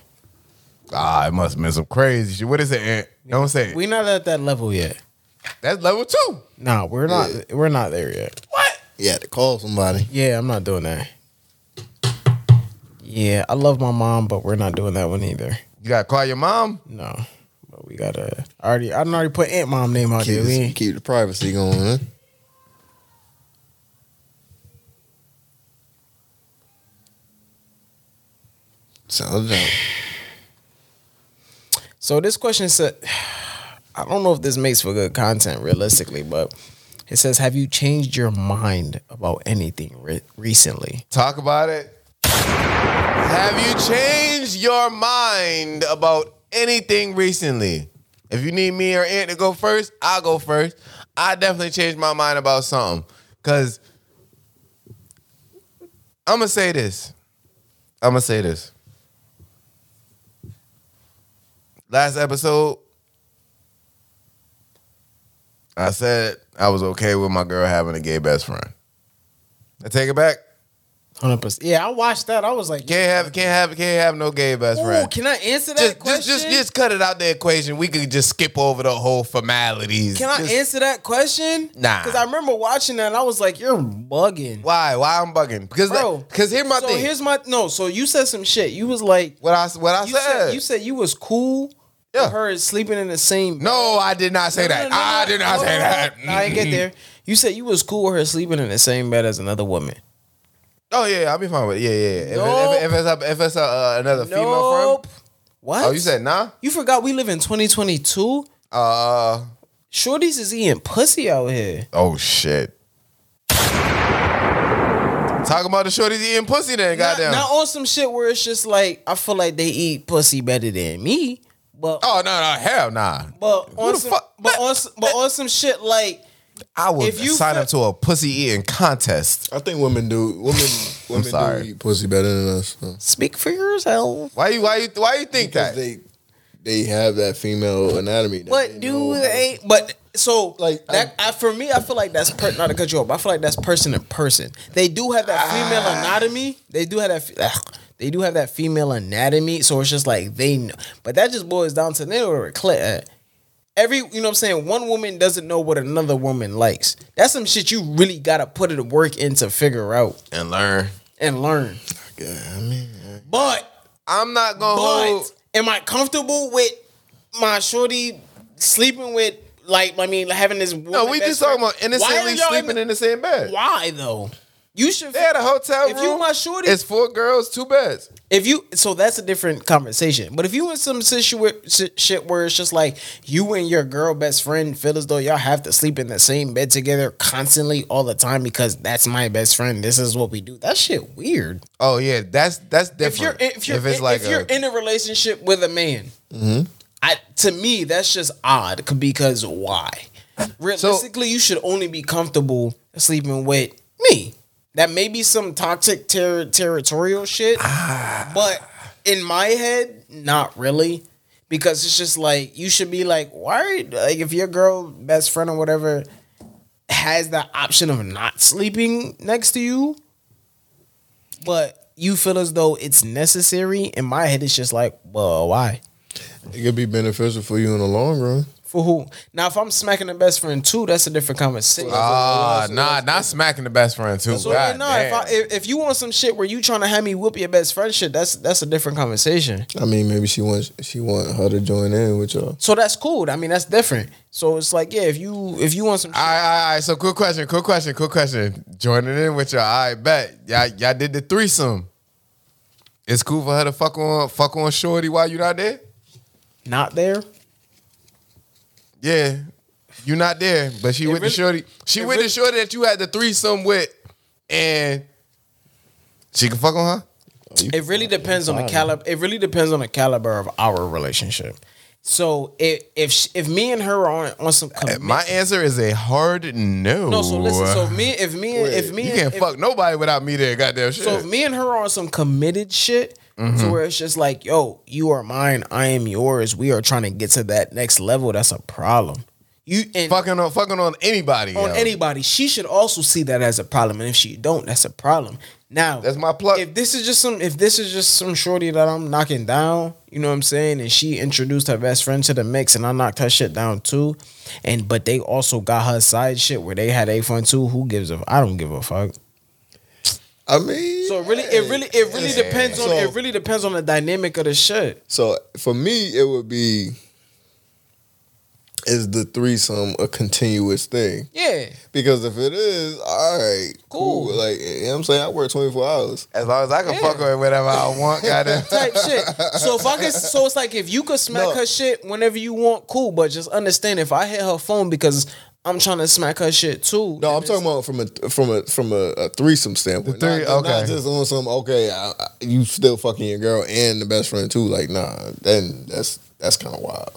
S3: Ah, it must have been some crazy shit. What is it, Ant? Don't say it.
S6: We not at that level yet.
S3: That's level two.
S6: Nah, we're not we're not there yet.
S4: Yeah, to call somebody.
S6: Yeah, I'm not doing that. Yeah, I love my mom, but we're not doing that one either.
S3: You gotta call your mom.
S6: No. But we gotta. I already, I done already put Ant Mom name out
S4: Keep,
S6: there. We
S4: the,
S6: ain't,
S4: keep the privacy going, huh? Sounds out.
S6: So this question said, (sighs) I don't know if this makes for good content realistically, but it says, "Have you changed your mind about anything re- recently?"
S3: Talk about it. Have you changed your mind about anything recently? If you need me or Ant to go first, I'll go first. I definitely changed my mind about something. Cause I'ma say this. I'ma say this. Last episode, I said I was okay with my girl having a gay best friend. I take it back.
S6: Hundred percent. Yeah, I watched that. I was like,
S3: Can't have can't have can't have no gay best
S6: "Ooh,
S3: friend.
S6: can I answer that
S3: just,
S6: question?
S3: just just just cut it out the equation. We could just skip over the whole formalities.
S6: can I
S3: Just-
S6: answer that question?
S3: Nah.
S6: because I remember watching that. and I was like, "You're bugging."
S3: Why? Why I'm bugging? Because
S6: Bro,
S3: because here's my
S6: so
S3: thing.
S6: here's my no. So you said some shit. You was like,
S3: what I what I
S6: you
S3: said.
S6: said you said you was cool.
S3: Yeah.
S6: Yeah, her sleeping in the same.
S3: no, I did not say
S6: No,
S3: that.
S6: no, no, no,
S3: I
S6: no.
S3: did not
S6: No,
S3: say
S6: no, no.
S3: that.
S6: No, I didn't get there. (laughs) You said you was cool with her sleeping in the same bed as another woman.
S3: (laughs) Oh yeah, I'll be fine with it. Yeah, yeah. yeah. If,
S6: Nope.
S3: it, if, it- if it's a, if it's a, uh, another female friend.
S6: What?
S3: Oh, you said nah.
S6: you forgot we live in 2022.
S3: Uh
S6: Shorties is eating pussy out here.
S3: oh shit. Talking about the shorties eating pussy then,
S6: Not,
S3: goddamn.
S6: not on some shit where it's just like I feel like they eat pussy better than me, but
S3: Oh no, no, hell nah.
S6: but on
S3: the
S6: some,
S3: fuck-
S6: but on some, but on some shit like
S3: I would
S6: If you
S3: sign
S6: fe-
S3: up to a pussy eating contest.
S4: I think women do. Women, women
S3: sorry.
S4: do eat pussy better than us. so.
S6: speak for yourself.
S3: Why you why you why you think that?
S4: Because they they have that female anatomy. that
S6: But
S4: they
S6: do
S4: know
S6: they? But so
S4: Like,
S6: like that I, for me, I feel like that's per, not to cut you off. but I feel like that's person to person. They do have that female
S4: Ah.
S6: anatomy. They do have that. fe- ugh. they do have that female anatomy. So it's just like they know. But that just boils down to they were clit at. Every you know what I'm saying, one woman doesn't know what another woman likes. That's some shit you really gotta put it work in to figure out
S3: and learn.
S6: and learn.
S4: Yeah, I mean,
S6: But
S3: I'm not gonna hold
S6: but am I comfortable with my shorty sleeping with like I mean having this?
S3: No, we just talking about innocently sleeping in the same bed.
S6: Why though? You should.
S3: They had a hotel
S6: If
S3: room.
S6: you my shorty,
S3: It's four girls, two beds.
S6: if you so that's a different conversation. But if you in some situation shit where it's just like you and your girl best friend feel as though y'all have to sleep in the same bed together constantly all the time because that's my best friend. This is what we do. That shit weird.
S3: Oh yeah, that's that's
S6: if you're
S3: different.
S6: if you're
S3: it's like
S6: if you're
S3: a, Mm-hmm.
S6: in a relationship with a man, I to me that's just odd c- because why? Realistically, you should only be comfortable sleeping with me. That may be some toxic ter- territorial shit, but in my head, not really. Because it's just like you should be like, why? Are you, like if your girl best friend or whatever has the option of not sleeping next to you, but you feel as though it's necessary. In my head, it's just like, well, why?
S4: it could be beneficial for you in the long run.
S6: For who? Now, if I'm smacking a best friend too, that's a different conversation.
S3: ah nah, not smacking the best friend too.
S6: so
S3: God
S6: yeah, nah, if, I,
S3: damn.
S6: if, if you want some shit where you trying to have me whoop your best friend shit, that's that's a different conversation.
S4: I mean, maybe she wants she want her to join in with y'all.
S6: So that's cool. I mean, that's different. So it's like, yeah, if you if you want some, shit,
S3: all right, all right, all right. So, quick question, quick question, quick question. Joining in with y'all. I bet y'all, y'all did the threesome. It's cool for her to fuck on, fuck on Shorty while you not there.
S6: not there.
S3: Yeah, you not there, but she with the
S6: really-
S3: Shorty. She
S6: it
S3: with the
S6: really-
S3: Shorty that you had the threesome with, and she can fuck on her.
S6: It really depends on the caliber. It really depends on the caliber of our relationship. So if if sh- if me and her are on, on some commitment,
S3: My answer is a hard no.
S6: no. So listen. So me if me and if me
S3: you
S6: and-
S3: can't
S6: if-
S3: fuck nobody without me there. Goddamn shit. Mm-hmm.
S6: So if me and her are on some committed shit, to where it's just like, yo, you are mine, I am yours. We are trying to get to that next level. That's a problem. You and
S3: fucking on fucking on anybody.
S6: on
S3: yo.
S6: anybody, she should also see that as a problem. And if she don't, that's a problem. Now
S3: That's my plug.
S6: If this is just some, if this is just some shorty that I'm knocking down, you know what I'm saying, and she introduced her best friend to the mix, and I knocked her shit down too, and but they also got her side shit where they had a fun too. Who gives a? I don't give a fuck.
S4: I mean,
S6: So it really, it really, it really depends on
S4: So-
S6: it really depends on the dynamic of the shit.
S4: so for me, it would be is the threesome a continuous thing?
S6: Yeah.
S4: Because if it is, all right, cool.
S6: Cool.
S4: Like you know what I'm saying, I work 24 hours.
S3: As long as I can fuck her whenever I
S6: (laughs)
S3: want, goddamn.
S6: Type shit. So if I
S4: (laughs)
S6: could, so it's like if you could smack
S4: No.
S6: her shit whenever you want, cool. But just understand if I hit her phone because I'm trying to smack her shit too.
S4: No,
S6: then
S4: I'm talking about from a from a from a, a threesome standpoint.
S3: The three-
S4: not, just- not
S3: okay.
S4: just on some okay, I, I, you still fucking your girl and the best friend too. Like nah, then that's that's kind of wild.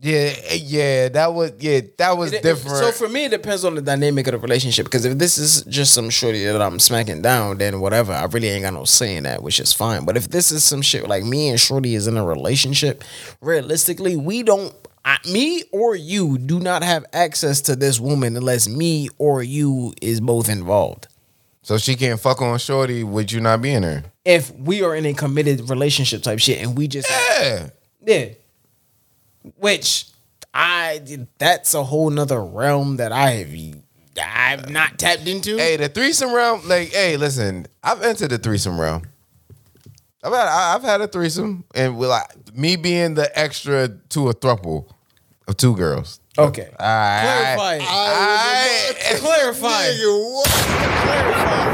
S3: Yeah, yeah, that was yeah, that was
S6: It- it-
S3: different.
S6: So for me, it depends on the dynamic of the relationship. Because if this is just some shorty that I'm smacking down, then whatever. I really ain't got no say in that, which is fine. But if this is some shit like me and shorty is in a relationship, realistically, we don't. I, me or you do not have access to this woman unless me or you is both involved.
S3: so she can't fuck on Shorty with you not being there.
S6: If we are in a committed relationship type shit and we just
S3: Yeah.
S6: Yeah. Which I that's a whole nother realm that I have I've not tapped into.
S3: Hey, the threesome realm, like, hey, listen, I've entered the threesome realm. I've had I- I've had a threesome, and with like me being the extra to a throuple of two girls.
S6: Okay.
S3: All right.
S6: Clarify. it.
S3: I,
S6: Clarify. it.
S4: Nigga, what?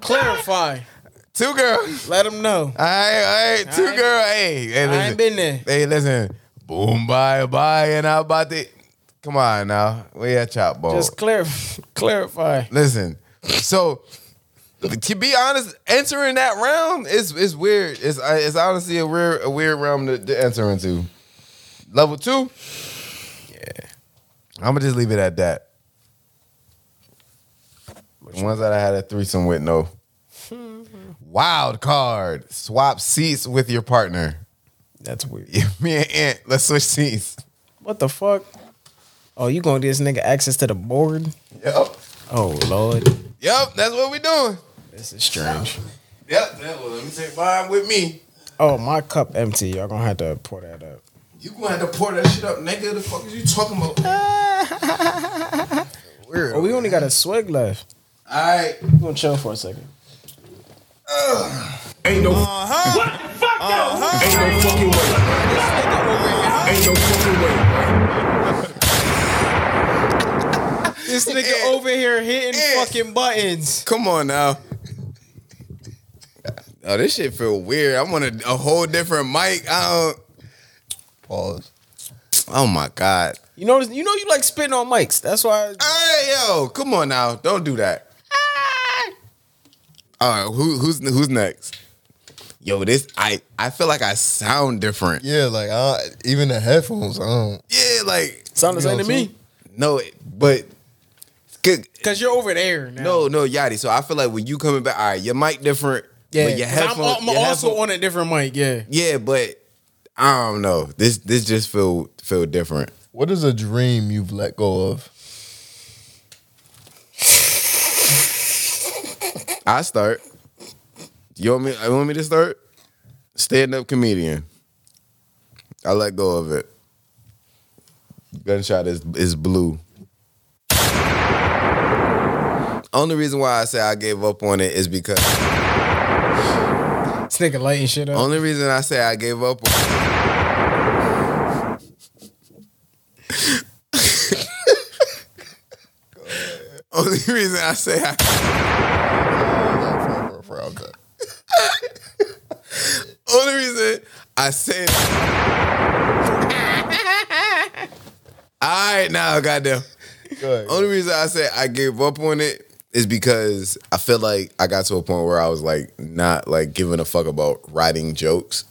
S6: Clarify.
S3: (laughs) two girls.
S6: Let them know.
S3: All right, all right, two
S6: Alright.
S3: girl. Hey, hey,
S6: I
S3: listen.
S6: ain't been there.
S3: Hey, listen. Boom, bye, bye, and how about the? Come on now, we at chop ball.
S6: Just clarify. (laughs) clarify.
S3: listen. So, to be honest, entering that realm is is weird. It's uh, it's honestly a weird a weird realm to, to enter into. Level two. Yeah, I'm gonna just leave it at that. The ones that I had a threesome with, no. Mm-hmm. Wild card. Swap seats with your partner. (laughs)
S6: That's weird.
S3: Yeah, me and Ant, let's switch seats.
S6: What the fuck? Oh, you gonna give this nigga access to the board?
S3: Yep.
S6: Oh lord,
S3: Yep, that's what we doing.
S6: this is strange.
S3: Yep, that was, let me take mine with me.
S6: Oh, my cup empty. Y'all gonna have to pour that up.
S3: You gonna have to pour that shit up, nigga. The fuck is you talking (laughs) about?
S6: Oh, we only got a swig left.
S3: Alright.
S6: We gonna chill for a second.
S10: Ain't no, uh-huh. ain't no fucking way. Ain't no fucking way.
S6: This nigga over here hitting fucking buttons.
S3: Come on now. (laughs) Oh, this shit feel weird. I'm on a, a whole different mic. I don't pause. Oh my god.
S6: You know, you know, you like spitting on mics. That's why.
S3: Alright, yo, come on now. Don't do that. Alright, who, who's who's next? Yo, this I I feel like I sound different.
S4: Yeah, like I, even the headphones. I don't.
S3: Yeah, like
S6: Sound the same to me.
S3: no, but good.
S6: Cause you're over there now.
S3: No, no, Yachty. So I feel like when you coming back, all right, your mic different.
S6: yeah.
S3: but your
S6: 'cause I'm-
S3: headphone.
S6: I'm,
S3: your
S6: also
S3: headphone-
S6: on a different mic. Yeah.
S3: Yeah, but I don't know. This this just feel feel different.
S4: What is a dream you've let go of?
S3: I start. You want me? You want me to start? Stand up comedian. I let go of it. Gunshot is is blue. Only reason why I say I gave up on it is because.
S6: This nigga lighting shit up.
S3: Only reason I say I gave up on (laughs) Only reason I say I only reason I say (laughs) Alright now, goddamn.
S4: Good.
S3: Only reason I say I gave up on it is because I feel like I got to a point where I was like not like giving a fuck about writing jokes.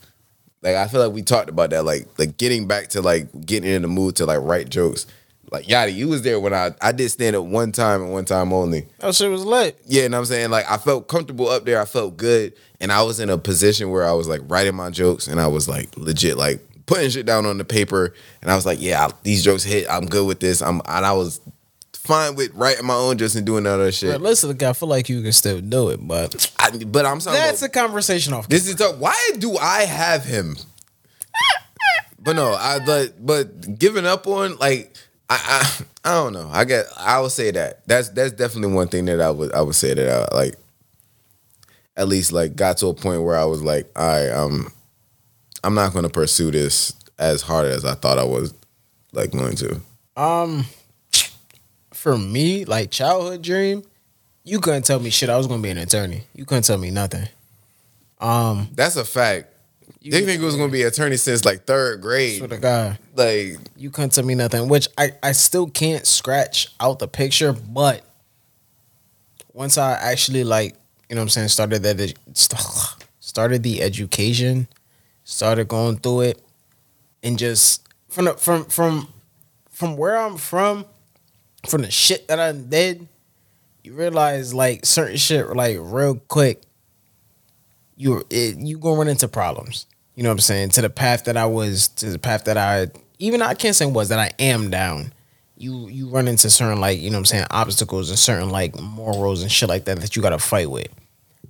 S3: Like I feel like we talked about that, like like getting back to like getting in the mood to like write jokes. Like Yadi, you was there when I I did stand up one time and one time only.
S6: That shit was lit.
S3: Yeah, and I'm saying like I felt comfortable up there. I felt good, and I was in a position where I was like writing my jokes, and I was like legit like putting shit down on the paper, and I was like, yeah, I- these jokes hit. I'm good with this. I'm and I was fine with writing my own jokes and doing all that shit.
S6: Listen, I feel like you can still do it, but
S3: I, but I'm sorry.
S6: that's a conversation off.
S3: This is tough. Why do I have him? but no, I but but giving up on like I I, I don't know. I get I would say that that's that's definitely one thing that I would I would say that I like at least like got to a point where I was like I um I'm not going to pursue this as hard as I thought I was
S4: like going to?
S6: Um, for me, like childhood dream, you couldn't tell me shit. I was gonna be an attorney. You couldn't tell me nothing. Um,
S3: That's a fact. They think it was gonna be attorney since like third grade.
S6: swear to God,
S3: Like
S6: you couldn't tell me nothing. Which I I still can't scratch out the picture. But once I actually like, you know, what I'm saying, started that edu- st- (sighs) started the education, started going through it, and just from the, from from from where I'm from, from the shit that I did, you realize like certain shit like real quick. You it, you gonna run into problems. You know what I'm saying? To the path that I was, to the path that I even I can't say was that I am down. You you run into certain like you know what I'm saying obstacles and certain like morals and shit like that that you gotta fight with.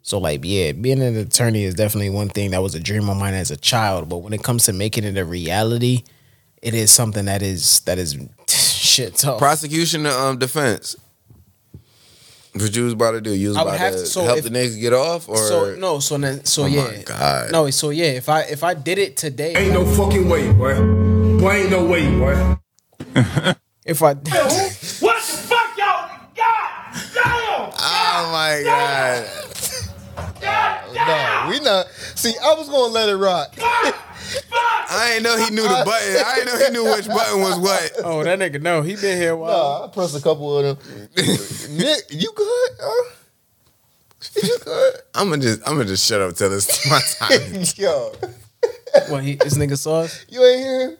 S6: So like yeah, being an attorney is definitely one thing that was a dream of mine as a child. But when it comes to making it a reality, it is something that is that is (laughs) shit tough.
S3: prosecution and um, defense. What you was about to do? You was
S6: I would
S3: about
S6: have
S3: to,
S6: to- so
S3: help
S6: if-
S3: the niggas get off, or
S6: so no, so then so
S3: Oh
S6: yeah,
S3: my God.
S6: no, so yeah, if I if I did it today,
S10: Ain't no fucking way, boy. Boy, ain't no way, boy.
S6: if I (laughs)
S8: What the fuck, y'all? God damn!
S3: Oh my god!
S8: God
S4: No,
S8: damn!
S4: we not. See, I was gonna let it rock.
S3: I ain't know he knew the button. I ain't know he knew which button was what.
S6: oh that nigga no, he been here a while.
S4: I pressed a couple of (laughs) them. Nick, you good? huh? you good?
S3: I'm gonna just I'm gonna just shut up till it's (laughs) my time.
S4: Yo,
S6: What he, this nigga saw?
S4: you ain't here.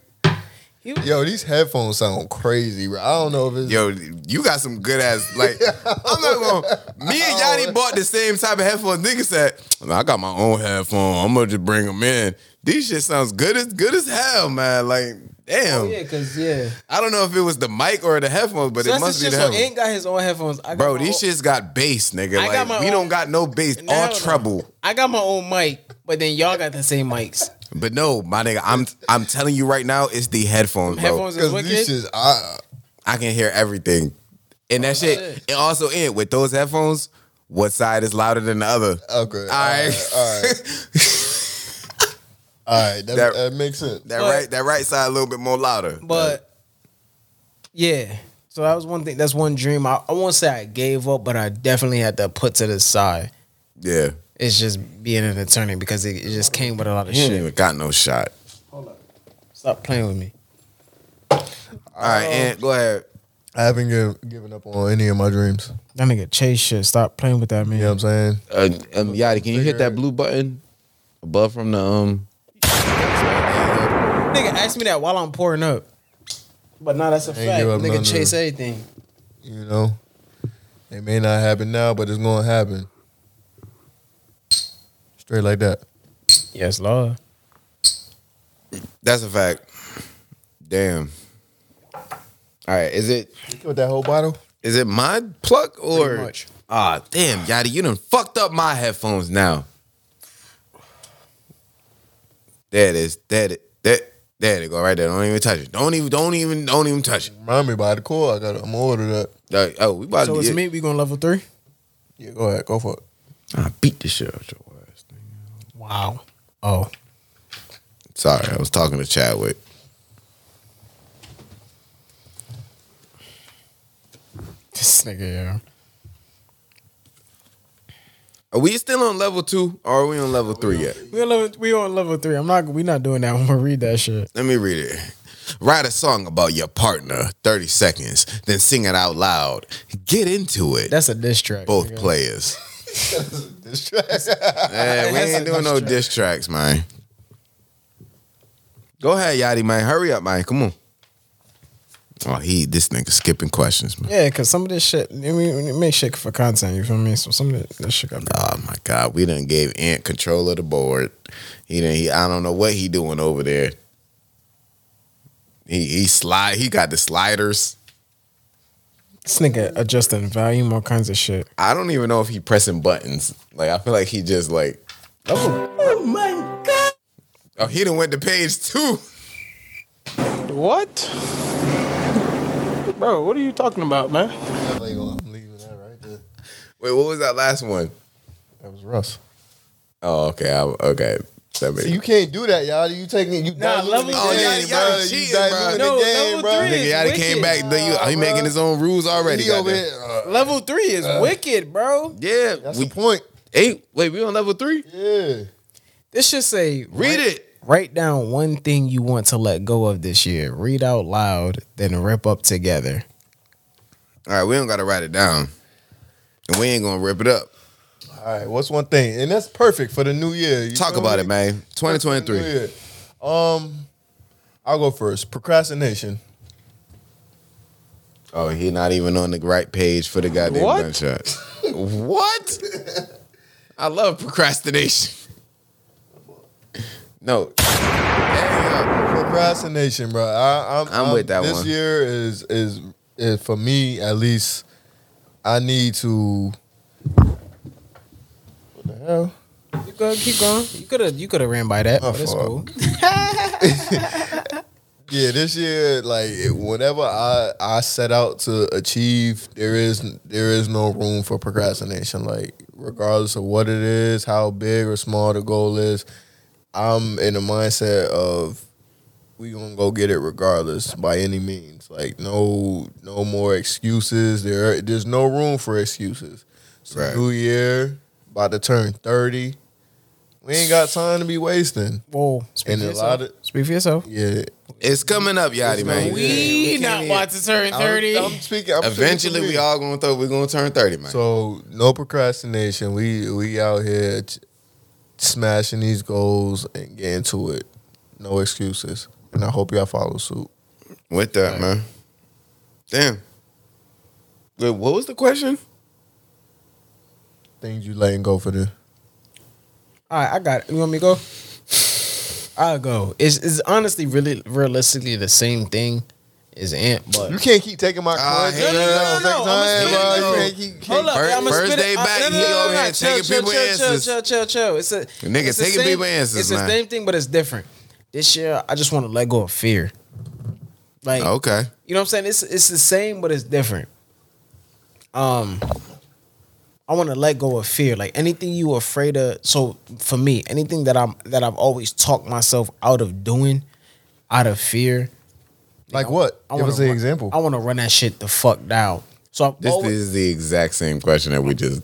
S6: You-
S4: Yo, these headphones sound crazy, bro. I don't know if it's
S3: Yo, you got some good ass. Like I'm not gonna. Me and
S6: Oh.
S3: Yachty bought the same type of headphones. Nigga said, I got my own headphone. I'm gonna just bring them in. These shit sounds good as good as hell, man. Like damn.
S6: Oh, Yeah, cause yeah,
S3: I don't know if it was the mic or the headphones, but it
S6: that's
S3: must
S6: the
S3: be
S6: shit.
S3: the
S6: So
S3: headphones.
S6: ain't got his own headphones. I got
S3: Bro,
S6: my
S3: these
S6: own,
S3: shits got bass, nigga.
S6: I
S3: like
S6: got my
S3: we
S6: own-
S3: don't got no bass.
S6: Nah,
S3: all
S6: hold on.
S3: trouble.
S6: I got my own mic, but then y'all got the same mics.
S3: But no, my nigga, I'm I'm telling you right now, it's the headphones, bro.
S6: Headphones is
S4: because
S6: wicked.
S4: this is. I,
S3: I can hear everything. And that shit,
S6: Oh, shit.
S3: and also in with those headphones, what side is louder than the other?
S6: Uh,
S4: okay, all
S3: right.
S4: all right, all right. That,
S3: That-
S4: that makes sense.
S3: (laughs) That
S6: But-
S3: right, that right side a little bit more louder.
S6: But yeah, so that was one thing. That's one dream. I, I won't say I gave up, but I definitely had to put to the side.
S3: yeah,
S6: It's just being an attorney because it, it just came with a lot of
S3: he ain't
S6: shit.
S3: even got no shot.
S6: Stop playing with me.
S3: All
S6: Oh.
S3: right, and go ahead.
S4: I haven't given, given up on any of my dreams.
S6: That nigga chase shit. Stop playing with that man.
S4: You know what I'm saying?
S3: Uh, um, Yadi, can you hit that blue button above from the um?
S6: Nigga ask me that while I'm pouring up. But nah, that's a
S4: Ain't
S6: fact.
S4: give up none
S6: Nigga
S4: of
S6: chase
S4: them.
S6: everything.
S4: You know, it may not happen now, but it's gonna happen. Straight like that.
S6: Yes, Lord.
S3: That's a fact. Damn. All right, is it
S4: You with that whole bottle?
S3: Is it my pluck
S6: Pretty
S3: or?
S6: much.
S3: Ah, damn, Yadi, you done fucked up my headphones now. There it is. There it. There, there it go. Right there. Don't even touch it. Don't even. Don't even. Don't even touch it.
S4: Remind me by the call. I got. I'm gonna order that.
S3: Like, oh, we about
S6: So
S3: to.
S6: it's
S3: get-
S6: me. We going level three.
S4: Yeah, go ahead. Go for it.
S3: I beat the shit out your ass.
S6: Wow. Oh.
S3: Sorry, I was talking to Chadwick.
S6: (laughs) This nigga, yeah.
S3: Are we still on level two or are we on level three yet?
S6: We on level, we on level three. I'm not. We not doing that. (laughs) I'm gonna read that shit.
S3: Let me read it. Write a song about your partner, 30 seconds, then sing it out loud. Get into it.
S6: That's a diss track.
S3: both
S6: nigga.
S3: players. Man, we ain't doing no diss tracks, man. Go ahead, Yachty, man. Hurry up, man. Come on. Oh, he this nigga skipping questions, man.
S6: Yeah, cause some of this shit. I mean, it make shit for content. You feel me? So some of that, that shit got.
S3: Oh my God, we done gave Ant control of the board. He done, he I don't know what he doing over there. He he slide he got the sliders.
S6: This nigga adjusting volume, all kinds of shit.
S3: I don't even know if he pressing buttons. Like I feel like he just like oh, my god. Oh, he done went to page two.
S11: What? Bro, what are you talking about, man?
S4: I'm leaving that right there.
S3: Wait, what was that last one?
S4: That was Russ.
S3: Oh, okay. I, okay.
S12: That
S4: See, you can't do that, y'all. You taking you
S6: Nah,
S4: done
S6: level
S4: the
S6: three. Oh,
S4: game,
S3: Yachty-
S4: bro.
S3: Yachty
S4: You
S3: cheating,
S4: done
S3: bro.
S4: doing
S6: No,
S4: the game,
S6: level
S4: bro.
S6: three
S3: Nigga,
S6: is
S3: Yachty
S6: wicked.
S3: came back. Then you, he making his own rules already.
S4: He over
S3: goddamn.
S4: here. uh,
S6: Level three is wicked, bro.
S3: Yeah,
S4: that's
S3: we
S4: the point.
S3: eight. Wait, we on level three?
S4: Yeah.
S6: This should say
S3: Read it.
S6: Write down one thing you want to let go of this year. Read out loud, then rip up together.
S3: All right, we don't gotta write it down, and we ain't gonna rip it up.
S4: All right. What's one thing? And that's perfect for the new year. you
S3: Talk
S4: feel
S3: about
S4: me?
S3: it, man. Twenty twenty
S4: New
S3: three.
S4: year. Um, I'll go first. Procrastination.
S3: Oh, he not even on the right page for the goddamn
S13: What?
S3: gunshot. (laughs) what? I love procrastination. (laughs) No,
S4: Procrastination, bro. I, I'm,
S3: I'm with that
S4: this
S3: one.
S4: This year is, is is for me at least. I need to. What the hell?
S6: You go, keep going. You could have, you could have ran by that,
S4: My
S6: but it's
S4: fault.
S6: cool.
S4: Yeah, this year, like whatever I I set out to achieve, there is there is no room for procrastination. Like regardless of what it is, how big or small the goal is, I'm in the mindset of we gonna go get it regardless by any means. Like no no more excuses. There there's no room for excuses. So
S3: Right.
S4: new year, about to turn thirty. We ain't got time to be wasting.
S6: Whoa, speak
S4: And
S6: for
S4: a
S6: yourself.
S4: lot of
S6: speak for yourself.
S4: yeah.
S3: it's coming up, Yachty,
S4: It's
S3: man.
S4: gonna- We
S6: not about to turn
S4: I'm- I'm, speaking. I'm speaking
S3: Eventually,
S4: for me.
S3: we all gonna throw. We're gonna turn thirty, man.
S4: So no procrastination. We we out here ch- smashing these goals and getting to it. No excuses. And I hope y'all follow suit.
S3: With that, man. Damn. Wait, what was the question?
S4: Things you letting go for the
S6: All right, I got it. You want me to go? I'll go. It's, it's honestly really realistically the same thing as Ant, but
S4: You can't keep taking my
S3: Ah,
S4: coins.
S3: hell no, no, no,
S6: no,
S4: Take time,
S6: I'ma spin it,
S4: bro. You
S6: no.
S4: can't keep-
S6: Hold up,
S3: First-
S6: I'ma
S3: first
S6: spin it.
S3: day
S6: I-
S3: back,
S6: no, no,
S3: he
S6: no,
S3: over
S6: no,
S3: here
S6: chill,
S3: taking
S6: chill,
S3: people
S6: chill,
S3: answers.
S6: Chill, chill, chill, chill. It's a
S3: Nigga
S6: it's the
S3: taking
S6: same-
S3: people answers,
S6: It's
S3: man.
S6: the same thing, but it's different. This year, I just want to let go of fear. Like,
S3: Okay.
S6: you know what I'm saying? It's it's the same, but it's different. Um, I want to let go of fear. Like anything you afraid of. So for me, anything that I'm that I've always talked myself out of doing, out of fear.
S4: Like what?
S6: I
S4: Give
S6: wanna
S4: us an
S6: run-
S4: example.
S6: I want to run that shit the fuck down. So I've
S3: This
S6: always,
S3: is the exact same question that we just.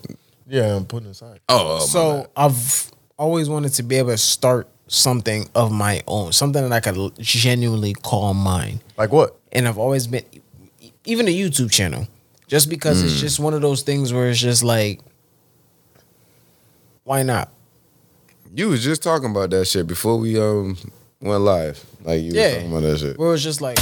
S4: yeah, I'm putting it aside.
S3: Oh, so
S6: so I've always wanted to be able to start something of my own, something that I could l- genuinely call mine.
S4: Like what?
S6: and I've always been e- even a YouTube channel. Just because it's just one of those things where it's just like why not?
S3: you was just talking about that shit before we um went live. Like you
S6: Yeah.
S3: was talking about that shit.
S6: Where it's just like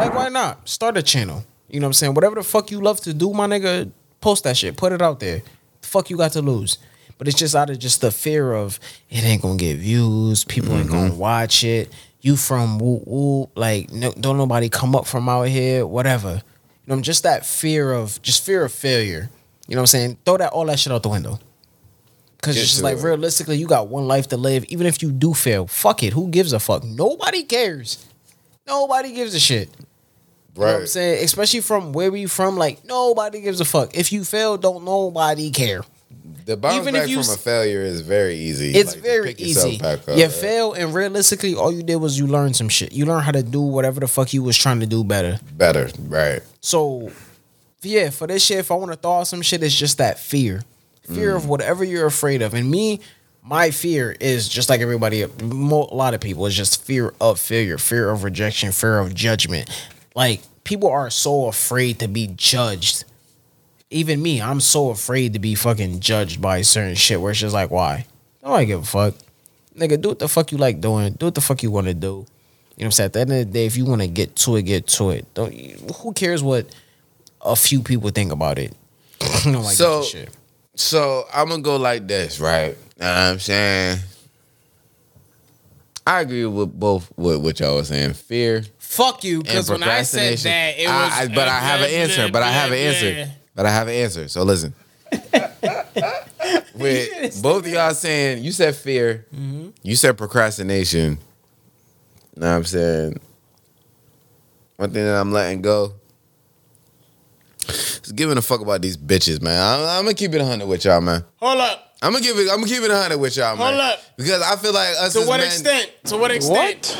S6: like why not? Start a channel. You know what I'm saying? Whatever the fuck you love to do, my nigga, post that shit. Put it out there. The fuck you got to lose. But it's just out of just the fear of it ain't gonna get views, people ain't gonna watch it. You from woo woo, like no, don't nobody come up from out here, whatever. You know, just that fear of just fear of failure. You know what I'm saying? Throw that all that shit out the window. Cause
S3: Get
S6: it's just
S3: to
S6: like
S3: it.
S6: realistically, you got one life to live. Even if you do fail, fuck it. Who gives a fuck? Nobody cares. Nobody gives a shit. You know what I'm
S3: Right.
S6: saying? Especially from where we from, like nobody gives a fuck. If you fail, don't nobody care.
S3: The bounce
S6: Even if
S3: back
S6: you
S3: from a
S6: s-
S3: failure is very easy.
S6: It's
S3: Like, to
S6: very
S3: pick yourself
S6: easy.
S3: back up,
S6: you
S3: right?
S6: fail, and realistically, all you did was you learned some shit. You learn how to do whatever the fuck you was trying to do better.
S3: uh, Better. Right.
S6: So, yeah, for this shit, if I want to thaw some shit, it's just that fear, fear of whatever you're afraid of. And me, my fear is just like everybody, mo- a lot of people, it's just fear of failure, fear of rejection, fear of judgment. Like people are so afraid to be judged. Even me, I'm so afraid to be fucking judged by certain shit where it's just like, why? Nobody give a fuck. Nigga, do what the fuck you like doing. Do what the fuck you want to do. You know what I'm saying? At the end of the day, if you want to get to it, get to it. Don't who cares what a few people think about it. (laughs) Nobody
S3: So-
S6: gives a shit.
S3: So I'm gonna go like this, right? Know what I'm saying. I agree with both what, what y'all was saying. Fear
S13: Fuck you,
S3: and procrastination. I- I- but I have an answer. But I have an answer. But I have an answer. So listen. With both of y'all saying you said fear, you said procrastination. Know what I'm saying? One thing that I'm letting go is giving a fuck about these bitches, man. I'm, I'm gonna keep it 100 with y'all, man.
S13: Hold up.
S3: I'm gonna give it. I'm gonna give it a hundred with y'all, man.
S14: Hold up.
S3: because I feel like us.
S14: To
S3: as
S14: what
S3: men-
S14: extent? To what extent?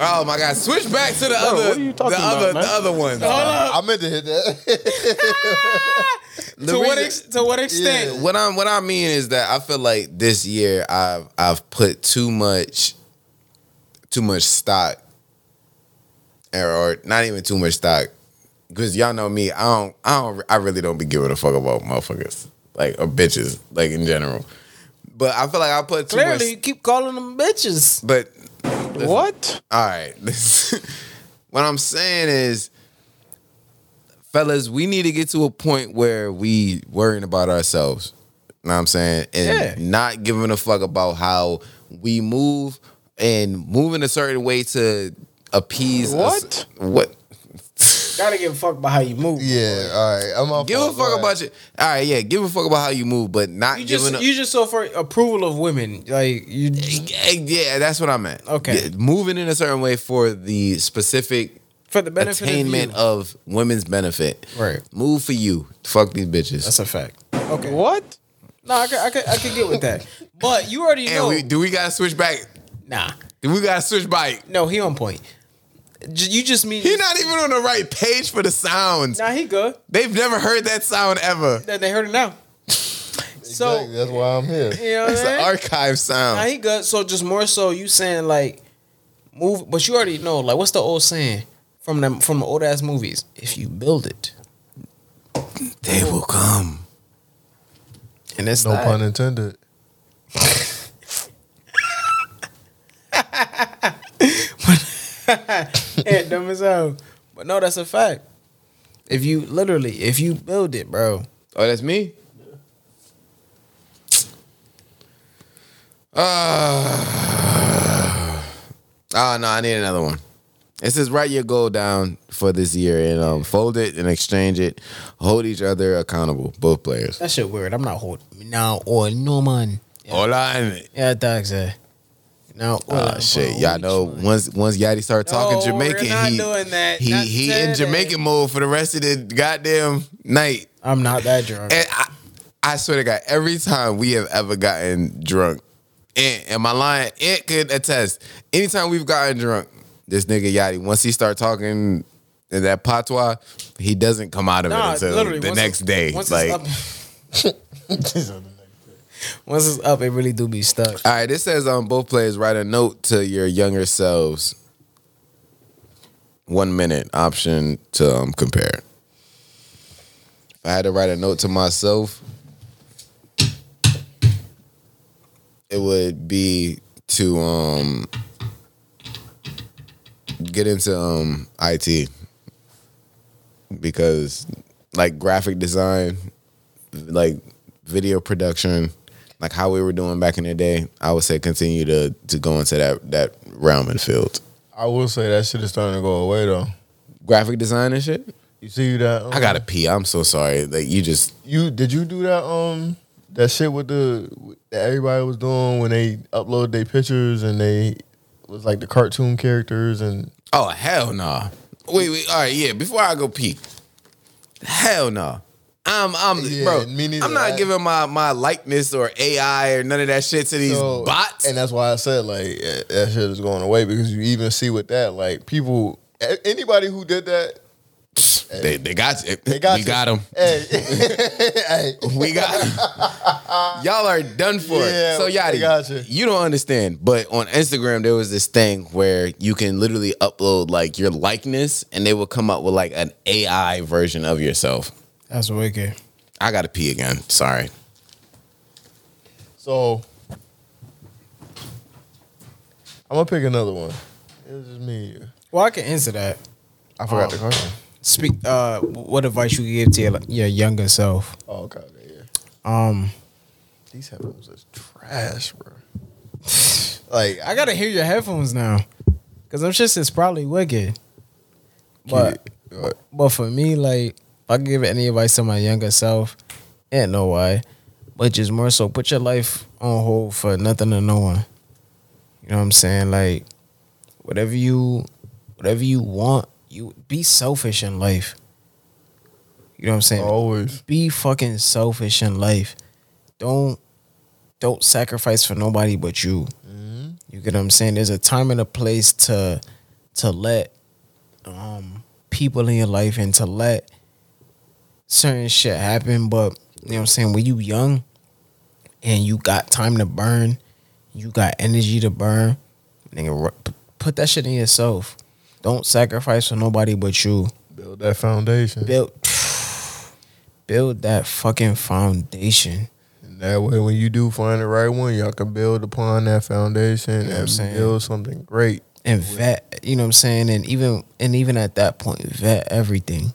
S3: Oh my God! Switch back to the
S14: Bro,
S3: other.
S14: what are you talking
S3: the
S14: about,
S3: other,
S14: man?
S3: the other one.
S14: Hold up.
S15: I meant to hit that.
S14: (laughs) To what ex- to
S3: (laughs)
S14: what extent?
S3: What I'm what I mean is that I feel like this year I've I've put too much too much stock or, or not even too much stock because y'all know me I don't I don't I really don't be giving a fuck about motherfuckers like or bitches like in general but I feel like I put too
S6: Clearly,
S3: much
S6: you keep calling them bitches.
S3: but
S11: What?
S3: all (laughs) right what I'm saying is fellas we need to get to a point where we worrying about ourselves know what I'm saying? And not giving a fuck about how we move and moving a certain way to appease us-
S11: What?
S3: What?
S6: Gotta give a fuck about how you move.
S15: yeah, all right. I'm off.
S3: Give a fuck about you. All right, yeah, give a fuck about how you move, but not
S6: You
S3: giving
S6: just
S3: a
S6: you just so for approval of women, like you.
S3: Eh, yeah, that's what I meant.
S6: Okay.
S3: Yeah, moving in a certain way for the specific
S6: For the benefit of
S3: attainment
S6: you.
S3: of, women's benefit.
S6: Right.
S3: Move for you. Fuck these bitches.
S6: That's a fact. Okay.
S11: What?
S6: No, I could, I could, I could get
S3: (laughs)
S6: with that. But you already
S3: and
S6: know.
S3: we do we gotta switch back?
S6: nah.
S3: Do we gotta switch back?
S6: No, he on point. J- you just mean.
S3: He not even on the right page for the sounds.
S6: nah, he good.
S3: They've never heard that sound ever.
S6: They, they heard
S3: (laughs)
S6: it now. so,
S15: That's why I'm here.
S6: you know what I'm
S3: It's an
S6: saying?
S3: archive
S6: Nah,
S3: sound.
S6: he good. So, just more so, you saying, like, move. But you already know, like, what's the old saying from the, from the old ass movies? If you build it.
S3: They will come.
S6: And that's
S15: No
S6: not.
S15: pun intended.
S6: Yeah, dumb as hell. But no, that's a fact. If you literally, if you build it, bro.
S3: Oh, that's me. Uh, oh no, I need another one. It says write your goal down for this year and um, fold it and exchange it. Hold each other accountable, both players.
S6: That shit weird. I'm not holding me now or no man.
S3: Hola, and-
S6: Yeah, dog uh, said. No,
S3: Oh shit, y'all know once once Yachty start talking
S6: No, we're
S3: Jamaican,
S6: not
S3: he
S6: doing that.
S3: he
S6: Not
S3: he in
S6: today.
S3: Jamaican mode for the rest of the goddamn night.
S6: I'm not that
S3: (laughs)
S6: drunk.
S3: And I, I swear to God, every time we have ever gotten drunk, and, and my line, it could attest. Anytime we've gotten drunk, this nigga Yachty, once he start talking in that patois, he doesn't come out of
S6: Nah,
S3: it until
S6: literally,
S3: the
S6: once it-
S3: next day.
S6: Once
S3: Like,
S6: it's up, (laughs) once it's up, it really do be stuck.
S3: all right, it says on both players, write a note to your younger selves. One minute option to um, compare. If I had to write a note to myself, it would be to um get into um IT because like graphic design, like video production, like how we were doing back in the day, I would say continue to to go into that that realm and field.
S15: I will say that shit is starting to go away though.
S3: Graphic design and shit.
S15: You see that? um,
S3: I gotta pee. I'm so sorry. Like you just
S15: You did you do that um that shit with the that everybody was doing when they upload their pictures and they was like the cartoon characters and
S3: Oh hell no! Wait, wait. All right, yeah. Before I go peek, hell no. I'm, I'm,
S15: Yeah,
S3: bro.
S15: me neither,
S3: I'm not
S15: right?
S3: giving my my likeness or AI or none of that shit to these
S15: So-
S3: bots.
S15: And that's why I said like eh, that shit is going away because you even see with that like people a- anybody who did that
S3: they, they got it.
S15: they got
S3: we
S15: you.
S3: got them.
S15: Hey, (laughs) hey.
S3: We got 'em. (laughs) Y'all are done for.
S15: Yeah,
S3: so
S15: we
S3: Yachty,
S15: got you.
S3: you don't understand. But on Instagram, there was this thing where you can literally upload like your likeness, and they will come up with like an AI version of yourself.
S6: That's wicked.
S3: I gotta pee again. Sorry.
S15: So I'm gonna pick another one. It was just me. Um,
S6: Well, I can answer that.
S15: I forgot the question.
S6: Speak. Uh, what advice you give to your, your younger self?
S15: Oh okay, okay, yeah.
S6: Um,
S15: These headphones is trash,
S4: (sighs)
S15: bro. like
S6: I gotta hear your headphones now, cause I'm just it's probably wicked. But
S15: What?
S6: But for me, like, if I could give any advice to my younger self, ain't no why. But just more so, put your life on hold for nothing or no one. You know what I'm saying? Like, whatever you, whatever you want, you be selfish in life. You know what I'm saying?
S15: always
S6: Be fucking selfish in life. Don't don't sacrifice for nobody but you. You get what I'm saying? There's a time and a place to to let um people in your life and to let certain shit happen. But you know what I'm saying, when you young and you got time to burn, you got energy to burn, nigga ru- p- put that shit in yourself. Don't sacrifice for nobody but you.
S4: Build that foundation.
S6: Build (sighs) build that fucking foundation.
S4: And that way, when you do find the right one, y'all can build upon that foundation
S6: what I'm
S4: and
S6: saying?
S4: build something great.
S6: and vet you know what i'm saying and even and even at that point vet everything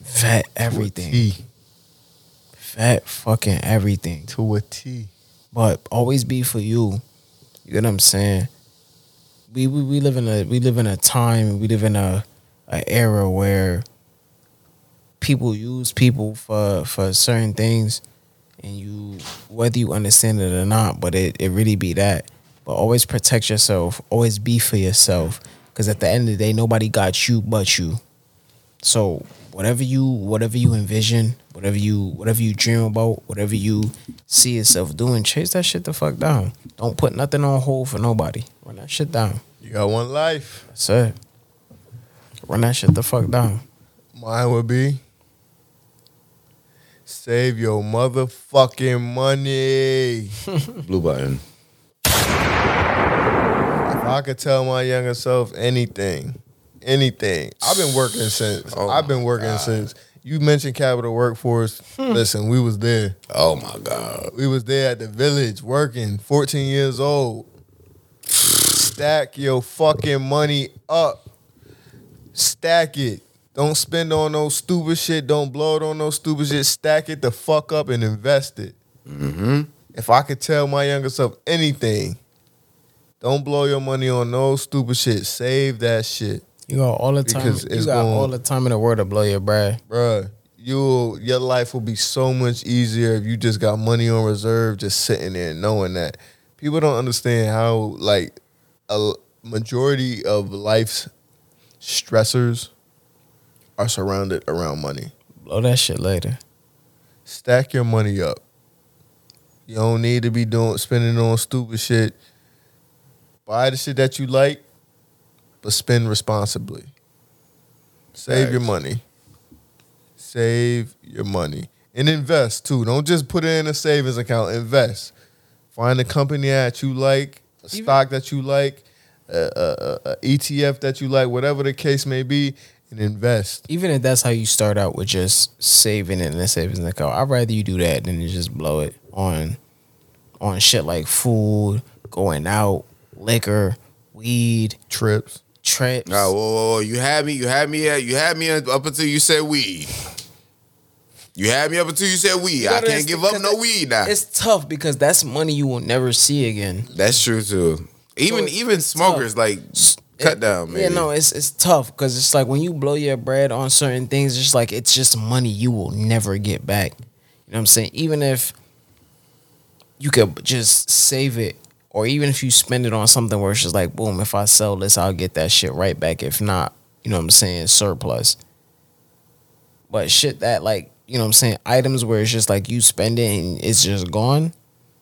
S6: vet everything
S4: T
S6: vet fucking everything
S4: to a T.
S6: but always be for you you know what i'm saying we we, we live in a we live in a time we live in a, a era where people use people for for certain things and you whether you understand it or not but it, it really be that but always protect yourself always be for yourself because at the end of the day nobody got you but you so whatever you whatever you envision whatever you whatever you dream about whatever you see yourself doing chase that shit the fuck down don't put nothing on hold for nobody run that shit down
S4: You got one life.
S6: that's it run that shit the fuck down
S4: Mine would be save your motherfucking money.
S3: Blue button.
S4: If I could tell my younger self anything, anything. I've been working since.
S6: Oh
S4: I've been working since. You mentioned capital workforce.
S6: Hmm.
S4: Listen, we was there.
S3: Oh my God.
S4: We was there at the village working, 14 years old. Stack your fucking money up. Stack it. Don't spend on no stupid shit. Don't blow it on no stupid shit. Stack it the fuck up and invest it.
S3: Mm-hmm.
S4: If I could tell my younger self anything, don't blow your money on no stupid shit. Save that shit,
S6: you got all the time
S4: Because
S6: you
S4: it's
S6: got
S4: going-
S6: all the time in the world to blow your bread
S4: bruh. You'll your life will be so much easier if you just got money on reserve, just sitting there and knowing that. People don't understand how like a l- majority of life's stressors are surrounded around money.
S6: blow that shit later
S4: stack your money up. You don't need to be doing spending on stupid shit. Buy the shit that you like, but spend responsibly. Save your money. Save your money and invest too. Don't just put it in a savings account. Invest. Find a company that you like, a stock that you like, a, a- a- a ETF that you like, whatever the case may be, and invest.
S6: even if that's how you start out with just saving it in a savings account, oh, I'd rather you do that than to just blow it on on shit like food, going out, liquor, weed,
S4: trips,
S6: trips.
S3: Nah, whoa, whoa, whoa. You had me. You had me. at- You had me up until you said weed. You had me up until you said weed. I
S6: gotta
S3: can't give up
S6: understand-
S3: no weed now.
S6: It's tough because that's money you will never see again.
S3: That's true too. Even
S6: it's-
S3: even
S6: it's
S3: smokers
S6: tough.
S3: like cut down, man.
S6: Yeah, no, it's it's tough because it's like when you blow your bread on certain things, it's just like it's just money you will never get back. You know what I'm saying? Even if you could just save it, or even if you spend it on something where it's just like, boom, if I sell this, I'll get that shit right back. If not, you know what I'm saying, surplus. But shit that like, you know what I'm saying, items where it's just like you spend it and it's just gone.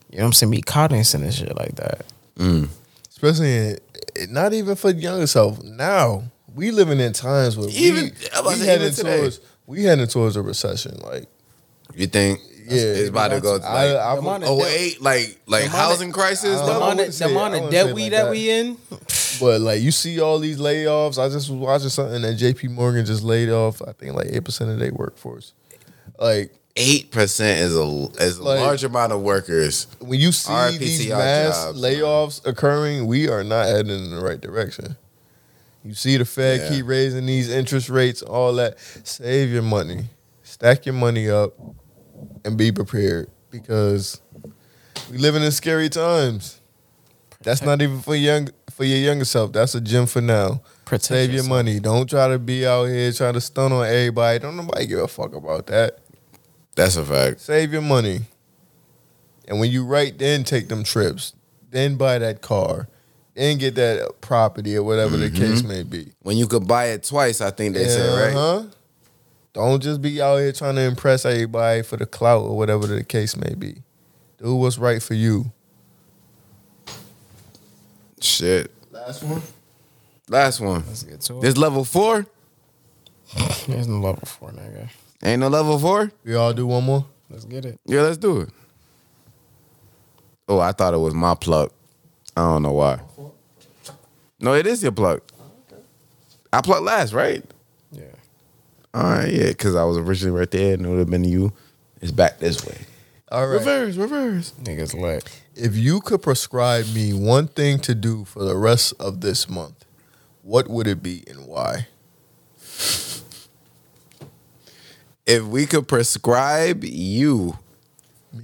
S6: You know what I'm saying? Be cognizant and shit like that.
S3: Mm.
S4: especially in, eh, not even for younger self. Now we living in times where
S3: Even- I
S4: we,
S3: was about to
S4: we
S3: say,
S4: heading
S3: even today.
S4: towards we heading towards a recession. Like
S3: You think?
S4: yeah,
S3: It's about to go like
S4: I, I,
S6: The
S4: would-
S6: money-
S3: oh eight, like like
S6: The money-
S3: housing crisis.
S4: I
S6: The
S4: don't-
S3: level?
S4: I
S6: amount
S4: wouldn't
S6: of,
S4: say
S6: the
S4: it.
S6: amount
S4: I
S6: of
S4: wouldn't say
S6: debt
S4: it
S6: we
S4: like
S6: that
S4: that.
S6: we in,
S4: but like you see all these layoffs. I just was watching something that J.P. Morgan just laid off. I think like eight percent of their workforce. Like
S3: Eight percent is a is a
S4: Like-
S3: large amount of workers.
S4: when you see
S3: RIP to
S4: these
S3: y'all
S4: mass
S3: jobs, man.
S4: layoffs occurring, we are not heading in the right direction. You see the Fed
S3: Yeah.
S4: keep raising these interest rates, all that. Save your money, stack your money up, and be prepared because we living in scary times. That's not even for young for your younger self. That's a gym for now.
S6: Protect
S4: Save your
S6: yourself.
S4: money. Don't try to be out here trying to stun on everybody. Don't nobody give a fuck about that.
S3: That's a fact.
S4: Save your money. And when you write, then take them trips. Then buy that car. Then get that property or whatever the case may be.
S3: When you could buy it twice, I think Mm-hmm. they said right.
S4: Uh-huh. Don't just be out here trying to impress everybody for the clout or whatever the case may be. Do what's right for you.
S3: Shit.
S4: Last one.
S3: Last one.
S9: Let's get to it.
S3: This level four?
S9: There's no level four, nigga.
S3: Ain't no level four?
S4: We all do one more.
S9: Let's get it.
S3: Yeah, let's do it. Oh, I thought it was my plug. I don't know why. No, it is your plug. I plugged last, right?
S9: Yeah.
S3: All right, yeah, because I was originally right there and it would have been you. It's back this way.
S4: All right.
S3: Reverse, reverse.
S9: Niggas lit.
S4: If you could prescribe me one thing to do for the rest of this month, what would it be and why?
S3: If we could prescribe you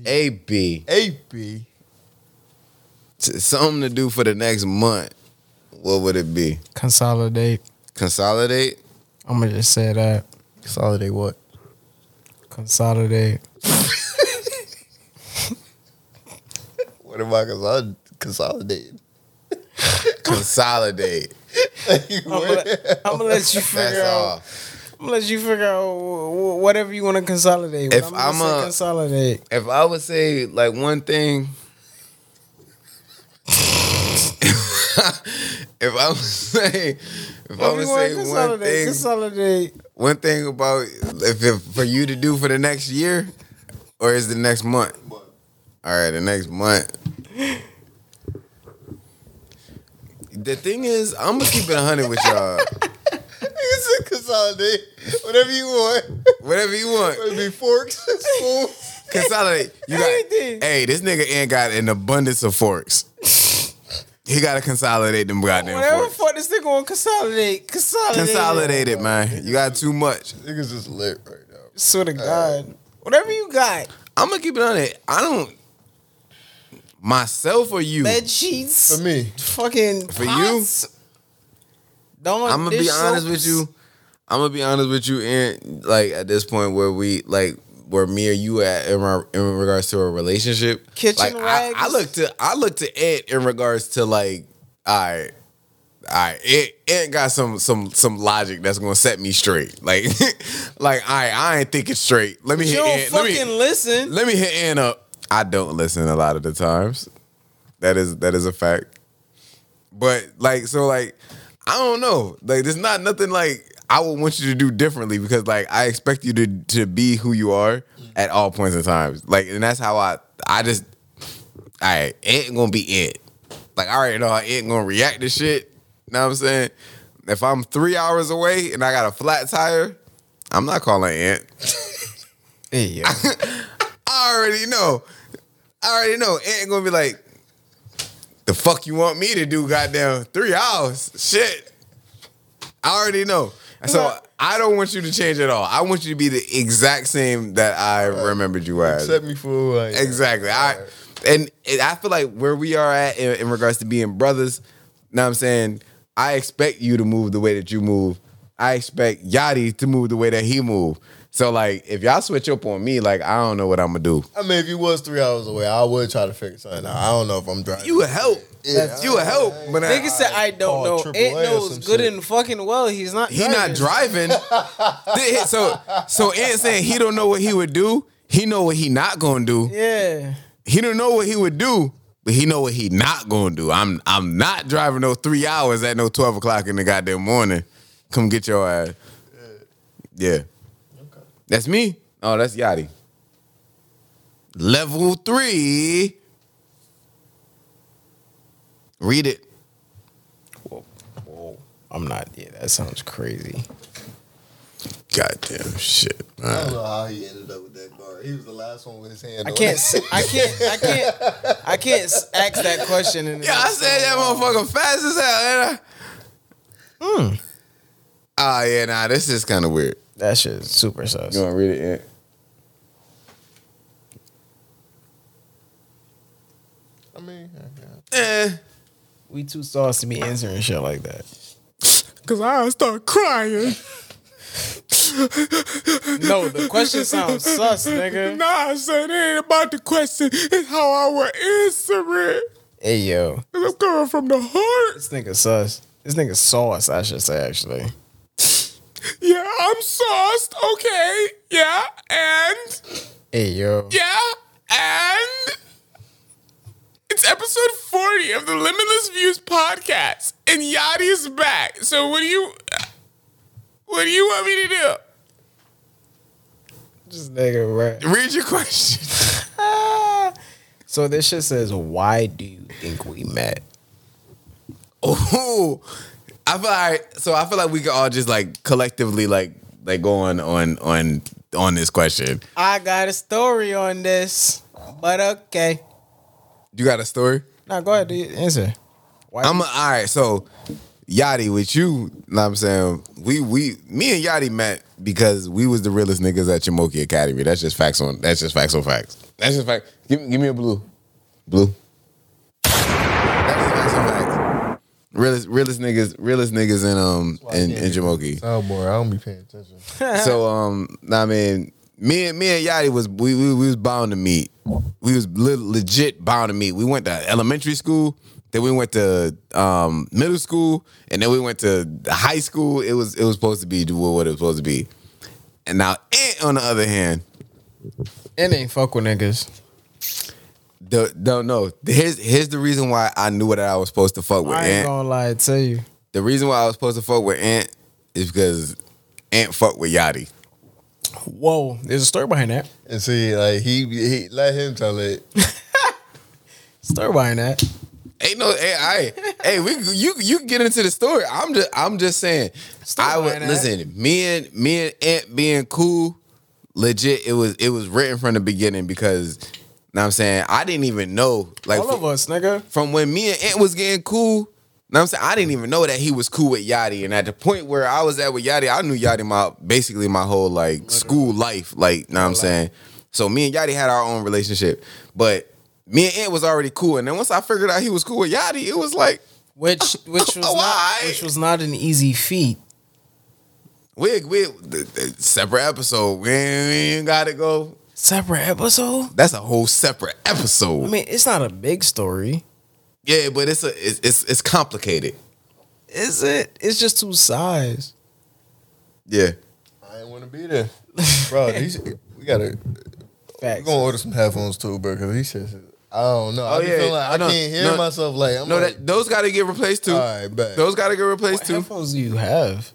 S3: A B
S4: AB.
S3: to- something to do for the next month, what would it be?
S9: Consolidate.
S3: Consolidate?
S9: I'm gonna just say that.
S4: Consolidate what?
S9: Consolidate.
S4: What am I consol- consolidating?
S3: (laughs) Consolidate. (laughs)
S9: I'm gonna let you figure
S3: That's
S9: out.
S3: all.
S9: I'm gonna let you figure out wh- wh- whatever you want to consolidate.
S3: If
S9: If I'm, gonna
S3: I'm
S9: say
S3: a-
S9: consolidate,
S3: If I would say like one thing, (laughs) if I would (laughs) say, if I
S9: If
S3: would
S9: you wanna
S3: say one
S9: consolidate,
S3: thing,
S9: consolidate.
S3: one thing about if, if for you to do for the next year, or is the next month? All right, the next month. The thing is, I'm gonna keep it hundred with
S4: (laughs)
S3: y'all.
S4: It's a consolidate. Whatever you want.
S3: Whatever you want,
S4: Whether it be forks, (laughs) spoons.
S3: Consolidate. You got
S9: Everything.
S3: Hey, this nigga ain't got an abundance of forks. he gotta consolidate them goddamn
S9: Whatever
S3: forks.
S9: fuck this thing gonna consolidate, consolidate.
S3: Consolidate it, man. You got too much.
S4: Niggas just lit right now.
S9: Swear to God. Uh, Whatever you got,
S3: I'm gonna keep it on it. I don't myself or you.
S9: bed sheets,
S4: For me,
S9: fucking
S3: For
S9: pots, Don't.
S3: I'm gonna be honest with you. I'm gonna be honest with you, and like at this point where we like where me or you at in, re- in regards to a relationship.
S9: Kitchen
S3: like, I,
S9: rags.
S3: I look to I look to Ant in regards to like all right. All right, it it got some some some logic that's gonna set me straight. Like, (laughs) like I I ain't thinking straight. Let me
S9: You
S3: hit
S9: don't
S3: Ant. Let
S9: fucking
S3: me
S9: listen.
S3: let me hit Ant up. I don't listen a lot of the times. That is that is a fact. But like so like I don't know. Like there's not nothing like I would want you to do differently because like I expect you to to be who you are at all points in times. Like and that's how I I just all right, it ain't gonna be it. Like I already know how it gonna react to shit. You know what I'm saying? If I'm three hours away and I got a flat tire, I'm not calling Ant.
S9: Hey, yo.
S3: I already know. I already know. It ain't gonna be like, the fuck you want me to do, goddamn, three hours. Shit. I already know. So I don't want you to change at all. I want you to be the exact same that I remembered you as.
S4: Set me for who I am.
S3: Exactly. I and it, I feel like where we are at in, in regards to being brothers. Now I'm saying I expect you to move the way that you move. I expect Yachty to move the way that he move. So like if y'all switch up on me, like I don't know what I'm gonna do.
S4: I mean, if you was three hours away, I would try to figure something out. I don't know if I'm driving.
S3: You a help. you a help, but I-
S9: Nigga said I
S4: Call
S9: don't know.
S4: AAA
S9: It
S4: or
S9: knows
S4: some
S9: good
S4: shit.
S9: and fucking well. He's not.
S3: he not (laughs) driving. Th- so so Ant saying he don't know what he would do. He know what he not gonna do.
S9: Yeah.
S3: He don't know what he would do, but he know what he not gonna do. I'm I'm not driving no three hours at no twelve o'clock in the goddamn morning. Come get your ass. Yeah. That's me. Oh, that's Yachty. Level three. Read it.
S9: I'm not. Yeah, that sounds crazy.
S3: Goddamn shit.
S4: I
S3: man.
S4: don't know how he ended up with that card. He was the last one with his hand.
S9: I
S4: on
S9: can't.
S4: it. (laughs)
S9: s- I can't. I can't. I can't s- ask that question. And
S3: Yeah, I said that motherfucker fast as hell. ain't I? Ah, yeah, nah, this is kind of weird.
S9: that shit is super sus.
S3: wanna read it? Ant?
S4: I mean, okay.
S3: Eh.
S9: We too sauce to be answering shit like that.
S3: Cause I start crying.
S9: No, the question sounds sus, nigga.
S3: Nah, son, it ain't about the question. It's how I would answer it.
S9: Hey yo,
S3: I'm coming from the heart.
S9: this nigga sus. This nigga sauce. I should say actually.
S3: Yeah, I'm sauced. Okay. Yeah, and
S9: Hey yo.
S3: yeah, and
S16: most views podcast, and Yachty is back. So what do you, what do you want me to do?
S6: Just nigga,
S16: right? Read your question.
S6: (laughs) so this shit says, "Why do you think we met?"
S3: Oh, I feel like so. I feel like we could all just like collectively like like go on on on on this question.
S6: I got a story on this, but okay.
S3: You got a story?
S6: Now go ahead, dude. answer.
S3: Why I'm a, all right. So Yachty with you, know what I'm saying we we me and Yachty met because we was the realest niggas at Yamoki Academy. That's just facts on. That's just facts on facts. That's just fact. Give, give me a blue, blue. That's just facts on facts. Realest realest niggas realest niggas in um in in Jamoki.
S4: Oh boy, I don't be paying attention.
S3: so
S6: Uh-huh.
S3: um, nah, I mean, me and me and Yachty was we, we we was bound to meet. We was le- legit bound to meet. We went to elementary school, then we went to um, middle school, and then we went to high school. It was it was supposed to be what it was supposed to be. And now, Ant, on the other hand,
S6: It ain't fuck with niggas.
S3: the, don't know. Here's here's the reason why I knew that I was supposed to fuck with
S6: I ain't
S3: Ant.
S6: gonna lie to you.
S3: The reason why I was supposed to fuck with Ant is because Ant fucked with Yachty.
S6: Whoa, there's a story behind that.
S4: And see, like he, he let him tell it.
S6: Story behind that.
S3: Ain't no hey, I, hey, we you you can get into the story. I'm just I'm just saying. I would
S6: lying,
S3: listen. Me and me and Ant being cool, legit. It was it was written from the beginning because, know what I'm saying I didn't even know like
S6: All of us, nigga.
S3: from when me and Ant was getting cool. Know what I'm saying I didn't even know that he was cool with Yachty, and at the point where I was at with Yachty, I knew Yachty my basically my whole like school life. Like, know what I'm saying. So me and Yachty had our own relationship, but me and Ant was already cool. And then once I figured out he was cool with Yachty, it was like
S6: (laughs) Which
S3: (laughs)
S6: which was not which was not an easy feat.
S3: we we th- th- separate episode. We ain't, we ain't gotta go.
S6: Separate episode.
S3: That's a whole separate
S6: I
S3: episode.
S6: mean, it's not a big story.
S3: Yeah, but it's a it's it's, it's complicated.
S6: Is it? It's just two sides.
S3: Yeah.
S4: I ain't want to be there,
S3: (laughs)
S4: bro. These, we gotta.
S6: Facts.
S4: We gonna order some headphones too, bro. Cause he says, I don't know. I be feeling like I,
S3: Oh, know.
S4: can't hear
S3: No,
S4: myself. Like I'm
S3: no,
S4: like,
S3: that, those got to get replaced too.
S4: all right, bet.
S3: Those got to get replaced too.
S6: Headphones do you have?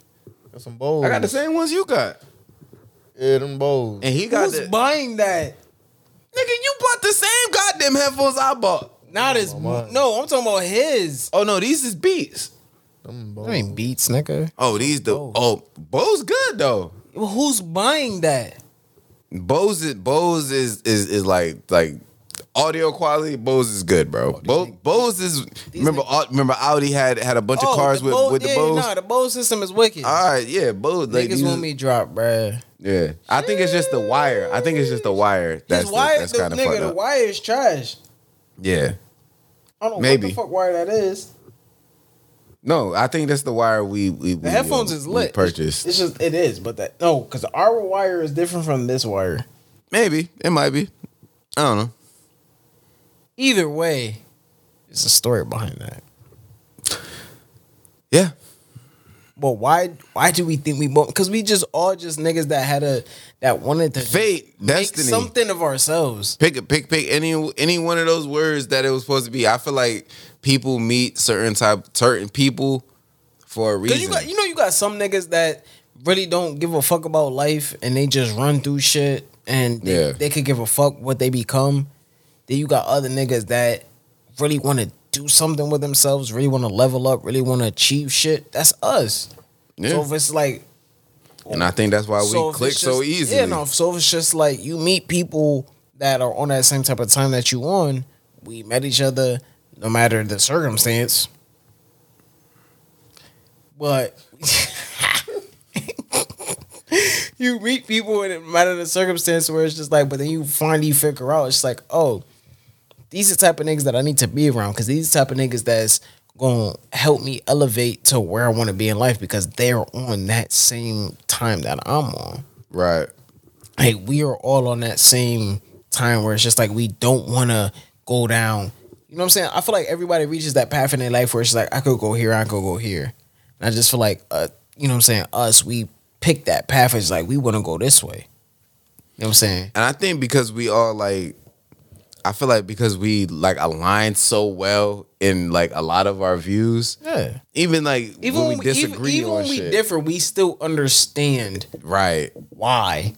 S4: Got some bowls.
S3: I got the same ones you got,
S4: Yeah, them bowls.
S3: and he got
S6: Who's
S3: the
S6: buying that?
S3: nigga. You bought the same goddamn headphones I bought.
S6: Not his. No, I'm talking about his.
S3: Oh no, these is Beats.
S4: Them
S6: I ain't beats, nigga.
S3: Oh, these the oh Bose good though.
S6: Well, Who's buying that?
S3: Bose is Bose is is is like like audio quality. Bose is good,
S6: Oh,
S3: bro. Bo, Bose is remember Au- remember Audi had had a bunch
S9: Oh,
S3: of cars
S6: Oh, the
S3: with
S6: Bose-
S3: with the
S6: yeah,
S3: Bose.
S6: Nah, the Bose system is wicked.
S3: All right, yeah, Bose. Like,
S6: Niggas
S3: these
S6: want
S3: is-
S6: me drop, bruh.
S3: yeah, I think it's just the wire. I think it's just the wire. That's
S6: That's
S3: the-
S6: wire,
S3: that's
S6: the,
S3: kind of fucked
S6: nigga, the
S3: up.
S6: wire is trash.
S3: Yeah,
S6: I don't know what
S3: Maybe.
S6: the fuck wire that is.
S3: no, I think that's the wire we we,
S6: The headphones is lit.
S3: purchased.
S6: It's just it is, but that no, because our wire is different from this wire.
S3: Maybe it might be. I don't know.
S6: Either way, it's a story behind that.
S3: Yeah,
S6: But why why do we think we both? Because we just all just niggas that had a that wanted to
S3: fate,
S6: make
S3: destiny.
S6: something of ourselves.
S3: pick pick pick any any one of those words that it was supposed to be. I feel like people meet certain type certain people for a
S6: Because
S3: reason.
S6: you got you know you got some niggas that really don't give a fuck about life and they just run through shit and they,
S3: Yeah.
S6: they could give a fuck what they become. Then you got other niggas that really want to do something with themselves, really want to level up, really want to achieve shit. That's us.
S3: Yeah.
S6: So if it's like
S3: and I think that's why we
S6: so if
S3: click
S6: it's
S3: so
S6: just-
S3: easily.
S6: Yeah, no. So if it's just like you meet people that are on that same type of time that you on. We met each other, no matter the circumstance. But (laughs) you meet people and it matter the circumstance where it's just like, but then you finally figure out it's like, oh, these are the type of niggas that I need to be around because these are the type of niggas that's gonna help me elevate to where I want to be in life because they're on that same time that I'm on.
S3: Right.
S6: Like we are all on that same time where it's just like we don't want to go down. You know what I'm saying? I feel like everybody reaches that path in their life where it's like I could go here, I could go here. And I just feel like, uh, you know what I'm saying? Us, we pick that path. It's like we want to go this way. You know what I'm saying?
S3: And I think because we all like I feel like because we like aligned so well in like a lot of our views.
S9: Yeah.
S3: Even like even when we disagree
S9: even, even
S3: on
S9: when we
S3: shit.
S9: differ, we still understand
S3: right.
S9: why.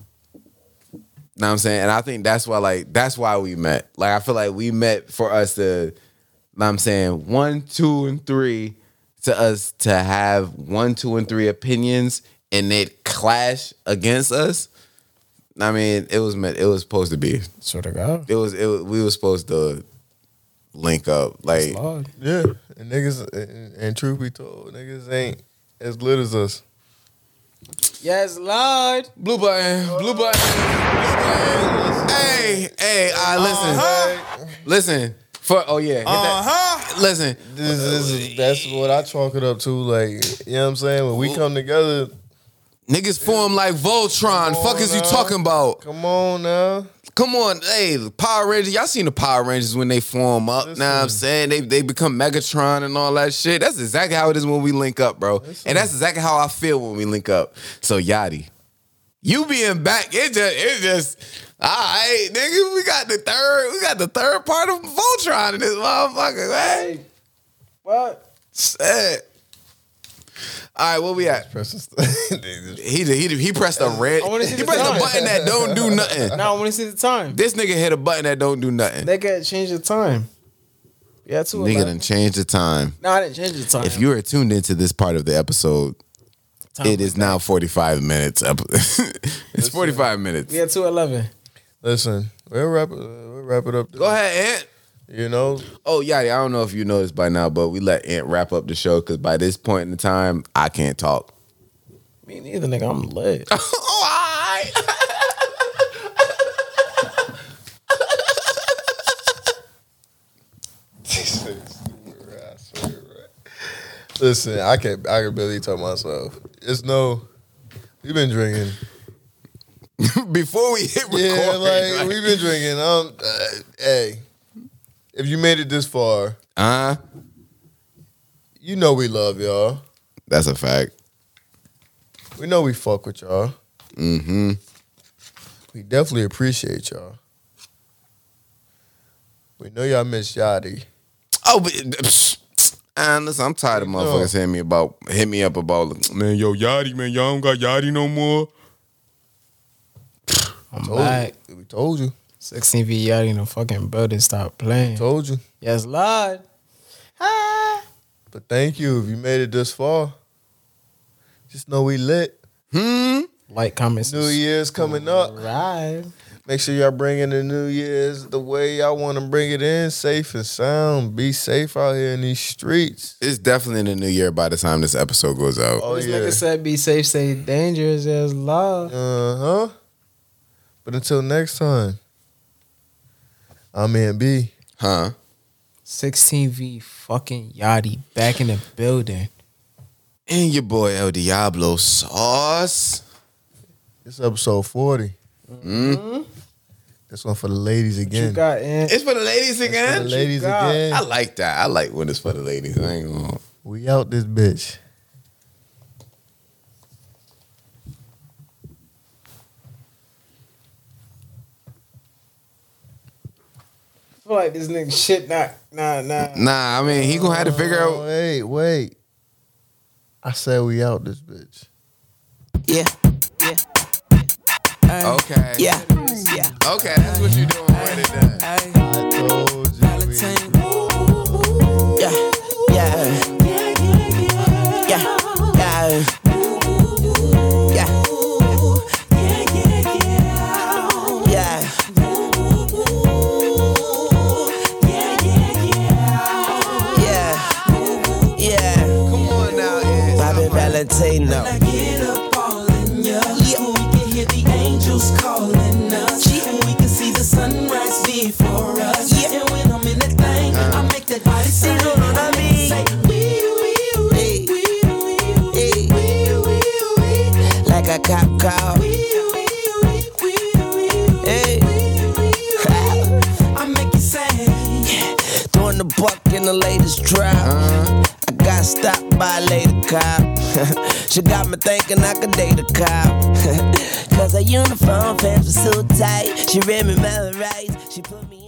S3: Know what I'm saying? And I think that's why like that's why we met. Like I feel like we met for us to know what I'm saying one, two, and three to us to have one, two, and three opinions and it clash against us. I mean, it was meant it was supposed to be.
S9: Swear to God.
S3: It was it was- we were supposed to link up. Like
S4: Yeah, and niggas, and, and truth be told, niggas ain't as lit as us.
S9: Yes, Lord.
S17: Blue button. Blue button.
S3: Hey, hey, I listen. Listen. For oh yeah. hit that.
S4: huh.
S3: Listen,
S4: This is that's what I chalk it up to. Like, you know what I'm saying? When we come together,
S3: Niggas form like Voltron.
S4: Come
S3: Fuck
S4: on
S3: is you
S4: now.
S3: talking about?
S4: come on now.
S3: Come on, hey, Power Rangers. Y'all seen the Power Rangers when they form up. Now I'm saying they they become Megatron and all that shit. That's exactly how it is when we link up, bro. And that's exactly how I feel when we link up. So Yachty, you being back, it just it just all right, nigga. We got the third, we got the third part of Voltron in this motherfucker, man.
S9: What?
S3: Shit. All right, where we at? (laughs) He he he pressed a red.
S9: I wanna see
S3: He
S9: the
S3: pressed a
S9: time.
S3: button that don't do nothing.
S9: (laughs) Now I want to see the time.
S3: This nigga hit a button that don't do nothing.
S9: They gotta change the time. Yeah, too.
S3: Nigga done changed the time.
S9: No, I didn't change the time.
S3: If you are tuned into this part of the episode,
S9: Time
S3: it is now 45 minutes. Up. (laughs) it's 45 minutes.
S9: yeah, two eleven.
S4: Listen, we'll wrap it. We'll wrap it up.
S3: Go ahead, Ant.
S4: You know,
S3: Oh, yeah, I don't know if you noticed by now, but we let Ant wrap up the show because by this point in the time, I can't talk.
S9: Me neither, nigga.
S4: (laughs)
S9: I'm lit.
S3: oh, (laughs) all right.
S4: listen, I can I can barely tell myself. It's no, we've been
S9: (laughs)
S4: drinking.
S3: (laughs) Before we hit record,
S4: Yeah, like,
S3: like-
S4: we've been drinking. Um, uh, hey, if you made it this far,
S3: uh,
S4: you know we love y'all.
S3: that's a fact.
S4: We know we fuck with y'all.
S3: Mm-hmm.
S4: We definitely appreciate y'all. We know y'all miss Yachty.
S3: Oh, but psh, psh, and listen, I'm tired of motherfuckers hitting me about hit me up about like, man, yo, Yachty, man, y'all don't got Yachty no more.
S9: I'm
S4: Told
S9: back.
S4: you. We told you.
S9: 16 V out in the fucking building. Stop playing.
S4: Told you.
S9: Yes, Lord. Ah.
S4: But thank you if you made it this far. Just know we lit.
S3: Hmm.
S9: Like, comments.
S4: New Year's coming up.
S9: Right.
S4: Make sure y'all bring in the New Year's the way y'all want to bring it in, safe and sound. Be safe out here in these streets.
S3: It's definitely in the new year by the time this episode goes out.
S4: Oh
S9: this
S4: yeah.
S9: nigga said be safe, say dangerous. Yes, Lord.
S4: Uh huh. But until next time, I'm NB.
S3: Huh?
S9: 16 V fucking Yachty back in the building.
S3: And your boy El Diablo Sauce.
S4: It's episode 40.
S3: Mm.
S4: This one for the ladies
S9: You
S4: again.
S9: got in.
S3: It's for the ladies
S4: for the
S3: again.
S4: ladies
S9: got-
S4: again.
S3: I like that. I like when it's for the ladies. I ain't gonna.
S4: We out this bitch.
S9: I feel like this nigga shit not, nah, nah.
S3: Nah, I mean he gonna have to figure
S4: Oh,
S3: out.
S4: Wait, wait. I said we out this bitch.
S2: Yeah,
S3: Okay.
S2: yeah,
S3: Okay, that's what you doing with it. Then.
S4: I told you. we-
S2: yeah, yeah. Yeah, yeah. Yeah. Yeah. Yeah. Yeah.
S3: Come on now, Ed.
S2: Bobby Valentino. Like a cop car. Hey. Throwing the buck in the latest drop. I got stopped by a lady cop. (laughs) she got me thinking I could date a (laughs) cop. Cause her uniform pants were so tight. She read me my rights. She put me in.